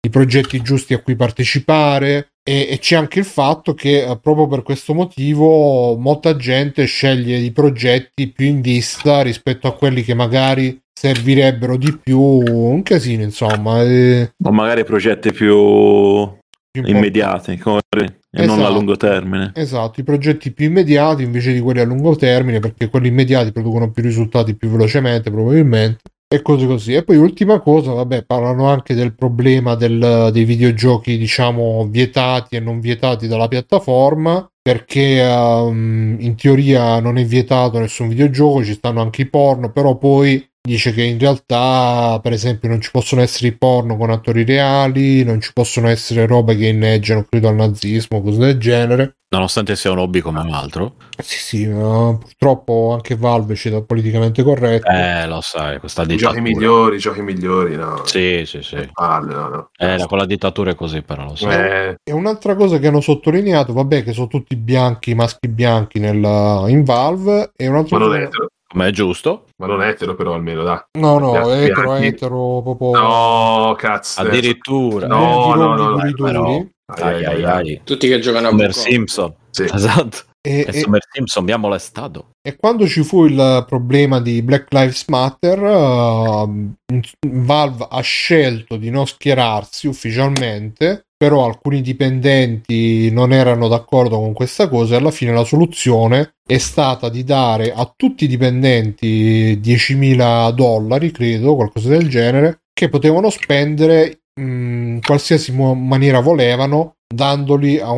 [SPEAKER 1] i progetti giusti a cui partecipare e, e c'è anche il fatto che eh, proprio per questo motivo molta gente sceglie i progetti più in vista rispetto a quelli che magari servirebbero di più un casino insomma eh,
[SPEAKER 7] O magari progetti più
[SPEAKER 1] più importanti.
[SPEAKER 7] immediati come- e non a
[SPEAKER 1] Esatto.
[SPEAKER 7] lungo termine.
[SPEAKER 1] Esatto, i progetti più immediati invece di quelli a lungo termine, perché quelli immediati producono più risultati più velocemente, probabilmente, e cose così. E poi ultima cosa, vabbè, parlano anche del problema del- dei videogiochi, diciamo, vietati e non vietati dalla piattaforma, perché ehm, in teoria non è vietato nessun videogioco, ci stanno anche i porno, però poi dice che in realtà, per esempio, non ci possono essere i porno con attori reali, non ci possono essere robe che inneggiano, credo, al nazismo, cose del genere.
[SPEAKER 2] Nonostante sia un hobby come un altro,
[SPEAKER 1] Sì, sì, ma purtroppo anche Valve ci dà politicamente corretto.
[SPEAKER 2] eh, lo sai, questa
[SPEAKER 3] I giochi
[SPEAKER 2] dittatura.
[SPEAKER 3] migliori, i giochi migliori, no.
[SPEAKER 2] Sì, sì, sì.
[SPEAKER 3] Ah, no, no.
[SPEAKER 2] Eh, con la dittatura è così, però lo so.
[SPEAKER 3] Eh,
[SPEAKER 1] E un'altra cosa che hanno sottolineato, vabbè, che sono tutti bianchi, maschi bianchi nella- in Valve. E un'altra
[SPEAKER 3] ma non
[SPEAKER 1] cosa.
[SPEAKER 3] è etero,
[SPEAKER 2] Ma è giusto?
[SPEAKER 3] ma non è etero però almeno, dai.
[SPEAKER 1] No, no,
[SPEAKER 3] Bianchi,
[SPEAKER 1] etero,
[SPEAKER 3] bianchi.
[SPEAKER 1] etero, proprio.
[SPEAKER 3] No, cazzo.
[SPEAKER 2] Addirittura.
[SPEAKER 3] No,
[SPEAKER 1] Verdi,
[SPEAKER 3] no,
[SPEAKER 1] rondi,
[SPEAKER 3] no,
[SPEAKER 1] duri,
[SPEAKER 2] no, però-
[SPEAKER 1] duri.
[SPEAKER 2] Ai ai ai.
[SPEAKER 6] Tutti che giocano a
[SPEAKER 2] Homer
[SPEAKER 6] Burkov.
[SPEAKER 2] Simpson.
[SPEAKER 3] Sì.
[SPEAKER 2] Esatto.
[SPEAKER 1] E,
[SPEAKER 2] E
[SPEAKER 1] e-
[SPEAKER 2] Homer Simpson mi ha molestato.
[SPEAKER 1] e quando ci fu il problema di Black Lives Matter, ehm, Valve ha scelto di non schierarsi ufficialmente, però alcuni dipendenti non erano d'accordo con questa cosa e alla fine la soluzione è stata di dare a tutti i dipendenti 10.000 dollari, credo, qualcosa del genere, che potevano spendere in qualsiasi mo- maniera volevano, dandoli a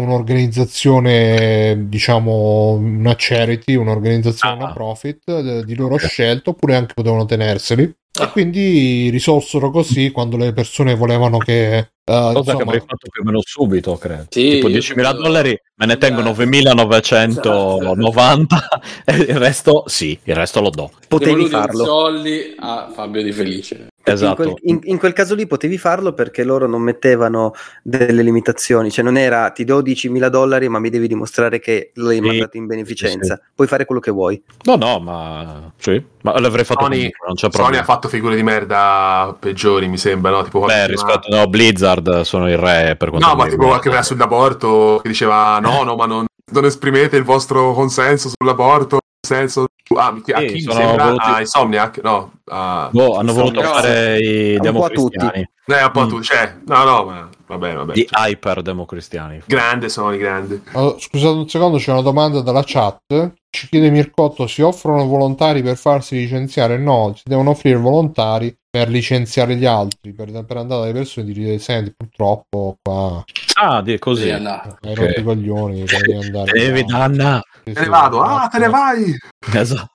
[SPEAKER 1] un'organizzazione, diciamo, una charity, un'organizzazione
[SPEAKER 2] Ah.
[SPEAKER 1] no profit eh, di loro scelta, oppure anche potevano tenerseli.
[SPEAKER 3] Ah.
[SPEAKER 1] E quindi risolsero così quando le persone volevano che... eh,
[SPEAKER 2] Cosa
[SPEAKER 1] insomma,
[SPEAKER 2] che avrei fatto più o meno subito, credo.
[SPEAKER 6] Sì,
[SPEAKER 2] tipo
[SPEAKER 6] io
[SPEAKER 2] 10.000
[SPEAKER 6] credo-
[SPEAKER 2] dollari, me ne tengo
[SPEAKER 6] Esatto.
[SPEAKER 2] 9.990 e il resto sì, il resto lo do.
[SPEAKER 5] Potevi
[SPEAKER 6] Devoluti i
[SPEAKER 5] farlo.
[SPEAKER 6] soldi a Fabio Di Felice.
[SPEAKER 5] Perché
[SPEAKER 2] Esatto.
[SPEAKER 5] In quel, in- in quel caso lì potevi farlo perché loro non mettevano delle limitazioni, cioè non era ti do 10.000 dollari ma mi devi dimostrare che l'hai
[SPEAKER 2] Sì,
[SPEAKER 5] mandato in beneficenza, puoi fare quello che vuoi.
[SPEAKER 2] No, no, ma sì, ma l'avrei fatto
[SPEAKER 3] Sony-
[SPEAKER 2] comunque, non c'è
[SPEAKER 3] Sony
[SPEAKER 2] problema.
[SPEAKER 3] ha fatto figure di merda peggiori, mi sembra, no? Tipo
[SPEAKER 2] Beh,
[SPEAKER 3] qualche-
[SPEAKER 2] rispetto a no, Blizzard sono il re per quanto
[SPEAKER 3] No, ma
[SPEAKER 2] mi
[SPEAKER 3] tipo
[SPEAKER 2] riguarda.
[SPEAKER 3] qualche vera sull'aborto che diceva
[SPEAKER 2] Eh.
[SPEAKER 3] no, no, ma non, non esprimete il vostro consenso sull'aborto, nel senso ah, a chi mi
[SPEAKER 2] sono
[SPEAKER 3] sembra
[SPEAKER 2] voluti-
[SPEAKER 3] a Insomniac, no, ah. a
[SPEAKER 2] Boh, hanno voluto
[SPEAKER 6] Però-
[SPEAKER 2] fare i
[SPEAKER 5] un po' a
[SPEAKER 2] democristiani,
[SPEAKER 3] eh, un po'
[SPEAKER 2] Mm.
[SPEAKER 3] tu, cioè, no, no, ma vabbè, vabbè.
[SPEAKER 2] gli hyper democristiani.
[SPEAKER 3] Grande Sony, grande.
[SPEAKER 1] Allora, eh, scusate un secondo, c'è una domanda dalla chat. Ci chiede Mircotto: si offrono volontari per farsi licenziare? No, si devono offrire volontari per licenziare gli altri, per, per andare alle persone e dire: Senti, purtroppo qua
[SPEAKER 2] Ah, di- così.
[SPEAKER 6] Sì, andà.
[SPEAKER 1] hai rotto i coglioni. come devi andare.
[SPEAKER 2] Devi Anna.
[SPEAKER 1] Sì,
[SPEAKER 3] Te ne
[SPEAKER 1] sì,
[SPEAKER 3] vado,
[SPEAKER 1] grazie.
[SPEAKER 3] ah, te ne vai!
[SPEAKER 2] Esatto.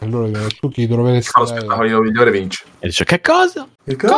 [SPEAKER 1] Allora, tu chi dovresti
[SPEAKER 3] Fa lo
[SPEAKER 1] dare-
[SPEAKER 3] spettacolo migliore vince.
[SPEAKER 2] E dice, che cosa?
[SPEAKER 3] Il cazzo?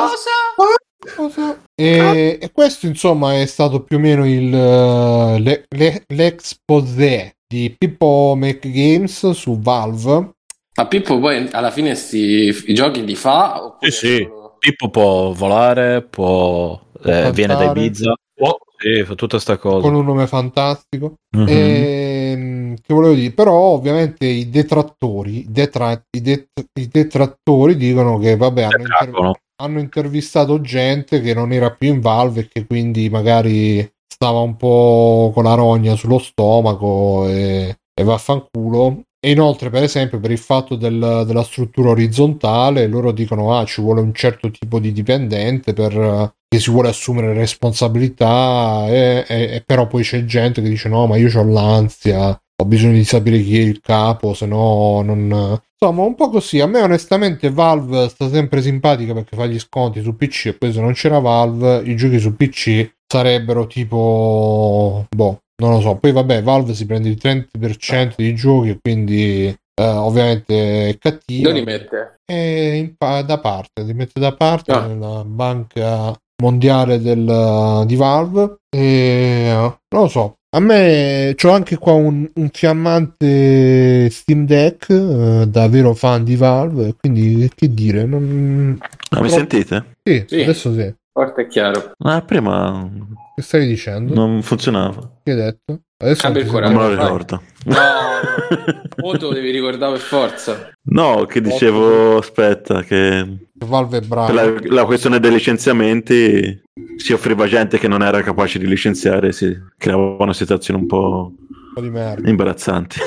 [SPEAKER 1] Cosa? E, e questo insomma è stato più o meno il, eh, le- le- l'exposé di Pippo Mac Games su Valve.
[SPEAKER 6] Ma Pippo poi alla fine sti, i giochi li fa? oppure
[SPEAKER 2] Sì, sì.
[SPEAKER 6] solo-
[SPEAKER 2] Pippo può volare, può... eh,
[SPEAKER 1] Cantare.
[SPEAKER 2] viene da Ibiza. Oh, sì, fa tutta sta cosa.
[SPEAKER 1] con un nome fantastico.
[SPEAKER 2] Mhm.
[SPEAKER 1] Ehm, che volevo dire, però, ovviamente i detrattori, i detra- i det- i detrattori dicono che vabbè, hanno, inter-
[SPEAKER 2] Traggono.
[SPEAKER 1] hanno intervistato gente che non era più in Valve e che quindi magari stava un po' con la rogna sullo stomaco e, e vaffanculo. E inoltre, per esempio, per il fatto del- della struttura orizzontale, loro dicono: Ah, ci vuole un certo tipo di dipendente per, eh, che si vuole assumere responsabilità, e, e- e però poi c'è gente che dice: No, ma io ho l'ansia, ho bisogno di sapere chi è il capo, se no non... Insomma, un po' così. A me onestamente Valve sta sempre simpatica perché fa gli sconti su PC e poi se non c'era Valve i giochi su PC sarebbero tipo... boh, non lo so. Poi vabbè, Valve si prende il 30% dei giochi quindi eh, ovviamente è cattivo.
[SPEAKER 6] Dove li mette?
[SPEAKER 1] E in pa- da parte, li mette da parte
[SPEAKER 6] Ah.
[SPEAKER 1] nella banca mondiale del, eh, di Valve e eh, non lo so a me c'ho anche qua un, un fiammante Steam Deck eh, da vero fan di Valve quindi che dire non...
[SPEAKER 7] Ah, mi
[SPEAKER 1] Però-
[SPEAKER 7] sentite?
[SPEAKER 1] sì,
[SPEAKER 6] Sì.
[SPEAKER 1] adesso sì
[SPEAKER 6] Forte e chiaro.
[SPEAKER 7] Ah, prima
[SPEAKER 1] che stavi dicendo?
[SPEAKER 7] non funzionava.
[SPEAKER 1] che hai detto? adesso non
[SPEAKER 6] Cambia il
[SPEAKER 1] ti
[SPEAKER 7] Non
[SPEAKER 6] Allora,
[SPEAKER 7] me lo
[SPEAKER 6] vai.
[SPEAKER 7] ricordo.
[SPEAKER 6] No, o te lo devi ricordare per forza.
[SPEAKER 7] No, che dicevo, aspetta, che
[SPEAKER 1] sento. Valve è bravo
[SPEAKER 7] per la, la questione dei licenziamenti si offriva gente che non era capace di licenziare, si creavano situazioni un po'
[SPEAKER 1] un po' di merda
[SPEAKER 7] imbarazzanti.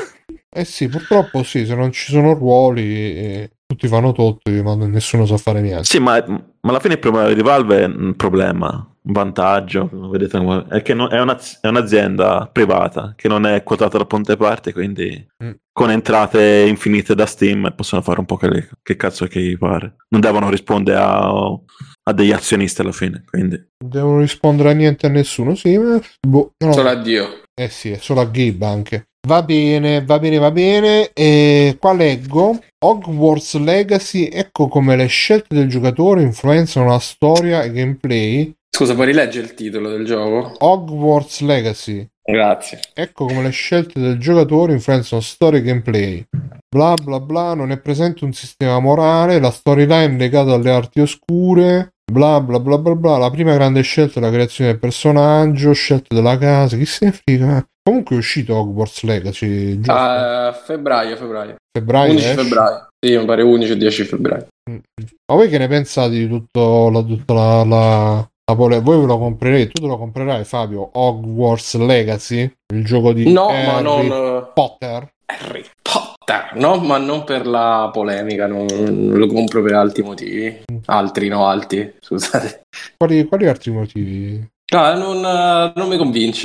[SPEAKER 1] eh sì purtroppo sì se non ci sono ruoli eh, tutti vanno tutti ma nessuno sa fare niente
[SPEAKER 7] Sì, ma, ma alla fine il problema di Valve è un problema, un vantaggio, vedete come- è che non- è, una- è un'azienda privata che non è quotata da Ponte Parte, quindi
[SPEAKER 1] Mm.
[SPEAKER 7] con entrate infinite da Steam possono fare un po' che, che cazzo che gli pare. Non devono rispondere a, a degli azionisti alla fine, quindi
[SPEAKER 1] devono rispondere a niente a nessuno sì ma... boh, non lo so.
[SPEAKER 6] Solo addio.
[SPEAKER 1] Eh sì, è solo a Gabe anche. Va bene, va bene, va bene. E qua leggo Hogwarts Legacy, ecco come le scelte del giocatore influenzano la storia e gameplay.
[SPEAKER 6] Scusa, puoi rileggere il titolo del gioco?
[SPEAKER 1] Hogwarts Legacy,
[SPEAKER 6] Grazie.
[SPEAKER 1] ecco come le scelte del giocatore influenzano storia e gameplay. Bla bla bla, non è presente un sistema morale, la storyline legata alle arti oscure. Bla bla bla bla bla, la prima grande scelta è la creazione del personaggio, scelta della casa, chi se ne frega. Comunque è uscito Hogwarts Legacy, giusto?
[SPEAKER 6] A Eh, febbraio, febbraio.
[SPEAKER 1] febbraio eh?
[SPEAKER 6] 11
[SPEAKER 1] esce?
[SPEAKER 6] Ah, febbraio. Sì, mi pare 11 o 10 febbraio.
[SPEAKER 1] ma voi che ne pensate di tutto la, tutta la, la, la pole- voi ve lo comprerete tu te lo comprerai Fabio Hogwarts Legacy il gioco di
[SPEAKER 6] No,
[SPEAKER 1] Harry
[SPEAKER 6] ma non... eh,
[SPEAKER 1] Potter
[SPEAKER 6] Harry Potter. No, ma non per la polemica, non, non lo compro per altri motivi. Altri, no, altri, scusate.
[SPEAKER 1] quali, quali altri motivi
[SPEAKER 6] No, non, eh, non mi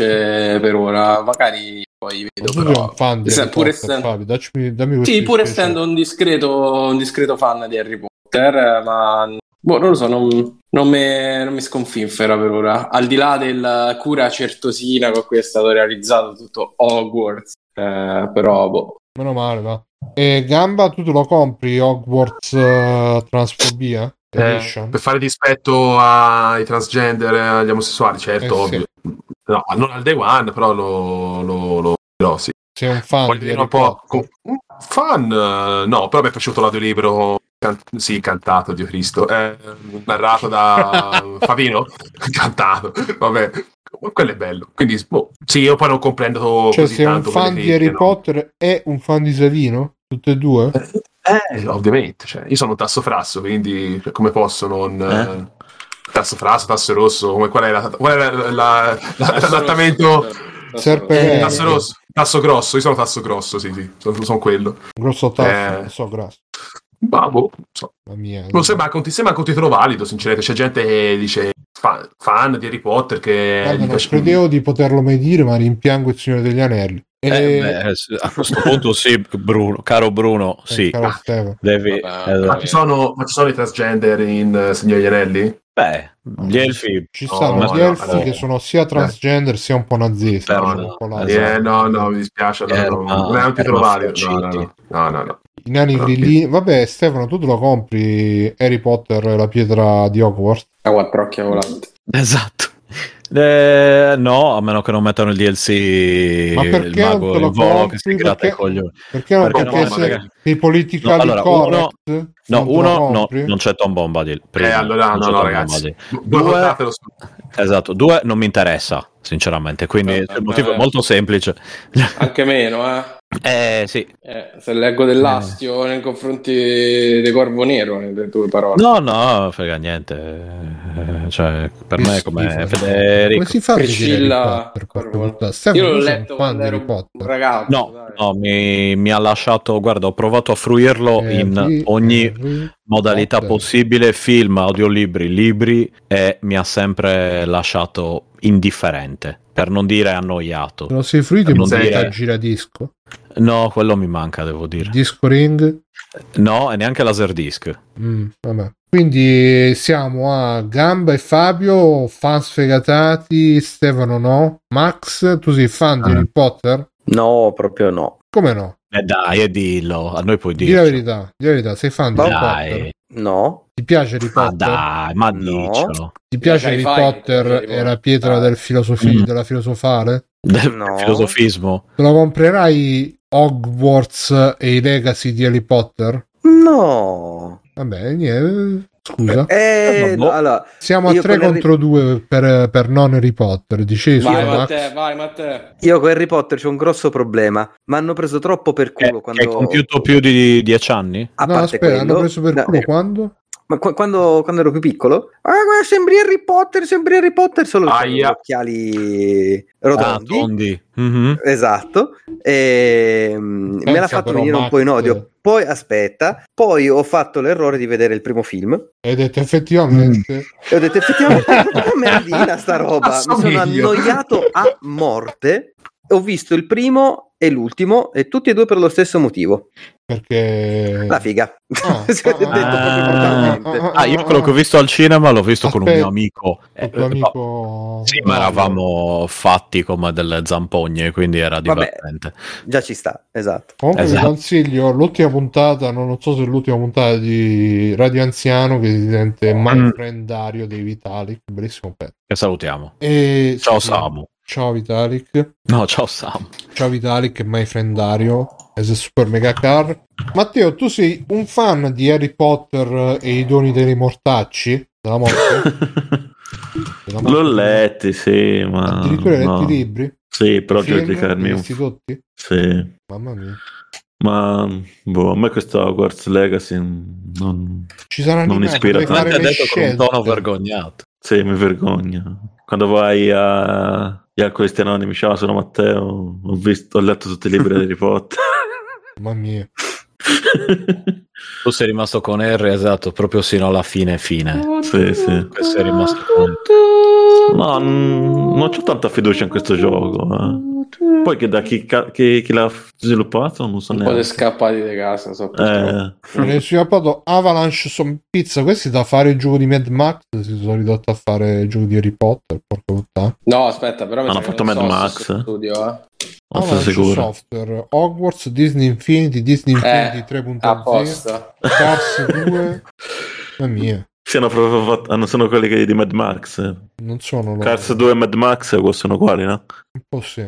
[SPEAKER 6] convince per ora, magari poi
[SPEAKER 1] tu
[SPEAKER 6] vedo
[SPEAKER 1] sei
[SPEAKER 6] però.
[SPEAKER 1] un fan di
[SPEAKER 6] Se-
[SPEAKER 1] Harry
[SPEAKER 6] pur
[SPEAKER 1] Potter
[SPEAKER 6] essendo-
[SPEAKER 1] Fabio dacci, dammi questo
[SPEAKER 6] Sì, pur
[SPEAKER 1] dispiacere.
[SPEAKER 6] essendo un discreto, un discreto fan di Harry Potter, eh, ma boh, non lo so, non, non me- non mi sconfinfera per ora. Al di là della cura certosina con cui è stato realizzato tutto Hogwarts, eh, però boh.
[SPEAKER 1] meno male va e Gamba tu te lo compri Hogwarts eh, Transfobia
[SPEAKER 3] Eh,
[SPEAKER 1] Edition
[SPEAKER 3] per fare dispetto ai transgender e agli omosessuali, certo,
[SPEAKER 1] Eh, sì.
[SPEAKER 3] ovvio. No, non al day one, però lo, lo, lo però sì.
[SPEAKER 1] sei un fan
[SPEAKER 3] Voglio
[SPEAKER 1] Ah, di
[SPEAKER 3] dire
[SPEAKER 1] Harry
[SPEAKER 3] un po'
[SPEAKER 1] Potter.
[SPEAKER 3] co- fan, eh, no, però mi è piaciuto l'audio libro, can- sì, cantato, Dio Cristo, eh, narrato da Favino, cantato, vabbè, quello è bello. Quindi, boh, sì, io poi non comprendo
[SPEAKER 1] cioè
[SPEAKER 3] così
[SPEAKER 1] sei un
[SPEAKER 3] tanto quelle
[SPEAKER 1] fan di
[SPEAKER 3] critiche,
[SPEAKER 1] Harry
[SPEAKER 3] no.
[SPEAKER 1] Potter e un fan di Savino tutte e due
[SPEAKER 3] Eh, ovviamente, cioè, io sono un tasso frasso, quindi cioè, come posso non...
[SPEAKER 7] Eh?
[SPEAKER 3] Tasso frasso, tasso rosso, come qual è, la, qual è la- la- la- l'adattamento?
[SPEAKER 1] Serpeverde.
[SPEAKER 6] Eh,
[SPEAKER 3] Tasso rosso, tasso grosso, io sono tasso grosso, sì, sì, sono, sono quello.
[SPEAKER 1] grosso tasso
[SPEAKER 3] Eh.
[SPEAKER 1] non so grasso
[SPEAKER 3] Ma boh, non so.
[SPEAKER 1] Mamma mia. eh,
[SPEAKER 3] Non sembra anche, un, ti- sembra anche un titolo valido, sinceramente. C'è gente che dice fan, fan di Harry Potter che
[SPEAKER 2] Eh,
[SPEAKER 1] Guarda,
[SPEAKER 3] gli
[SPEAKER 1] non
[SPEAKER 3] eh, piace-
[SPEAKER 1] credevo di poterlo mai dire, ma rimpiango il Signore degli Anelli. E...
[SPEAKER 2] Eh, beh, s- a questo punto sì, Bruno, caro Bruno,
[SPEAKER 1] eh,
[SPEAKER 2] sì.
[SPEAKER 1] caro Stefano.
[SPEAKER 2] Devi,
[SPEAKER 6] Vabbè,
[SPEAKER 2] eh,
[SPEAKER 3] Ma ci, sono, ma ci sono i transgender in eh, Signori Anelli?
[SPEAKER 2] beh, gli elfi
[SPEAKER 1] Ci
[SPEAKER 3] No,
[SPEAKER 1] stanno
[SPEAKER 2] no,
[SPEAKER 1] gli
[SPEAKER 2] no,
[SPEAKER 1] elfi
[SPEAKER 2] allora-
[SPEAKER 1] che sono sia transgender sia un po' nazisti.
[SPEAKER 2] Però
[SPEAKER 1] cioè,
[SPEAKER 2] no,
[SPEAKER 1] un po' là.
[SPEAKER 2] Eh, esatto.
[SPEAKER 3] Eh, no, no, mi dispiace. no,
[SPEAKER 2] Eh,
[SPEAKER 3] no,
[SPEAKER 2] ma-
[SPEAKER 3] non è un titolo
[SPEAKER 2] eh, ma
[SPEAKER 3] valido. No, no, no. No, no, no.
[SPEAKER 1] I nani
[SPEAKER 3] Però-
[SPEAKER 1] grillini. Vabbè, Stefano, tu te lo compri Harry Potter e la pietra di Hogwarts?
[SPEAKER 6] a quattro occhi a volante.
[SPEAKER 2] Esatto. Eh, no, a meno che non mettano il DLC
[SPEAKER 1] Ma perché
[SPEAKER 2] il mago
[SPEAKER 1] non te lo
[SPEAKER 2] in volo che
[SPEAKER 1] compri?
[SPEAKER 2] si gratta i
[SPEAKER 1] Perché-
[SPEAKER 2] coglioni.
[SPEAKER 1] Perché non
[SPEAKER 2] Perché
[SPEAKER 1] perché,
[SPEAKER 2] no, ma
[SPEAKER 1] se
[SPEAKER 2] perché-
[SPEAKER 1] i politically
[SPEAKER 2] No, allora, uno-
[SPEAKER 1] correct non
[SPEAKER 2] No,
[SPEAKER 1] te lo
[SPEAKER 2] uno no,
[SPEAKER 1] compri?
[SPEAKER 2] non c'è Tom Bombadil.
[SPEAKER 3] Eh,
[SPEAKER 2] primo,
[SPEAKER 3] allora,
[SPEAKER 2] non
[SPEAKER 3] no,
[SPEAKER 2] c'è
[SPEAKER 3] no,
[SPEAKER 2] Tom
[SPEAKER 3] ragazzi.
[SPEAKER 2] Bombadil.
[SPEAKER 3] Due
[SPEAKER 2] Due-
[SPEAKER 3] portatelo su.
[SPEAKER 2] Esatto, due non mi interessa, sinceramente, quindi
[SPEAKER 6] Eh,
[SPEAKER 2] il motivo
[SPEAKER 6] eh.
[SPEAKER 2] è molto semplice.
[SPEAKER 6] Anche meno, eh.
[SPEAKER 2] Eh sì.
[SPEAKER 6] Eh, se leggo dell'astio nei confronti di Corvo Nero, nelle tue parole.
[SPEAKER 2] No, no, frega niente. Eh, Cioè, per me è come
[SPEAKER 1] Schifo.
[SPEAKER 2] Federico.
[SPEAKER 1] Come si fa a vedere Harry
[SPEAKER 6] Priscilla
[SPEAKER 1] Potter? porca
[SPEAKER 6] Corvola.
[SPEAKER 1] puttana? Stefano,
[SPEAKER 6] Io l'ho
[SPEAKER 1] tu sei
[SPEAKER 6] letto
[SPEAKER 1] un fan
[SPEAKER 6] quando
[SPEAKER 1] di
[SPEAKER 6] ero
[SPEAKER 1] Harry
[SPEAKER 6] un
[SPEAKER 1] Potter.
[SPEAKER 6] ragazzo.
[SPEAKER 2] No,
[SPEAKER 6] dai.
[SPEAKER 2] no mi, mi ha lasciato, guarda, ho provato a fruirlo Oh, in
[SPEAKER 1] Eh, Harry-
[SPEAKER 2] ogni
[SPEAKER 1] Harry
[SPEAKER 2] modalità
[SPEAKER 1] Potter.
[SPEAKER 2] possibile, film, audiolibri, libri e mi ha sempre lasciato indifferente. per non dire annoiato.
[SPEAKER 1] Non sei fruito in
[SPEAKER 2] Non
[SPEAKER 1] modalità
[SPEAKER 2] dire-
[SPEAKER 1] giradisco,
[SPEAKER 2] No, quello mi manca, devo dire.
[SPEAKER 1] disco ring.
[SPEAKER 2] No, e neanche Laserdisc.
[SPEAKER 1] Mm, vabbè. Quindi siamo a Gamba e Fabio, fan sfegatati, Stefano no, Max, tu sei fan
[SPEAKER 2] Ah.
[SPEAKER 1] di Harry Potter?
[SPEAKER 5] No, proprio no.
[SPEAKER 1] Come no?
[SPEAKER 2] E dai, e dillo, a noi puoi
[SPEAKER 1] Di la
[SPEAKER 2] dire.
[SPEAKER 1] verità, di la verità, sei fan di Harry Potter?
[SPEAKER 2] Dai,
[SPEAKER 5] No.
[SPEAKER 1] Ti piace Harry
[SPEAKER 2] ma
[SPEAKER 1] Potter?
[SPEAKER 2] dai, ma
[SPEAKER 5] No.
[SPEAKER 2] dicelo.
[SPEAKER 1] Ti piace Harry
[SPEAKER 6] Dai, fai,
[SPEAKER 1] Potter
[SPEAKER 6] fai,
[SPEAKER 1] e la pietra
[SPEAKER 6] fai.
[SPEAKER 1] del filosofi-
[SPEAKER 2] Mm.
[SPEAKER 1] della filosofale?
[SPEAKER 2] Del
[SPEAKER 5] No.
[SPEAKER 2] filosofismo.
[SPEAKER 1] Te la comprerai Hogwarts e i legacy di Harry Potter?
[SPEAKER 5] No.
[SPEAKER 1] Vabbè, niente, scusa.
[SPEAKER 5] Eh,
[SPEAKER 2] Eh, no, boh.
[SPEAKER 5] allora,
[SPEAKER 1] Siamo a
[SPEAKER 5] io
[SPEAKER 1] 3
[SPEAKER 5] con Harry-
[SPEAKER 1] contro 2 per, per non Harry Potter. Dicevi su
[SPEAKER 6] Vai
[SPEAKER 1] Max?
[SPEAKER 6] Matteo, vai Matteo.
[SPEAKER 5] io con Harry Potter c'è un grosso problema. Mi hanno preso troppo per
[SPEAKER 2] Che,
[SPEAKER 1] Eh,
[SPEAKER 5] culo
[SPEAKER 2] che hai
[SPEAKER 5] quando...
[SPEAKER 2] compiuto più di dieci anni?
[SPEAKER 5] A
[SPEAKER 1] no,
[SPEAKER 5] parte
[SPEAKER 1] aspetta,
[SPEAKER 5] quello-
[SPEAKER 1] hanno preso per
[SPEAKER 5] no, eh.
[SPEAKER 1] culo quando?
[SPEAKER 5] Ma qua- quando, quando ero più piccolo, ah, guarda, sembri Harry Potter, sembri Harry Potter, solo che avevo gli
[SPEAKER 3] Aia.
[SPEAKER 5] occhiali
[SPEAKER 2] Ah,
[SPEAKER 5] rotondi.
[SPEAKER 2] tondi. Mhm.
[SPEAKER 5] Esatto, e, mm, me l'ha fatto
[SPEAKER 1] però,
[SPEAKER 5] venire un
[SPEAKER 1] Max.
[SPEAKER 5] po' in odio. Poi aspetta, poi ho fatto l'errore di vedere il primo film
[SPEAKER 1] Hai detto effettivamente.
[SPEAKER 5] e ho detto effettivamente è proprio una merda sta roba. Mi sono
[SPEAKER 3] Assomiglio.
[SPEAKER 5] annoiato a morte. Ho visto il primo e l'ultimo e tutti e due per lo stesso motivo.
[SPEAKER 1] Perché.
[SPEAKER 5] La figa.
[SPEAKER 1] Ah,
[SPEAKER 5] Si è detto proprio
[SPEAKER 2] ah,
[SPEAKER 5] totalmente.
[SPEAKER 2] Ah, io quello che ho visto al cinema l'ho visto con un mio
[SPEAKER 1] Aspetta.
[SPEAKER 2] amico.
[SPEAKER 1] Il
[SPEAKER 2] Eh,
[SPEAKER 1] tuo
[SPEAKER 2] eh, no.
[SPEAKER 1] amico.
[SPEAKER 2] Sì, ma eravamo fatti come delle zampogne, quindi era
[SPEAKER 5] Vabbè.
[SPEAKER 2] divertente.
[SPEAKER 5] Già ci sta, esatto.
[SPEAKER 1] Comunque vi
[SPEAKER 2] Esatto.
[SPEAKER 1] consiglio l'ultima puntata, non lo so se è l'ultima puntata di Radio Anziano che si sente My
[SPEAKER 2] Mm.
[SPEAKER 1] Friend Dario dei Vitalik, bellissimo pezzo.
[SPEAKER 2] Che salutiamo.
[SPEAKER 1] E-
[SPEAKER 2] Ciao
[SPEAKER 1] sì,
[SPEAKER 2] Samu.
[SPEAKER 1] Ciao Vitalik.
[SPEAKER 2] No, ciao Samu.
[SPEAKER 1] Ciao Vitalik e My Friend Dario. As a super mega car. Matteo, tu sei un fan di Harry Potter e i doni dei mortacci? Della morte? Della morte?
[SPEAKER 7] L'ho letti, sì, ma...
[SPEAKER 1] Addirittura hai letto
[SPEAKER 7] Ah, no.
[SPEAKER 1] i libri?
[SPEAKER 7] Sì, però
[SPEAKER 1] Film?
[SPEAKER 7] giudicarmi un...
[SPEAKER 1] Visti tutti?
[SPEAKER 7] Sì.
[SPEAKER 1] Mamma mia.
[SPEAKER 7] Ma boh, a me questo Hogwarts Legacy non...
[SPEAKER 1] Ci saranno
[SPEAKER 7] Non ispira tanto.
[SPEAKER 2] L'ha
[SPEAKER 7] Fare
[SPEAKER 2] detto con un tono vergognato.
[SPEAKER 7] Sì, mi vergogno. Quando vai a... gli alcolisti anonimi, ciao, sono Matteo, ho, visto- ho letto tutti i libri di Harry Potter.
[SPEAKER 1] Mamma mia.
[SPEAKER 2] Tu sei rimasto con R, esatto, proprio sino alla fine fine.
[SPEAKER 7] sì, sì.
[SPEAKER 2] Tu Sei rimasto con
[SPEAKER 7] No, n- non c'ho tanta fiducia in questo gioco. eh. Poi che da chi, ca- chi- chi l'ha sviluppato non so
[SPEAKER 6] Un po' di
[SPEAKER 7] neanche.
[SPEAKER 6] scappati di casa, so purtroppo.
[SPEAKER 7] Eh,
[SPEAKER 1] Nel suo appato Avalanche son pizza. Questi da fare il gioco di Mad Max si sono ridotti a fare il gioco di Harry Potter. Porca puttana.
[SPEAKER 6] No, aspetta, però mi
[SPEAKER 7] Hanno
[SPEAKER 6] sa che
[SPEAKER 7] fatto
[SPEAKER 6] non
[SPEAKER 7] Mad
[SPEAKER 6] so se
[SPEAKER 7] Max.
[SPEAKER 6] sto Studio, eh.
[SPEAKER 7] non sono
[SPEAKER 1] Avalanche
[SPEAKER 7] sicuro.
[SPEAKER 1] Software, Hogwarts, Disney Infinity, Disney Infinity
[SPEAKER 6] Eh,
[SPEAKER 1] 3.0,
[SPEAKER 6] apposta.
[SPEAKER 1] Cars 2. Mamma mia,
[SPEAKER 7] Sì, hanno proprio fatto- hanno- sono quelli che di Mad Max.
[SPEAKER 1] non sono loro.
[SPEAKER 7] Cars 2 e Mad Max sono uguali, no?
[SPEAKER 1] Un po' sì.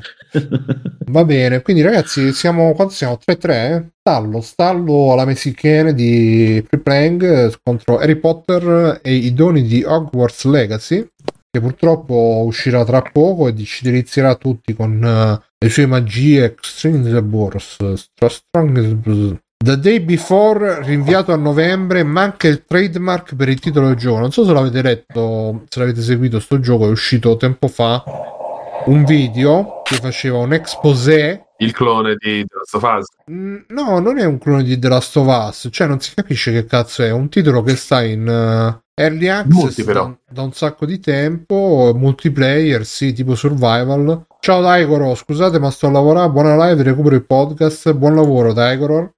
[SPEAKER 1] Va bene, quindi ragazzi, siamo quanto siamo? 3-3? Stallo, stallo alla messicana di Pre-Playing contro Harry Potter e i doni di Hogwarts Legacy, che purtroppo uscirà tra poco e ci delizierà tutti con eh, le sue magie Extreme Wars, Strong The Day Before rinviato a novembre, ma anche il trademark per il titolo del gioco. Non so se l'avete letto, se l'avete seguito sto gioco, è uscito tempo fa un video che faceva un exposé
[SPEAKER 3] Il clone di The Last of Us.
[SPEAKER 1] Mm, No, non è un clone di The Last of Us, cioè non si capisce che cazzo è, è un titolo che sta in eh, early access
[SPEAKER 3] Molti, però.
[SPEAKER 1] Da, da un sacco di tempo, multiplayer, sì, tipo survival. Ciao Daigoro, scusate ma sto a lavorare, buona live, recupero il podcast, buon lavoro Daigoro.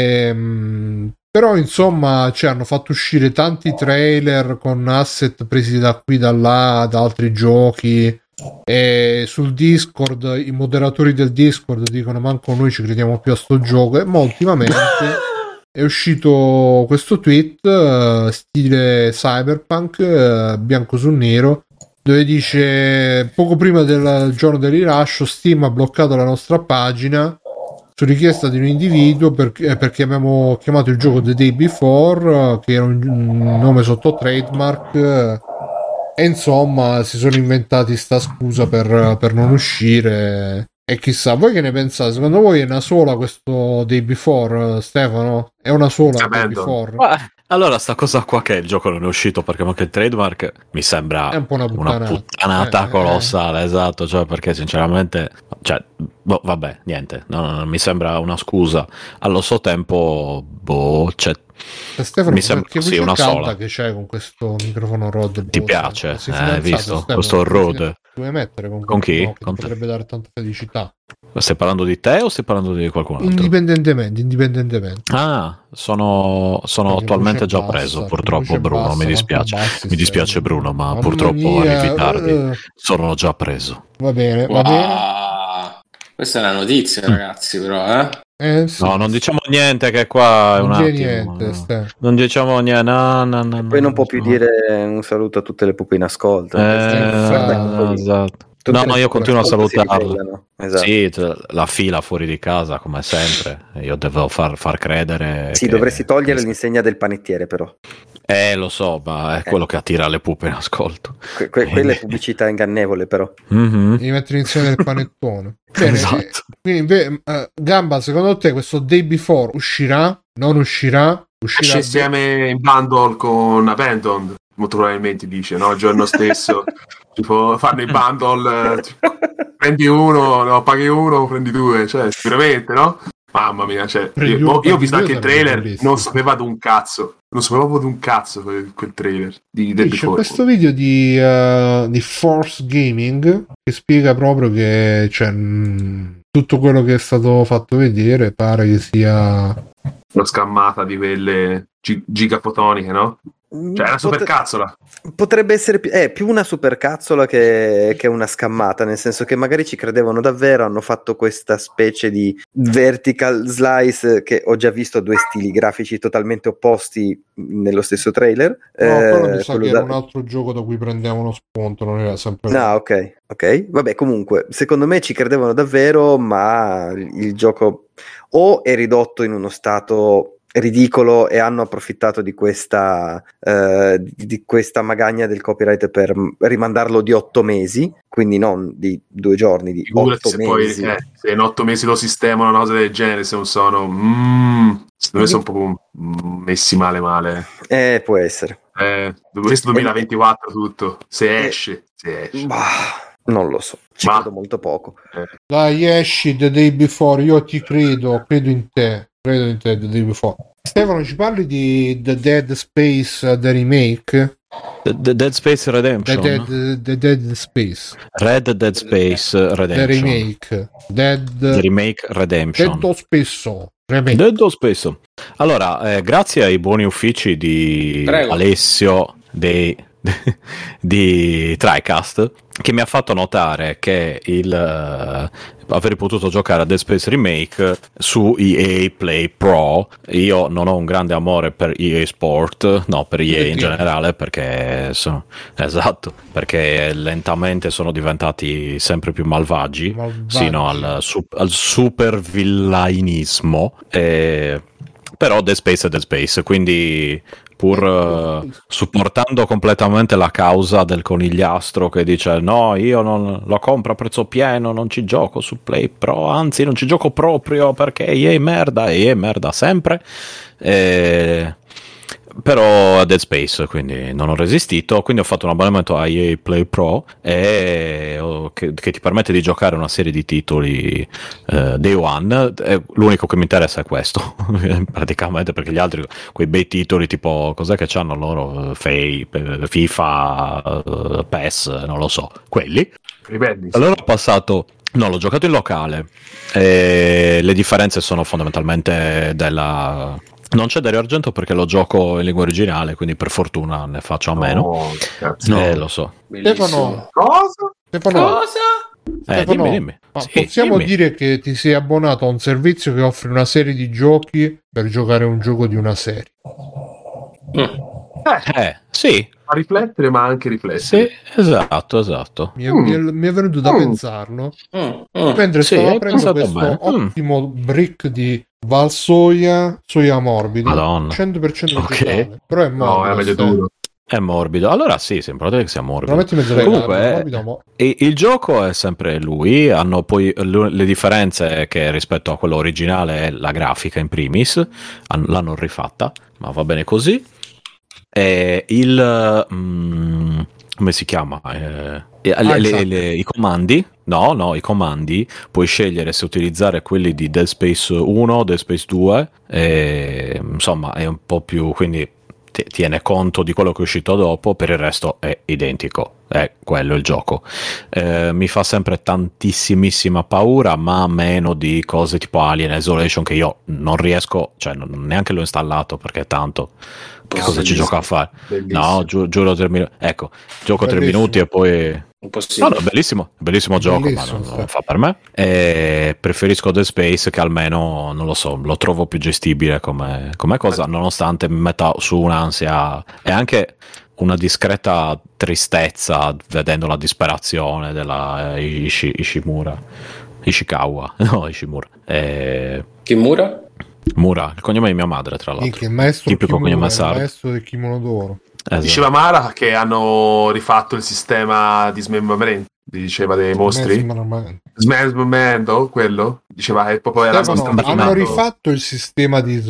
[SPEAKER 1] Ehm, però insomma ci hanno fatto uscire tanti trailer con asset presi da qui, da là, da altri giochi e sul Discord i moderatori del Discord dicono manco noi ci crediamo più a sto gioco e mo ultimamente è uscito questo tweet eh, stile cyberpunk eh, bianco su nero dove dice poco prima del giorno del rilascio Steam ha bloccato la nostra pagina su richiesta di un individuo perché, eh, perché abbiamo chiamato il gioco The Day Before eh, che era un, un nome sotto trademark eh, e insomma si sono inventati sta scusa per, per non uscire e chissà voi che ne pensate secondo voi è una sola questo Day Before eh, Stefano? è una sola Day
[SPEAKER 3] Tremendo.
[SPEAKER 1] Before?
[SPEAKER 5] Ah.
[SPEAKER 2] Ma- Allora, sta cosa qua che il gioco non è uscito perché manca il trademark mi sembra
[SPEAKER 1] è un po' una
[SPEAKER 2] Ah, una
[SPEAKER 1] puttanata
[SPEAKER 2] puttanata
[SPEAKER 1] Eh, eh,
[SPEAKER 2] colossale, esatto, cioè perché sinceramente, cioè, boh, vabbè, niente, no, no, no, mi sembra una scusa. Allo suo tempo, boh, cioè,
[SPEAKER 1] eh. Stefano
[SPEAKER 2] mi sembra
[SPEAKER 1] che
[SPEAKER 2] sì,
[SPEAKER 1] voce
[SPEAKER 2] una
[SPEAKER 1] calda
[SPEAKER 2] sola.
[SPEAKER 1] che c'è con questo microfono Rod
[SPEAKER 2] Ti
[SPEAKER 1] Boh,
[SPEAKER 2] piace?
[SPEAKER 1] sei
[SPEAKER 2] Eh, Hai
[SPEAKER 1] fidanzato,
[SPEAKER 2] visto?
[SPEAKER 1] Stefano?
[SPEAKER 2] Questo
[SPEAKER 1] Sei
[SPEAKER 2] road.
[SPEAKER 1] Dove mettere con,
[SPEAKER 2] Con chi?
[SPEAKER 1] no, che
[SPEAKER 2] Con te.
[SPEAKER 1] potrebbe dare tanta felicità.
[SPEAKER 2] Ma Stai parlando di te o stai parlando di qualcun altro?
[SPEAKER 1] Indipendentemente, indipendentemente.
[SPEAKER 2] Ah, sono, sono
[SPEAKER 1] Perché
[SPEAKER 2] attualmente
[SPEAKER 1] voce
[SPEAKER 2] già
[SPEAKER 1] bassa,
[SPEAKER 2] preso,
[SPEAKER 1] perché
[SPEAKER 2] purtroppo
[SPEAKER 1] voce
[SPEAKER 2] Bruno,
[SPEAKER 1] bassa,
[SPEAKER 2] mi
[SPEAKER 1] quanto
[SPEAKER 2] dispiace.
[SPEAKER 1] abbassi
[SPEAKER 2] Mi dispiace
[SPEAKER 1] sempre.
[SPEAKER 2] Bruno, ma
[SPEAKER 1] Mamma
[SPEAKER 2] purtroppo
[SPEAKER 1] mia,
[SPEAKER 2] arrivi tardi.
[SPEAKER 1] eh,
[SPEAKER 2] Sono già preso.
[SPEAKER 1] va bene, va bene.
[SPEAKER 6] Ah, questa è una notizia,
[SPEAKER 7] Mm.
[SPEAKER 6] ragazzi, però, eh.
[SPEAKER 1] Eh, sì.
[SPEAKER 2] No, non diciamo niente che qua è un
[SPEAKER 1] Non c'è
[SPEAKER 2] attimo.
[SPEAKER 1] niente.
[SPEAKER 2] no.
[SPEAKER 1] Ste.
[SPEAKER 2] Non diciamo niente, no, no, no, no,
[SPEAKER 5] Poi non può
[SPEAKER 2] no.
[SPEAKER 5] più dire un saluto a tutte le pupe in ascolto.
[SPEAKER 2] Eh,
[SPEAKER 1] Infatti.
[SPEAKER 2] no, esatto.
[SPEAKER 5] Tutte
[SPEAKER 2] No,
[SPEAKER 5] le
[SPEAKER 2] no, io
[SPEAKER 5] pupe in
[SPEAKER 2] continuo a
[SPEAKER 5] ascolto si
[SPEAKER 2] salutarla.
[SPEAKER 5] ribellano. Esatto. Sì,
[SPEAKER 2] Sì, cioè, la fila fuori di casa, come sempre. Io devo far, far credere. che-
[SPEAKER 5] dovresti togliere l'insegna del panettiere, però.
[SPEAKER 2] Eh, lo so, ma è quello che attira le pupe in ascolto.
[SPEAKER 5] Que- que- quella è pubblicità ingannevole, però.
[SPEAKER 2] Mhm.
[SPEAKER 1] Devi mettere insieme del panettone. Bene, eh,
[SPEAKER 2] Esatto.
[SPEAKER 1] Quindi, beh, eh, Gamba, secondo te questo Day Before uscirà? Non uscirà?
[SPEAKER 3] Esce
[SPEAKER 1] Uscirà
[SPEAKER 3] insieme in bundle con Abandoned, molto probabilmente dice, no? Il giorno stesso. tipo, fanno i bundle, eh, tipo, prendi uno, no, paghi uno, prendi due, cioè, sicuramente, no? Mamma mia, cioè,
[SPEAKER 1] Prendi
[SPEAKER 3] io,
[SPEAKER 1] uno,
[SPEAKER 3] boh, io ho
[SPEAKER 1] paghi
[SPEAKER 3] visto
[SPEAKER 1] due,
[SPEAKER 3] anche il
[SPEAKER 1] sarebbe
[SPEAKER 3] trailer,
[SPEAKER 1] bellissimo.
[SPEAKER 3] non sapeva ad un cazzo, non sapeva proprio ad un cazzo quel, quel trailer di Dead
[SPEAKER 1] Sì, c'è
[SPEAKER 3] Before.
[SPEAKER 1] questo video di, eh, di Force Gaming che spiega proprio che cioè, mh, tutto quello che è stato fatto vedere pare che sia
[SPEAKER 3] Una scammata di quelle gi- gigafotoniche, no? Cioè, è una
[SPEAKER 5] Pot-
[SPEAKER 3] supercazzola.
[SPEAKER 5] Potrebbe essere pi- eh, più una supercazzola che, che una scammata, nel senso che magari ci credevano davvero, hanno fatto questa specie di vertical slice che ho già visto due stili grafici totalmente opposti nello stesso trailer.
[SPEAKER 1] no, quello mi
[SPEAKER 5] Eh,
[SPEAKER 1] sa
[SPEAKER 5] quello
[SPEAKER 1] che era
[SPEAKER 5] da-
[SPEAKER 1] un altro gioco da cui prendevano spunto non era sempre
[SPEAKER 5] No, ok, ok. Vabbè, comunque, secondo me ci credevano davvero, ma il gioco o è ridotto in uno stato ridicolo e hanno approfittato di questa, eh, di di questa magagna del copyright per m- rimandarlo di otto mesi, quindi non di due giorni, di
[SPEAKER 3] Figurati
[SPEAKER 5] otto
[SPEAKER 3] se poi
[SPEAKER 5] mesi.
[SPEAKER 3] eh, se in otto mesi lo sistemano una cosa del genere, se non sono. Mm, secondo me sono proprio mm, messi male male.
[SPEAKER 5] Eh, può essere.
[SPEAKER 3] Eh, questo 2024 tutto. Se esce, se esce.
[SPEAKER 5] Bah, non lo so, ci
[SPEAKER 3] Ma-
[SPEAKER 5] credo molto poco.
[SPEAKER 1] dai esci The Day Before io ti credo credo in te credo in te The Day Before Stefano ci parli di The Dead Space eh, The Remake
[SPEAKER 2] The- The Dead Space
[SPEAKER 1] The
[SPEAKER 2] Redemption.
[SPEAKER 1] Dead, The Dead Space
[SPEAKER 2] Red Dead Space
[SPEAKER 1] The
[SPEAKER 2] Redemption.
[SPEAKER 1] Remake Dead
[SPEAKER 2] The Remake Redemption.
[SPEAKER 1] Detto spesso Remake
[SPEAKER 2] Detto spesso. Allora, eh, grazie ai buoni uffici di
[SPEAKER 6] Prego.
[SPEAKER 2] Alessio dei, di TriCast che mi ha fatto notare che il eh, aver potuto giocare a Dead Space Remake su EA Play Pro io non ho un grande amore per EA Sport no per EA in
[SPEAKER 1] Perché?
[SPEAKER 2] generale perché sono, esatto perché lentamente sono diventati sempre più malvagi
[SPEAKER 1] Malvagio.
[SPEAKER 2] sino al, su- al super villainismo. eh, però Dead Space è Dead Space, quindi pur eh, supportando completamente la causa del conigliastro che dice no, io non lo compro a prezzo pieno, non ci gioco su Play Pro, anzi non ci gioco proprio perché EA è merda, EA è merda sempre. Eh, però a Dead Space quindi non ho resistito quindi ho fatto un abbonamento a EA Play Pro e ho- che, che ti permette di giocare una serie di titoli eh, day one Eh, l'unico che mi interessa è questo praticamente perché gli altri quei bei titoli tipo cos'è che c'hanno loro Eh, Fei- eh, FIFA eh, PES non lo so quelli
[SPEAKER 3] Ripendi.
[SPEAKER 2] allora ho passato. No, l'ho giocato in locale. E le differenze sono fondamentalmente della. Non c'è Dario Argento perché lo gioco in lingua originale, quindi per fortuna ne faccio a meno.
[SPEAKER 3] No, cazzo.
[SPEAKER 2] No. Eh, lo so.
[SPEAKER 6] Bellissimo.
[SPEAKER 1] Stefano,
[SPEAKER 3] Cosa?
[SPEAKER 1] Stefano,
[SPEAKER 2] Eh,
[SPEAKER 1] Stefano,
[SPEAKER 2] dimmi, dimmi.
[SPEAKER 1] ma
[SPEAKER 2] Sì,
[SPEAKER 1] possiamo
[SPEAKER 2] dimmi.
[SPEAKER 1] dire che ti sei abbonato a un servizio che offre una serie di giochi per giocare un gioco di una serie.
[SPEAKER 6] Mm,
[SPEAKER 2] Eh, sì,
[SPEAKER 3] A riflettere, ma anche riflettere.
[SPEAKER 2] sì, esatto, esatto.
[SPEAKER 1] Mi è,
[SPEAKER 3] Mm.
[SPEAKER 1] mi è- mi è venuto da
[SPEAKER 3] Mm.
[SPEAKER 1] pensarlo
[SPEAKER 6] Mm, mm.
[SPEAKER 1] mentre
[SPEAKER 2] Sì,
[SPEAKER 1] stavo
[SPEAKER 2] hai
[SPEAKER 1] aprendo
[SPEAKER 2] pensato
[SPEAKER 1] questo
[SPEAKER 2] bene. Mm.
[SPEAKER 1] ottimo brick di Valsoia, soia morbido,
[SPEAKER 2] Madonna.
[SPEAKER 1] 100%
[SPEAKER 2] Ok.
[SPEAKER 1] vegetale, però è morbido.
[SPEAKER 3] No, era meglio
[SPEAKER 1] sta-
[SPEAKER 3] duro.
[SPEAKER 2] È morbido. Allora sì, sembra che sia
[SPEAKER 1] Lo
[SPEAKER 2] morbido.
[SPEAKER 1] metti in mezzo alle
[SPEAKER 2] Comunque,
[SPEAKER 1] gambe,
[SPEAKER 2] eh,
[SPEAKER 1] morbido, mo-
[SPEAKER 2] E il gioco è sempre lui, hanno poi l- le differenze che rispetto a quello originale è la grafica in primis, an- l'hanno rifatta, ma va bene così. E il... mm, come si chiama? Eh, e- le- le- le- I comandi? No, no, i comandi puoi scegliere se utilizzare quelli di Dead Space 1, Dead Space 2, e, insomma è un po' più... quindi t- tiene conto di quello che è uscito dopo, per il resto è identico, è quello il gioco. Eh, mi fa sempre tantissimissima paura, ma meno di cose tipo Alien Isolation che io non riesco, cioè non- neanche l'ho installato perché tanto che cosa ci
[SPEAKER 6] Bellissimo.
[SPEAKER 2] gioco a fare?
[SPEAKER 3] Bellissimo.
[SPEAKER 2] No, giu- giuro tre minuti. Ecco, gioco tre
[SPEAKER 1] Bellissimo.
[SPEAKER 2] minuti e poi No,
[SPEAKER 6] Impossibile.
[SPEAKER 2] no, è bellissimo, è bellissimo gioco,
[SPEAKER 1] Bellissimo,
[SPEAKER 2] ma non,
[SPEAKER 1] sì.
[SPEAKER 2] non fa per me. E preferisco The Space che almeno, non lo so, lo trovo più gestibile come, come cosa, nonostante mi metta su un'ansia e anche una discreta tristezza vedendo la disperazione della eh, Ishi- Ishimura. Ishikawa, no, Ishimura. Eh,
[SPEAKER 6] Kimura?
[SPEAKER 2] Mura, il cognome di mia madre, tra l'altro.
[SPEAKER 1] Minchia, il maestro
[SPEAKER 2] Tipico
[SPEAKER 1] Kimura,
[SPEAKER 2] cognome
[SPEAKER 1] il
[SPEAKER 2] sardo.
[SPEAKER 1] maestro del kimono d'oro.
[SPEAKER 2] Esatto.
[SPEAKER 3] Diceva Mara che hanno rifatto il sistema di smembramento, diceva dei mostri.
[SPEAKER 1] Maestro Maramani.
[SPEAKER 3] Smembramento, quello? Diceva che proprio era
[SPEAKER 1] Stefano,
[SPEAKER 3] stato-
[SPEAKER 1] hanno rifatto il sistema di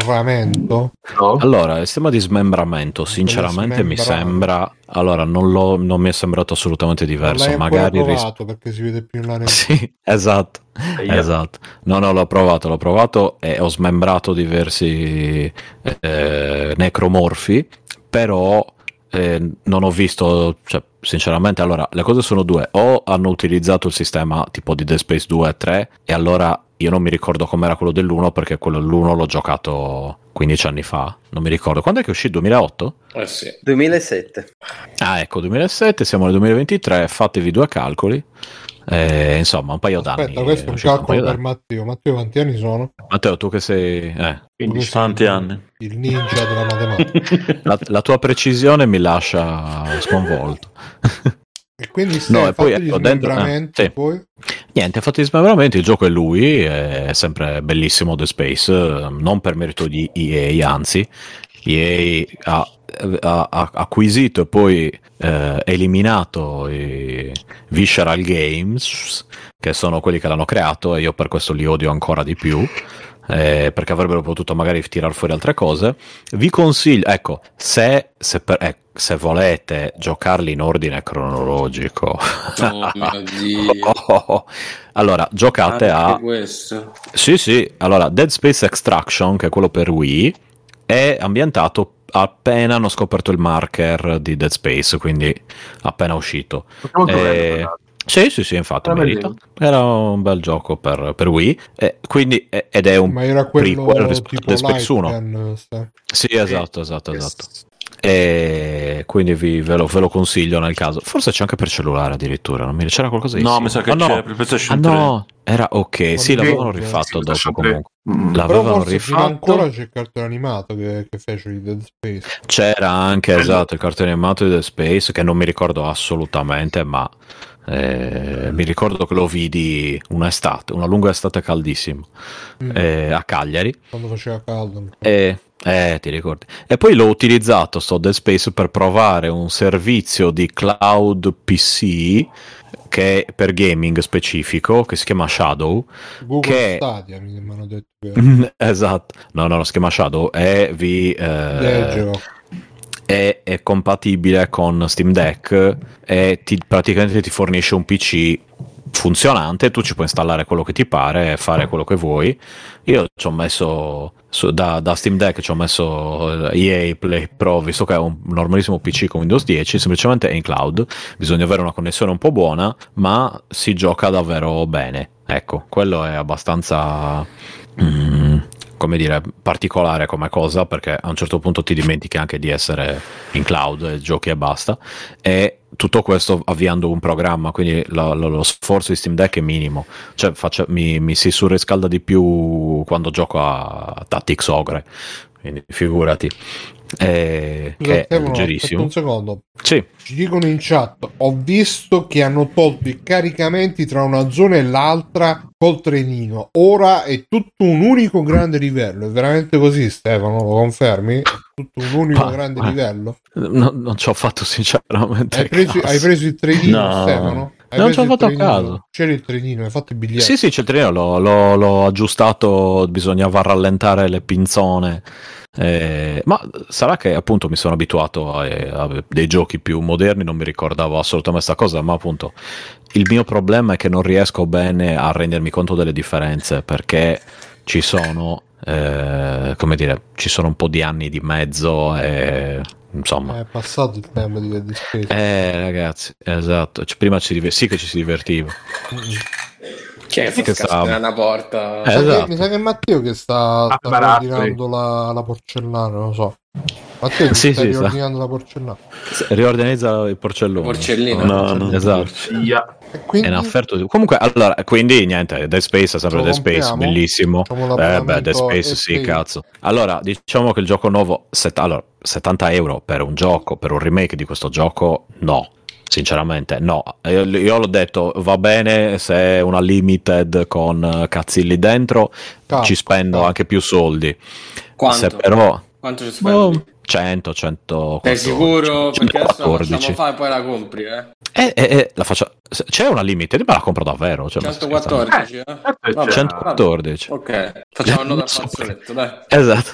[SPEAKER 1] smembramento?
[SPEAKER 3] No?
[SPEAKER 2] Allora, il sistema di smembramento, sinceramente mi
[SPEAKER 1] smembrato.
[SPEAKER 2] sembra... Allora, non, l'ho- non mi è sembrato assolutamente
[SPEAKER 1] Non l'hai
[SPEAKER 2] diverso.
[SPEAKER 1] ancora
[SPEAKER 2] Magari... ris-
[SPEAKER 1] provato perché si vede più in là nel-
[SPEAKER 2] sì, esatto,
[SPEAKER 3] Ahia.
[SPEAKER 2] esatto. No, no, l'ho provato, l'ho provato e ho smembrato diversi eh, necromorfi, però eh, non ho visto... Cioè, sinceramente, allora, le cose sono due. O hanno utilizzato il sistema tipo di Dead Space 2 e 3 e allora... Io non mi ricordo com'era quello dell'1 perché quello dell'1 l'ho giocato 15 anni fa, non mi ricordo. Quando è che uscì? 2008?
[SPEAKER 6] Eh sì.
[SPEAKER 5] 2007.
[SPEAKER 2] Ah, ecco, 2007, siamo nel 2023, fatevi due calcoli. Eh, insomma, un paio d'anni.
[SPEAKER 1] Aspetta, questo è
[SPEAKER 2] eh,
[SPEAKER 1] un
[SPEAKER 2] uscito un
[SPEAKER 1] calcolo
[SPEAKER 2] paio
[SPEAKER 1] per
[SPEAKER 2] d'anni.
[SPEAKER 1] Matteo. Matteo, quanti anni sono?
[SPEAKER 2] Matteo, tu che sei eh,
[SPEAKER 1] Quindi
[SPEAKER 7] Tanti anni.
[SPEAKER 1] Il ninja della matematica.
[SPEAKER 2] la, la tua precisione mi lascia sconvolto.
[SPEAKER 1] E quindi se
[SPEAKER 2] No,
[SPEAKER 1] hai
[SPEAKER 2] e poi,
[SPEAKER 1] fatto gli
[SPEAKER 2] ecco, dentro-
[SPEAKER 1] smembramenti,
[SPEAKER 2] eh, sì.
[SPEAKER 1] poi
[SPEAKER 2] Niente, ha fatto gli smembramenti, il gioco è lui, è sempre bellissimo The Space, eh, non per merito di EA, anzi, EA ha, ha- ha acquisito e poi eh, eliminato i Visceral Games, che sono quelli che l'hanno creato e io per questo li odio ancora di più. eh, perché avrebbero potuto magari tirar fuori altre cose vi consiglio ecco se, se per- eh, se volete giocarli in ordine cronologico
[SPEAKER 6] Oh mio dio.
[SPEAKER 2] allora, giocate
[SPEAKER 7] ah.
[SPEAKER 3] Ah,
[SPEAKER 6] Anche
[SPEAKER 2] a.
[SPEAKER 6] questo.
[SPEAKER 2] Sì, sì. Allora, Dead Space Extraction, che è quello per Wii, è ambientato appena hanno scoperto il marker di Dead Space, quindi appena uscito.
[SPEAKER 3] Molto
[SPEAKER 2] Eh,
[SPEAKER 3] bello, tra l'altro.
[SPEAKER 2] Sì, sì, sì, infatti,
[SPEAKER 3] Era
[SPEAKER 2] merita.
[SPEAKER 3] bellino.
[SPEAKER 2] Era un bel gioco per, per Wii, e quindi, e- ed è un
[SPEAKER 1] ma era quello
[SPEAKER 2] prequel rispetto a
[SPEAKER 1] tipo
[SPEAKER 2] Dead Space 1.
[SPEAKER 1] Lightgun, sta-
[SPEAKER 2] Sì, esatto, esatto, esatto. E quindi vi- ve, lo, ve lo consiglio nel caso. Forse c'è anche per cellulare addirittura. Non mi c'era qualcosa di
[SPEAKER 7] No,
[SPEAKER 2] simile.
[SPEAKER 7] mi sa che
[SPEAKER 2] Ah,
[SPEAKER 7] c'è
[SPEAKER 2] no.
[SPEAKER 7] per PlayStation
[SPEAKER 2] Ah
[SPEAKER 7] 3.
[SPEAKER 2] no, era ok. Sì,
[SPEAKER 1] Quando
[SPEAKER 2] l'avevano
[SPEAKER 1] gioco,
[SPEAKER 3] Sì,
[SPEAKER 2] rifatto dopo
[SPEAKER 3] PlayStation
[SPEAKER 2] comunque.
[SPEAKER 3] 3. Mm.
[SPEAKER 1] Però
[SPEAKER 2] L'avevano
[SPEAKER 1] forse prima ancora
[SPEAKER 2] rifatto.
[SPEAKER 1] c'è il cartone animato che, che fece di Dead Space.
[SPEAKER 2] C'era
[SPEAKER 1] Eh,
[SPEAKER 2] anche
[SPEAKER 3] Bello.
[SPEAKER 2] esatto il cartone animato di The Space che non mi ricordo assolutamente, ma eh, mi ricordo che lo vidi un'estate, una lunga estate caldissima
[SPEAKER 1] Mm,
[SPEAKER 2] eh, a Cagliari.
[SPEAKER 1] Quando faceva caldo.
[SPEAKER 2] E, eh, ti ricordi. E poi l'ho utilizzato, sto Dead Space, per provare un servizio di cloud PC che è per gaming specifico, che si chiama Shadow.
[SPEAKER 1] Google
[SPEAKER 2] Che-
[SPEAKER 1] Stadia mi mi hanno detto che
[SPEAKER 2] esatto. No, no, no, si chiama Shadow e vi... eh,
[SPEAKER 1] leggero.
[SPEAKER 2] è, è compatibile con Steam Deck e ti- praticamente ti fornisce un PC funzionante, tu ci puoi installare quello che ti pare, fare quello che vuoi. Io ci ho messo su- da, da Steam Deck ci ho messo eh, EA Play Pro, visto che è un normalissimo PC con Windows 10, semplicemente è in cloud, bisogna avere una connessione un po' buona, ma si gioca davvero bene. Ecco, quello è abbastanza mm, come dire, particolare come cosa, perché a un certo punto ti dimentichi anche di essere in cloud, e giochi e basta. E tutto questo avviando un programma, quindi lo, lo- lo sforzo di Steam Deck è minimo. Cioè, faccio- mi, mi si surriscalda di più quando gioco a Tactics Ogre. Quindi figurati. Eh,
[SPEAKER 1] Scusa,
[SPEAKER 2] che
[SPEAKER 1] Stefano,
[SPEAKER 2] è
[SPEAKER 1] aspetta
[SPEAKER 2] leggerissimo.
[SPEAKER 1] un secondo.
[SPEAKER 2] Sì,
[SPEAKER 1] Ci dicono in chat, ho visto che hanno tolto i caricamenti tra una zona e l'altra col trenino. Ora è tutto un unico grande livello. È veramente così, Stefano? Lo confermi? È tutto un unico
[SPEAKER 2] Ma-
[SPEAKER 1] grande
[SPEAKER 2] ma-
[SPEAKER 1] livello.
[SPEAKER 2] no- non ci ho fatto sinceramente.
[SPEAKER 1] Hai preso,
[SPEAKER 2] caso.
[SPEAKER 1] hai preso il trenino,
[SPEAKER 7] No.
[SPEAKER 1] Stefano? Hai
[SPEAKER 2] Non ci
[SPEAKER 1] preso
[SPEAKER 2] ho
[SPEAKER 1] il
[SPEAKER 2] fatto
[SPEAKER 1] trenino?
[SPEAKER 2] caso.
[SPEAKER 1] C'era il trenino, hai fatto il biglietto.
[SPEAKER 2] Sì, sì, c'è il treno, l'ho, l'ho- l'ho aggiustato, bisognava rallentare le pinzone. eh, ma sarà che appunto mi sono abituato a, eh, a dei giochi più moderni, non mi ricordavo assolutamente questa cosa, ma appunto il mio problema è che non riesco bene a rendermi conto delle differenze perché ci sono eh, come dire, ci sono un po' di anni di mezzo e insomma...
[SPEAKER 1] È passato il tempo di Dead Space.
[SPEAKER 2] Eh ragazzi, esatto, Cioè, prima ci diver- sì che ci si divertiva. Eh,
[SPEAKER 6] Chi è
[SPEAKER 2] Sì che
[SPEAKER 6] che
[SPEAKER 2] stava-
[SPEAKER 6] scattare una porta?
[SPEAKER 1] Mi sa
[SPEAKER 2] Eh,
[SPEAKER 1] che-
[SPEAKER 2] esatto.
[SPEAKER 1] Mi sa che è Matteo che sta, sta
[SPEAKER 3] Apparati.
[SPEAKER 1] riordinando la, la porcellana, non lo so. Matteo che
[SPEAKER 2] Sì,
[SPEAKER 1] sta
[SPEAKER 2] sì, sta.
[SPEAKER 1] riordinando la porcellana.
[SPEAKER 2] Riorganizza il porcellone.
[SPEAKER 6] Porcellino.
[SPEAKER 7] No, no.
[SPEAKER 2] Esatto.
[SPEAKER 3] Via.
[SPEAKER 1] E
[SPEAKER 2] È
[SPEAKER 1] quindi
[SPEAKER 2] una offerta di- Comunque, allora, quindi niente, Dead Space è sempre
[SPEAKER 1] Lo
[SPEAKER 2] Dead Space,
[SPEAKER 1] compriamo?
[SPEAKER 2] bellissimo.
[SPEAKER 1] Facciamo
[SPEAKER 2] Eh beh,
[SPEAKER 1] l'abbonamento
[SPEAKER 2] Dead Space, sì,
[SPEAKER 1] SP.
[SPEAKER 2] cazzo. Allora, diciamo che il gioco nuovo, set- allora, 70 euro per un gioco, per un remake di questo gioco, no. Sinceramente, no. Io, io l'ho detto, va bene se è una limited con eh, cazzilli dentro,
[SPEAKER 1] Cazzo,
[SPEAKER 2] ci spendo
[SPEAKER 1] cazzo.
[SPEAKER 2] anche più soldi. Se
[SPEAKER 6] Quanto?
[SPEAKER 2] però...
[SPEAKER 6] Quanto ci spendi?
[SPEAKER 2] boh, 100, 100...
[SPEAKER 6] Sei sicuro? Perché adesso la
[SPEAKER 2] 114.
[SPEAKER 6] facciamo fare e poi la compri, eh?
[SPEAKER 2] Eh, eh, eh, la faccio... se- C'è una limited, ma la compro davvero. Cioè, ma sto scherzando.
[SPEAKER 6] 114, eh?
[SPEAKER 3] Eh,
[SPEAKER 6] Vabbè,
[SPEAKER 3] cioè,
[SPEAKER 2] 114.
[SPEAKER 6] Ok, facciamo un nodo
[SPEAKER 2] Non
[SPEAKER 6] al
[SPEAKER 2] so
[SPEAKER 6] fazzoletto, dai.
[SPEAKER 2] Esatto.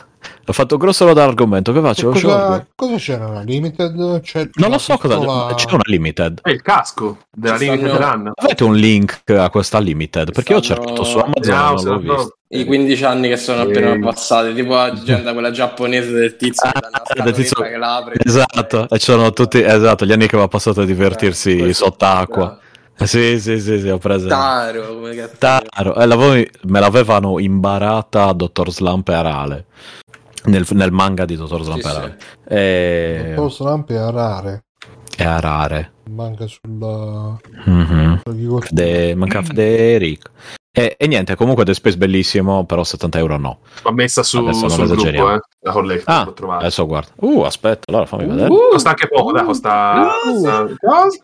[SPEAKER 2] Ho fatto grosso lodo all'argomento. Che faccio? Lo sciolgo?
[SPEAKER 1] cosa, cosa c'era? La limited? C'è- la
[SPEAKER 2] Non lo so cosa.
[SPEAKER 1] piccola-
[SPEAKER 2] C'è una limited.
[SPEAKER 3] Eh, il casco della
[SPEAKER 6] Ci
[SPEAKER 3] linea
[SPEAKER 6] stanno-
[SPEAKER 3] stanno... Ah, Run.
[SPEAKER 2] Avete un link a questa limited? Perché io ho
[SPEAKER 6] Stanno-
[SPEAKER 2] cercato su
[SPEAKER 3] Ciao,
[SPEAKER 2] Amazon e
[SPEAKER 3] sono
[SPEAKER 2] non l'ho visto.
[SPEAKER 6] I 15 anni che sono appena passati, tipo la gente quella giapponese del tizio, che dà una
[SPEAKER 2] Ah, del tizio-
[SPEAKER 6] scatoletta che l'apre.
[SPEAKER 2] Esatto, e ci sono tutti. Esatto, gli anni che va passato a divertirsi
[SPEAKER 6] Eh, questo-
[SPEAKER 2] sott'acqua. Sì, sì, sì, sì, ho preso.
[SPEAKER 6] Taro, come cazzo.
[SPEAKER 2] Taro. Eh, l'avevo- me l'avevano imbarata Dottor Slump e Arale. Nel, nel manga di Dottor Slump e
[SPEAKER 6] sì.
[SPEAKER 2] Arale. E...
[SPEAKER 1] Dottor Slump è rare.
[SPEAKER 2] e Arare.
[SPEAKER 1] Manca eh, sulla...
[SPEAKER 2] Mhm.
[SPEAKER 1] sulla gigol-
[SPEAKER 2] De, manca
[SPEAKER 1] Mm.
[SPEAKER 2] Federico. E, e niente, comunque The Space bellissimo, però 70 euro no.
[SPEAKER 3] L'ho messa su,
[SPEAKER 2] Adesso non
[SPEAKER 3] sul
[SPEAKER 2] esageriamo.
[SPEAKER 3] gruppo, eh. La colletta,
[SPEAKER 2] Ah,
[SPEAKER 3] l'ho trovata. Uh,
[SPEAKER 2] adesso guarda. Uh, aspetta, allora fammi vedere.
[SPEAKER 3] costa anche poco, dai, costa... costa-